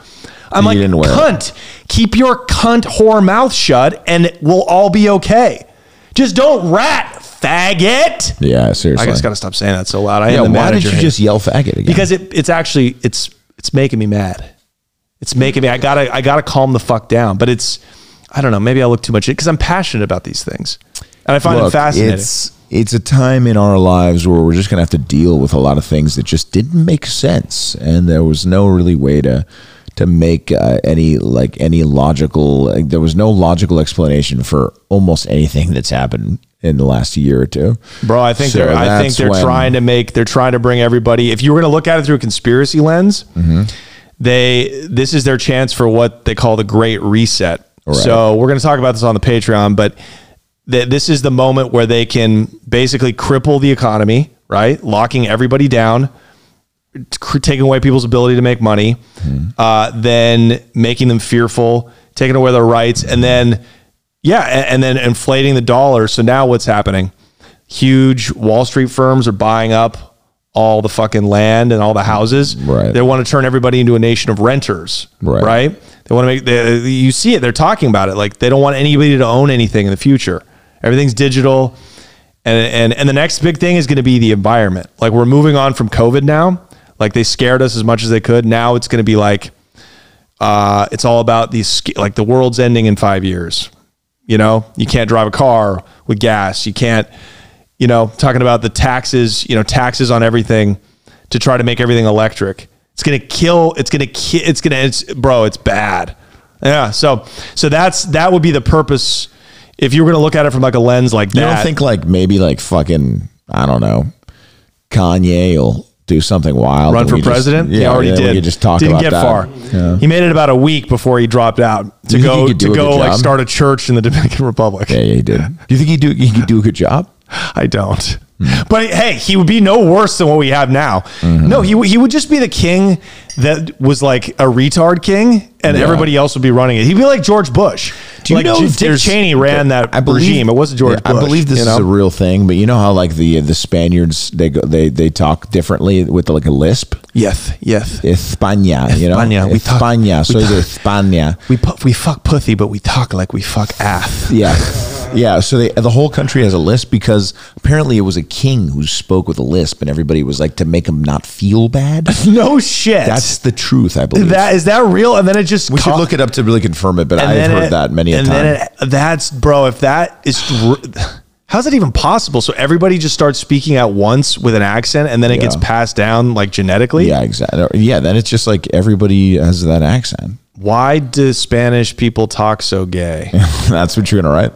Speaker 1: I'm
Speaker 2: You
Speaker 1: like
Speaker 2: didn't wear it.
Speaker 1: cunt. Keep your cunt whore mouth shut, and we'll all be okay. Just don't rat, faggot.
Speaker 2: yeah. Seriously.
Speaker 1: I just gotta stop saying that so loud. I
Speaker 2: yeah.
Speaker 1: am the
Speaker 2: Why did
Speaker 1: manager.
Speaker 2: you
Speaker 1: here.
Speaker 2: just yell faggot again?
Speaker 1: because it, it's actually it's it's making me mad. It's making me. I gotta I gotta calm the fuck down. But it's I don't know. Maybe I look too much because I'm passionate about these things, and I find it
Speaker 2: Look,
Speaker 1: fascinating.
Speaker 2: It's it's a time in our lives where we're just gonna have to deal with a lot of things that just didn't make sense, and there was no really way to to make uh, any like any logical. Like, there was no logical explanation for almost anything that's happened in the last year or two.
Speaker 1: Bro, I think
Speaker 2: So
Speaker 1: they're I think
Speaker 2: that's
Speaker 1: they're
Speaker 2: when-
Speaker 1: trying to make they're trying to bring everybody. If you were going to look at it through a conspiracy lens,
Speaker 2: Mm-hmm.
Speaker 1: they this is their chance for what they call the Great Reset.
Speaker 2: Right.
Speaker 1: So we're going to talk about this on the Patreon, but th- this is the moment where they can basically cripple the economy, right? Locking everybody down, cr- taking away people's ability to make money, uh, then making them fearful, taking away their rights, and then yeah, a- and, then inflating the dollar. So now what's happening? Huge Wall Street firms are buying up all the fucking land and all the houses.
Speaker 2: Right.
Speaker 1: They want to turn everybody into a nation of renters.
Speaker 2: Right.
Speaker 1: Right. They want to make. They, you see it. They're talking about it. Like they don't want anybody to own anything in the future. Everything's digital. And, and and the next big thing is going to be the environment. Like we're moving on from COVID now. Like they scared us as much as they could. Now it's going to be like, uh, it's all about these sca- like the world's ending in five years. You know, you can't drive a car with gas. You can't, you know, talking about the taxes. You know, taxes on everything to try to make everything electric. It's gonna kill. It's gonna ki- It's gonna. It's bro. It's bad. Yeah. So so that's that would be the purpose if you were gonna look at it from like a lens like
Speaker 2: You
Speaker 1: that.
Speaker 2: don't think like maybe like fucking I don't know Kanye will do something wild.
Speaker 1: run
Speaker 2: and
Speaker 1: for
Speaker 2: we just-
Speaker 1: president. he already
Speaker 2: we
Speaker 1: did.
Speaker 2: could just talk
Speaker 1: Didn't
Speaker 2: about
Speaker 1: get
Speaker 2: that.
Speaker 1: far.
Speaker 2: Yeah.
Speaker 1: He made it about a week before he dropped out to
Speaker 2: You think he
Speaker 1: go
Speaker 2: could do
Speaker 1: to
Speaker 2: a
Speaker 1: go
Speaker 2: good
Speaker 1: like
Speaker 2: job?
Speaker 1: start a church in the Dominican Republic.
Speaker 2: Yeah, yeah, he did. Do you think he do he could do a good job?
Speaker 1: I don't.
Speaker 2: Mm-hmm.
Speaker 1: But hey, he would be no worse than what we have now. No, he w- he would just be the king that was like a retard king, and
Speaker 2: Yeah.
Speaker 1: everybody else would be running it. He'd be like George Bush.
Speaker 2: Do you
Speaker 1: like
Speaker 2: know
Speaker 1: J-
Speaker 2: if
Speaker 1: Dick
Speaker 2: there's-
Speaker 1: Cheney ran that regime? It wasn't George
Speaker 2: yeah,
Speaker 1: Bush.
Speaker 2: I believe this
Speaker 1: you
Speaker 2: is
Speaker 1: know?
Speaker 2: a real thing, but you know how like the the Spaniards they go they they talk differently with like a lisp.
Speaker 1: yes, yes.
Speaker 2: España, you know,
Speaker 1: España, we talk-
Speaker 2: España,
Speaker 1: we
Speaker 2: soy de España.
Speaker 1: We pu- we fuck puthy, but we talk like we fuck ass.
Speaker 2: Yeah, yeah. So they, the whole country has a lisp because apparently it was a king who spoke with a lisp, and everybody was like to make him not feel bad.
Speaker 1: No shit.
Speaker 2: That's the truth, I believe.
Speaker 1: That is that real? And then it just
Speaker 2: we should look it up to really confirm it, but I've heard that many a
Speaker 1: and
Speaker 2: time.
Speaker 1: Then it, that's bro. If that is, r- how's that even possible? So everybody just starts speaking at once with an accent, and then it gets
Speaker 2: Yeah.
Speaker 1: passed down like genetically.
Speaker 2: yeah, exactly. Yeah, then it's just like everybody has that accent.
Speaker 1: Why do Spanish people talk so gay?
Speaker 2: That's what you're gonna write.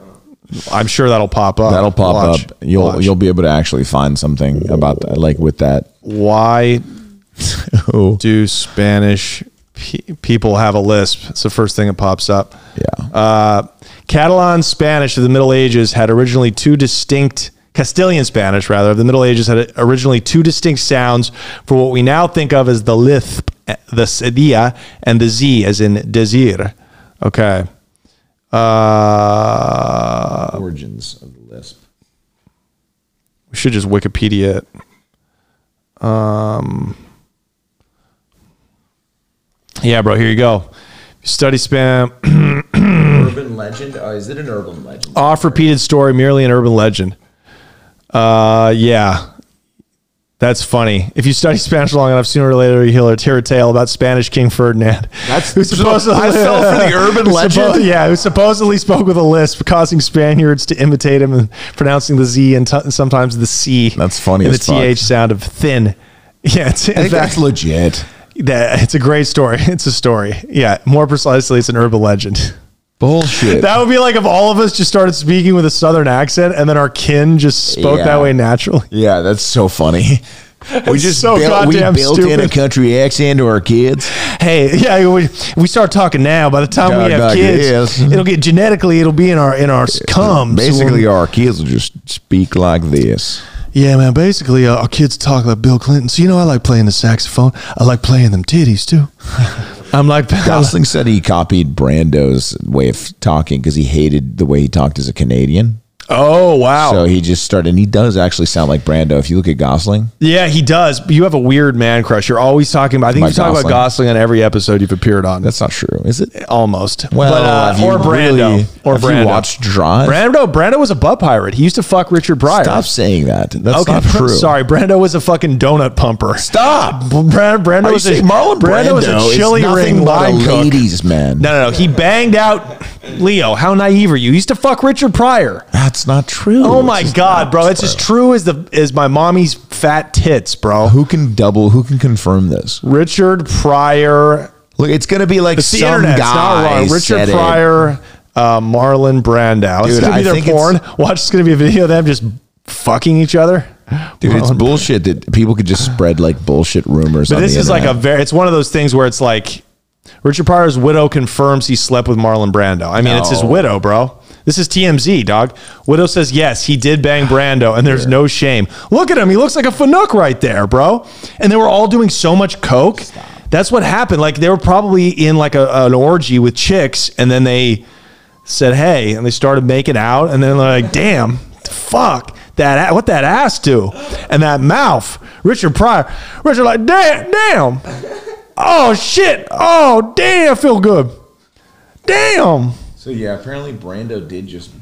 Speaker 1: I'm sure that'll pop up.
Speaker 2: That'll pop
Speaker 1: Watch.
Speaker 2: up. You'll
Speaker 1: Watch.
Speaker 2: you'll be able to actually find something about that, like with that.
Speaker 1: Why do Spanish pe- people have a lisp? It's the first thing that pops up.
Speaker 2: Yeah.
Speaker 1: Uh, Catalan Spanish of the Middle Ages had originally two distinct Castilian Spanish, rather, of the Middle Ages had originally two distinct sounds for what we now think of as the lisp, eh, the cedilla, and the z, as in desir. Okay. Uh,
Speaker 2: Origins of the lisp.
Speaker 1: we should just Wikipedia Um, it. Um, yeah, bro, here you go. Study spam.
Speaker 4: urban legend? Oh, is it an urban legend?
Speaker 1: off repeated story, merely an urban legend. Uh, yeah. That's funny. If you study Spanish long enough, sooner or later you'll hear a tale about Spanish King Ferdinand.
Speaker 2: That's-
Speaker 1: who's supposed to
Speaker 2: I fell for the urban legend?
Speaker 1: yeah, who supposedly spoke with a lisp, causing Spaniards to imitate him and pronouncing the Z and, t- and sometimes the C.
Speaker 2: That's funny
Speaker 1: And the
Speaker 2: as fuck.
Speaker 1: TH sound of thin. Yeah, it's, in
Speaker 2: I think
Speaker 1: fact,
Speaker 2: that's legit.
Speaker 1: that, it's a great story. It's a story. Yeah, more precisely, it's an urban legend.
Speaker 2: Bullshit.
Speaker 1: That would be like if all of us just started speaking with a southern accent and then our kin just spoke
Speaker 2: Yeah.
Speaker 1: that way naturally.
Speaker 2: yeah, that's so funny. We just
Speaker 1: so
Speaker 2: built, we
Speaker 1: goddamn
Speaker 2: built in a
Speaker 1: stupid.
Speaker 2: country accent to our kids.
Speaker 1: Hey, yeah, we, we start talking now. By the time
Speaker 2: Dog,
Speaker 1: we have
Speaker 2: dog,
Speaker 1: kids,
Speaker 2: yes.
Speaker 1: it'll get genetically it'll be in our in our cum. Um, so
Speaker 2: Basically,
Speaker 1: we'll-
Speaker 2: our kids will just speak like this.
Speaker 1: yeah, man. Basically, uh, our kids talk like Bill Clinton. So you know, I like playing the saxophone. I like playing them titties too. I'm like,
Speaker 2: Gosling said he copied Brando's way of talking because he hated the way he talked as a Canadian.
Speaker 1: oh wow.
Speaker 2: So he just started, and he does actually sound like Brando. If you look at Gosling,
Speaker 1: yeah, he does. But you have a weird man crush. You're always talking about. I think
Speaker 2: My
Speaker 1: you talk about
Speaker 2: Gosling.
Speaker 1: Gosling on every episode you've appeared on.
Speaker 2: that's not true, is it?
Speaker 1: almost.
Speaker 2: Well,
Speaker 1: but,
Speaker 2: have
Speaker 1: uh,
Speaker 2: you
Speaker 1: or Brando,
Speaker 2: really-
Speaker 1: or
Speaker 2: have
Speaker 1: Brando.
Speaker 2: you watched Drive?
Speaker 1: Brando, Brando was a butt pirate. He used to fuck Richard Pryor.
Speaker 2: Stop saying that. That's
Speaker 1: Okay,
Speaker 2: not true.
Speaker 1: sorry. Brando was a fucking donut pumper.
Speaker 2: Stop.
Speaker 1: Brando, Brando
Speaker 2: Are you
Speaker 1: was a
Speaker 2: saying Marlon Brando,
Speaker 1: Brando was a chili
Speaker 2: is nothing
Speaker 1: ring
Speaker 2: but a
Speaker 1: line cook.
Speaker 2: ladies man?
Speaker 1: No, no, no. He banged out Leo. How naive are you? He used to fuck Richard Pryor.
Speaker 2: That's not true.
Speaker 1: Oh
Speaker 2: It's
Speaker 1: my
Speaker 2: just
Speaker 1: god,
Speaker 2: not
Speaker 1: bro! It's
Speaker 2: true.
Speaker 1: as true as the as my mommy's fat tits, bro.
Speaker 2: Who can double? Who can confirm this?
Speaker 1: Richard Pryor.
Speaker 2: Look, it's gonna be like
Speaker 1: It's the
Speaker 2: some
Speaker 1: internet. It's
Speaker 2: guy.
Speaker 1: not wrong. Richard
Speaker 2: said it.
Speaker 1: Pryor, uh, Marlon Brando. it's
Speaker 2: Dude,
Speaker 1: gonna be
Speaker 2: I
Speaker 1: their
Speaker 2: think it's-
Speaker 1: porn. Watch. It's gonna be a video of them just fucking each other.
Speaker 2: Dude, it's bullshit that people could just spread like bullshit rumors.
Speaker 1: But
Speaker 2: on
Speaker 1: this
Speaker 2: the
Speaker 1: is like a
Speaker 2: internet.
Speaker 1: very, it's one of those things where it's like Richard Pryor's widow confirms he slept with Marlon Brando. I mean, it's his
Speaker 2: No.
Speaker 1: widow, bro. This is TMZ, dog. Widow says, yes, he did bang Brando, and there's no shame. Look at him. He looks like a Fanook right there, bro. And they were all doing so much coke. That's what happened. Like, they were probably in like a, an orgy with chicks, and then they said, hey, and they started making out, and then they're like, damn, fuck. That, a- what that ass do and that mouth richard pryor richard like damn damn Oh shit! Oh damn! I feel good. Damn!
Speaker 2: So yeah, apparently Brando did just.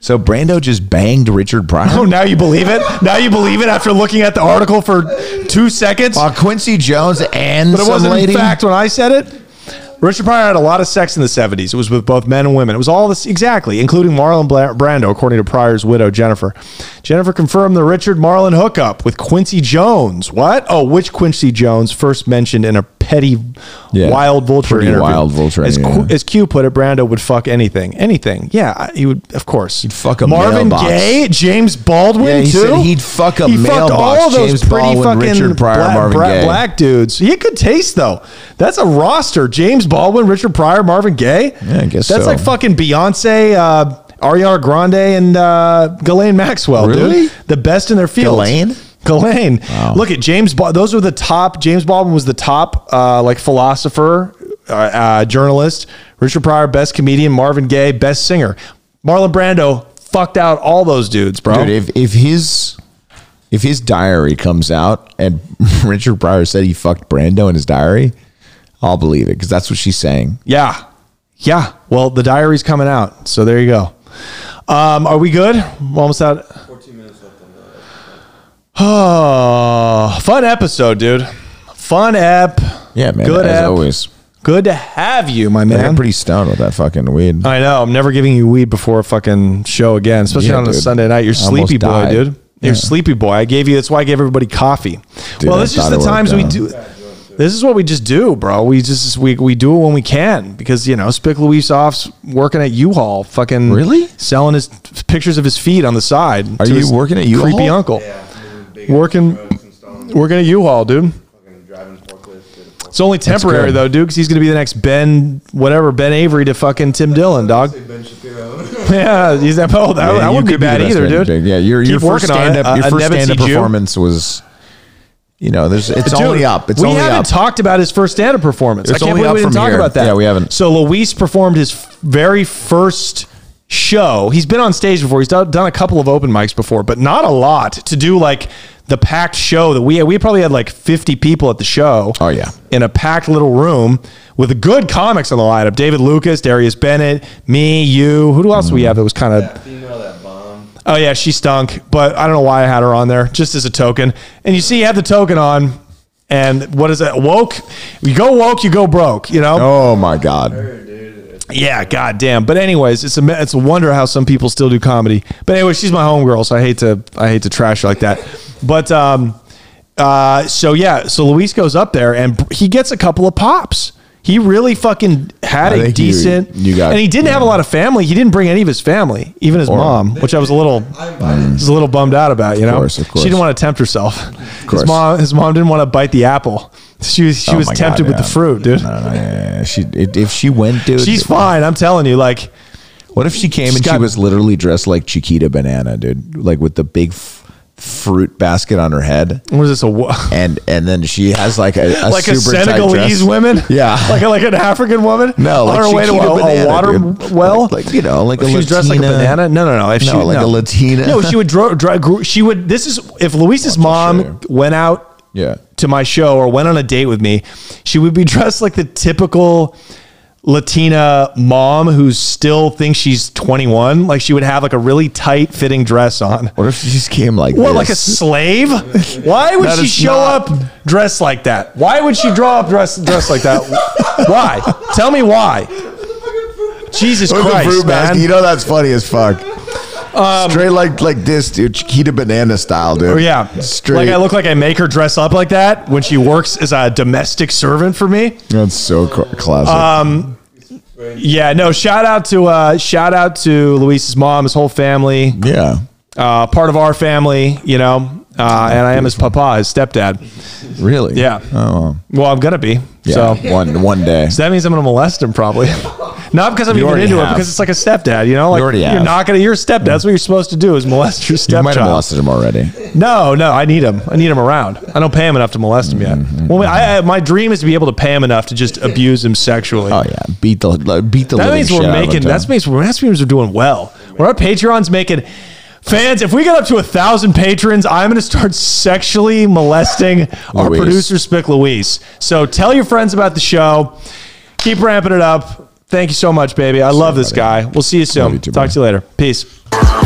Speaker 2: So Brando just banged Richard Pryor.
Speaker 1: Oh, now you believe it? Now you believe it after looking at the article for two seconds?
Speaker 2: Uh, Quincy Jones and
Speaker 1: but it
Speaker 2: some
Speaker 1: wasn't
Speaker 2: lady.
Speaker 1: in fact when I said it. Richard Pryor had a lot of sex in the 70s. It was with both men and women. It was all this, exactly, including Marlon Bla- Brando, according to Pryor's widow, Jennifer. Jennifer confirmed the Richard Marlon hookup with Quincy Jones. What? Oh, which Quincy Jones first mentioned in a petty
Speaker 2: Yeah,
Speaker 1: wild vulture
Speaker 2: pretty
Speaker 1: interview.
Speaker 2: wild vulture
Speaker 1: As,
Speaker 2: interview,
Speaker 1: Qu-
Speaker 2: yeah.
Speaker 1: as Q put it, Brando would fuck anything. Anything. Yeah, I- he would, of course. He'd
Speaker 2: fuck a
Speaker 1: Marvin
Speaker 2: mailbox.
Speaker 1: Gaye, James Baldwin,
Speaker 2: Yeah, he
Speaker 1: too.
Speaker 2: said he'd fuck a
Speaker 1: fucked
Speaker 2: mailbox, James Baldwin, Richard Pryor,
Speaker 1: black,
Speaker 2: Marvin
Speaker 1: bra-
Speaker 2: Gaye.
Speaker 1: black dudes. You could taste though. That's a roster: James Baldwin, Richard Pryor, Marvin Gaye.
Speaker 2: Yeah, I guess
Speaker 1: that's
Speaker 2: so.
Speaker 1: like fucking Beyonce, uh, Ariana Grande, and uh, Ghislaine Maxwell.
Speaker 2: Really?
Speaker 1: Dude. The best in their field.
Speaker 2: Ghislaine?
Speaker 1: Ghislaine.
Speaker 2: Wow.
Speaker 1: Look at James. Ba- those were the top. James Baldwin was the top, uh, like philosopher, uh, uh, journalist. Richard Pryor, best comedian. Marvin Gaye, best singer. Marlon Brando fucked out all those dudes, bro.
Speaker 2: Dude, if if his if his diary comes out and Richard Pryor said he fucked Brando in his diary, I'll believe it because that's what she's saying.
Speaker 1: Yeah. Yeah. Well, the diary's coming out. So there you go. Um, are we good? We're almost out.
Speaker 3: 14 minutes left on the.
Speaker 1: Oh, fun episode, dude. Fun ep.
Speaker 2: Yeah, man.
Speaker 1: Good
Speaker 2: as
Speaker 1: ep.
Speaker 2: always,
Speaker 1: Good to have you, my
Speaker 2: I
Speaker 1: man. Uh,
Speaker 2: got pretty stoned with that fucking weed.
Speaker 1: I know. I'm never giving you weed before a fucking show again, especially
Speaker 2: Yeah,
Speaker 1: on a
Speaker 2: dude.
Speaker 1: Sunday night. You're
Speaker 2: I
Speaker 1: sleepy
Speaker 2: almost
Speaker 1: boy,
Speaker 2: died.
Speaker 1: dude. You're
Speaker 2: Yeah.
Speaker 1: sleepy boy. I gave you. That's why I gave everybody coffee.
Speaker 2: Dude,
Speaker 1: well,
Speaker 2: I
Speaker 1: this is just
Speaker 2: thought
Speaker 1: the
Speaker 2: it worked
Speaker 1: times we
Speaker 2: out.
Speaker 1: do. This is what we just do, bro. We just we we do it when we can because you know Spick Luis off's working at U-Haul, fucking
Speaker 2: Really?
Speaker 1: selling his pictures of his feet on the side.
Speaker 2: Are
Speaker 1: to
Speaker 2: you
Speaker 1: his
Speaker 2: working at U-Haul?
Speaker 1: Creepy uncle.
Speaker 3: Yeah, moving big
Speaker 1: Working-
Speaker 3: trucks and installing-
Speaker 1: Working at U-Haul, dude.
Speaker 3: Fucking driving forklifts. did a-
Speaker 1: It's only temporary
Speaker 2: good.
Speaker 1: though, dude, because he's gonna be the next Ben, whatever Ben Avery to fucking Tim Dillon, dog.
Speaker 3: Say Ben Shapiro.
Speaker 1: Yeah, he's that. Oh, that,
Speaker 2: Yeah,
Speaker 1: that
Speaker 2: you
Speaker 1: wouldn't be
Speaker 2: could the
Speaker 1: bad
Speaker 2: best
Speaker 1: either,
Speaker 2: man to
Speaker 1: dude.
Speaker 2: pick. Yeah, your your
Speaker 1: Keep
Speaker 2: first
Speaker 1: working on it.
Speaker 2: stand
Speaker 1: A-
Speaker 2: up, your
Speaker 1: a
Speaker 2: first
Speaker 1: Nevetsy
Speaker 2: stand up
Speaker 1: Jew.
Speaker 2: performance was, you know, there's it's only
Speaker 1: Dude,
Speaker 2: up. It's
Speaker 1: we
Speaker 2: only
Speaker 1: haven't
Speaker 2: up.
Speaker 1: talked about his first stand-up performance.
Speaker 2: It's
Speaker 1: I can't
Speaker 2: only
Speaker 1: believe
Speaker 2: up
Speaker 1: we didn't
Speaker 2: from
Speaker 1: talk
Speaker 2: here.
Speaker 1: about that.
Speaker 2: Yeah, we haven't.
Speaker 1: So Luis performed his f- very first show. He's been on stage before. He's done, done a couple of open mics before, but not a lot to do like the packed show that we had. We probably had like 50 people at the show.
Speaker 2: Oh, yeah.
Speaker 1: In a packed little room with good comics on the lineup. David Lucas, Darius Bennett, me, you. Who else
Speaker 2: Mm.
Speaker 1: do we have that was kind of
Speaker 3: That female that bomb.
Speaker 1: Oh yeah, she stunk, but I don't know why I had her on there just as a token. And you see, you have the token on, and what is that? Woke. You go woke, you go broke. You know.
Speaker 2: Oh my God.
Speaker 1: Yeah, goddamn. But anyways, it's a it's a wonder how some people still do comedy. But anyway, she's my homegirl, so I hate to I hate to trash her like that. But um, uh, so yeah, so Luis goes up there and he gets a couple of pops. He really fucking had
Speaker 2: I
Speaker 1: a
Speaker 2: think you-
Speaker 1: decent.
Speaker 2: you got-
Speaker 1: and he didn't have a
Speaker 2: yeah.
Speaker 1: lot of family. He didn't bring any of his family, even his mom, which I was a little
Speaker 3: I invited
Speaker 1: was a little bummed out about. You know,
Speaker 2: course, of
Speaker 1: she didn't
Speaker 2: course.
Speaker 1: want to tempt herself.
Speaker 2: course.
Speaker 1: His mom, his mom didn't want to bite the apple. She was she
Speaker 2: Oh
Speaker 1: was
Speaker 2: my God,
Speaker 1: tempted with
Speaker 2: yeah.
Speaker 1: the fruit, dude.
Speaker 2: No, no, yeah, she if if she went, dude.
Speaker 1: She's fine. I'm telling you, like.
Speaker 2: What if she came
Speaker 1: She's
Speaker 2: and she
Speaker 1: got-
Speaker 2: was literally dressed like Chiquita Banana, dude, like with the big f- fruit basket on her head,
Speaker 1: What is this a wo-
Speaker 2: and and then she has like a, a
Speaker 1: like
Speaker 2: super
Speaker 1: a Senegalese
Speaker 2: tight dress.
Speaker 1: woman?
Speaker 2: Yeah.
Speaker 1: like a, like an African woman?
Speaker 2: No,
Speaker 1: on
Speaker 2: like
Speaker 1: her way to
Speaker 2: Chiquita
Speaker 1: a, a
Speaker 2: Banana,
Speaker 1: water
Speaker 2: dude.
Speaker 1: well,
Speaker 2: Like- like, you know, like
Speaker 1: If
Speaker 2: a
Speaker 1: she was dressed like a
Speaker 2: Latina.
Speaker 1: banana. No, no, no. If she,
Speaker 2: No, like a Latina.
Speaker 1: No, she would dro- dro- gr- She would. This is if Luis's
Speaker 2: Watch this
Speaker 1: mom went out
Speaker 2: Yeah.
Speaker 1: to my show or went on a date with me, she would be dressed like the typical Latina mom who still thinks she's 21. Like she would have like a really tight fitting dress on.
Speaker 2: What if she just came like
Speaker 1: What,
Speaker 2: this?
Speaker 1: like a slave? Why would
Speaker 2: That
Speaker 1: she
Speaker 2: is
Speaker 1: show
Speaker 2: not-
Speaker 1: up dressed like that? Why would she draw up dressed dressed like that? why? Tell me why. Jesus
Speaker 2: With the
Speaker 1: Christ,
Speaker 2: fruit basket.
Speaker 1: man. Um,
Speaker 2: You know that's funny as fuck. Straight like like this, dude. Chiquita banana style, dude.
Speaker 1: Oh, yeah.
Speaker 2: Straight.
Speaker 1: Like I look like I make her dress up like that when she works as a domestic servant for me.
Speaker 2: That's so cl- classic.
Speaker 1: Um, Yeah, no, shout out to uh shout out to Luis's mom, his whole family.
Speaker 2: yeah.
Speaker 1: Uh part of our family, you know. Uh, and I am his papa, his stepdad.
Speaker 2: Really?
Speaker 1: Yeah.
Speaker 2: Oh.
Speaker 1: Well, I'm gonna be.
Speaker 2: Yeah.
Speaker 1: So
Speaker 2: one one day.
Speaker 1: So that means I'm going to molest him probably. Not because I'm
Speaker 2: You
Speaker 1: even
Speaker 2: already
Speaker 1: into it,
Speaker 2: have.
Speaker 1: because it's like a stepdad, you know? Like,
Speaker 2: already
Speaker 1: are
Speaker 2: have.
Speaker 1: not going to, you're a stepdad. That's what you're supposed to do is molest your
Speaker 2: You might have
Speaker 1: stepchild.
Speaker 2: molested him already.
Speaker 1: No, no, I need him. I need him around. I don't pay him enough to molest him yet.
Speaker 2: Mm-hmm.
Speaker 1: Well, I, I, my dream is to be able to pay him enough to just abuse him sexually.
Speaker 2: Oh yeah, beat the like, beat the.
Speaker 1: that
Speaker 2: living
Speaker 1: means
Speaker 2: shit
Speaker 1: we're
Speaker 2: out of
Speaker 1: making,
Speaker 2: him,
Speaker 1: that
Speaker 2: Tom.
Speaker 1: means we're, that means we're doing well. Where our Patreon's making, fans, if we get up to a thousand patrons, I'm going to start sexually molesting our
Speaker 2: Luis.
Speaker 1: producer, Spick Luis. So tell your friends about the show. Keep ramping it up. Thank you so much, baby. I love this guy. We'll see you soon.
Speaker 2: you too,
Speaker 1: Talk
Speaker 2: bro.
Speaker 1: to you later. Peace.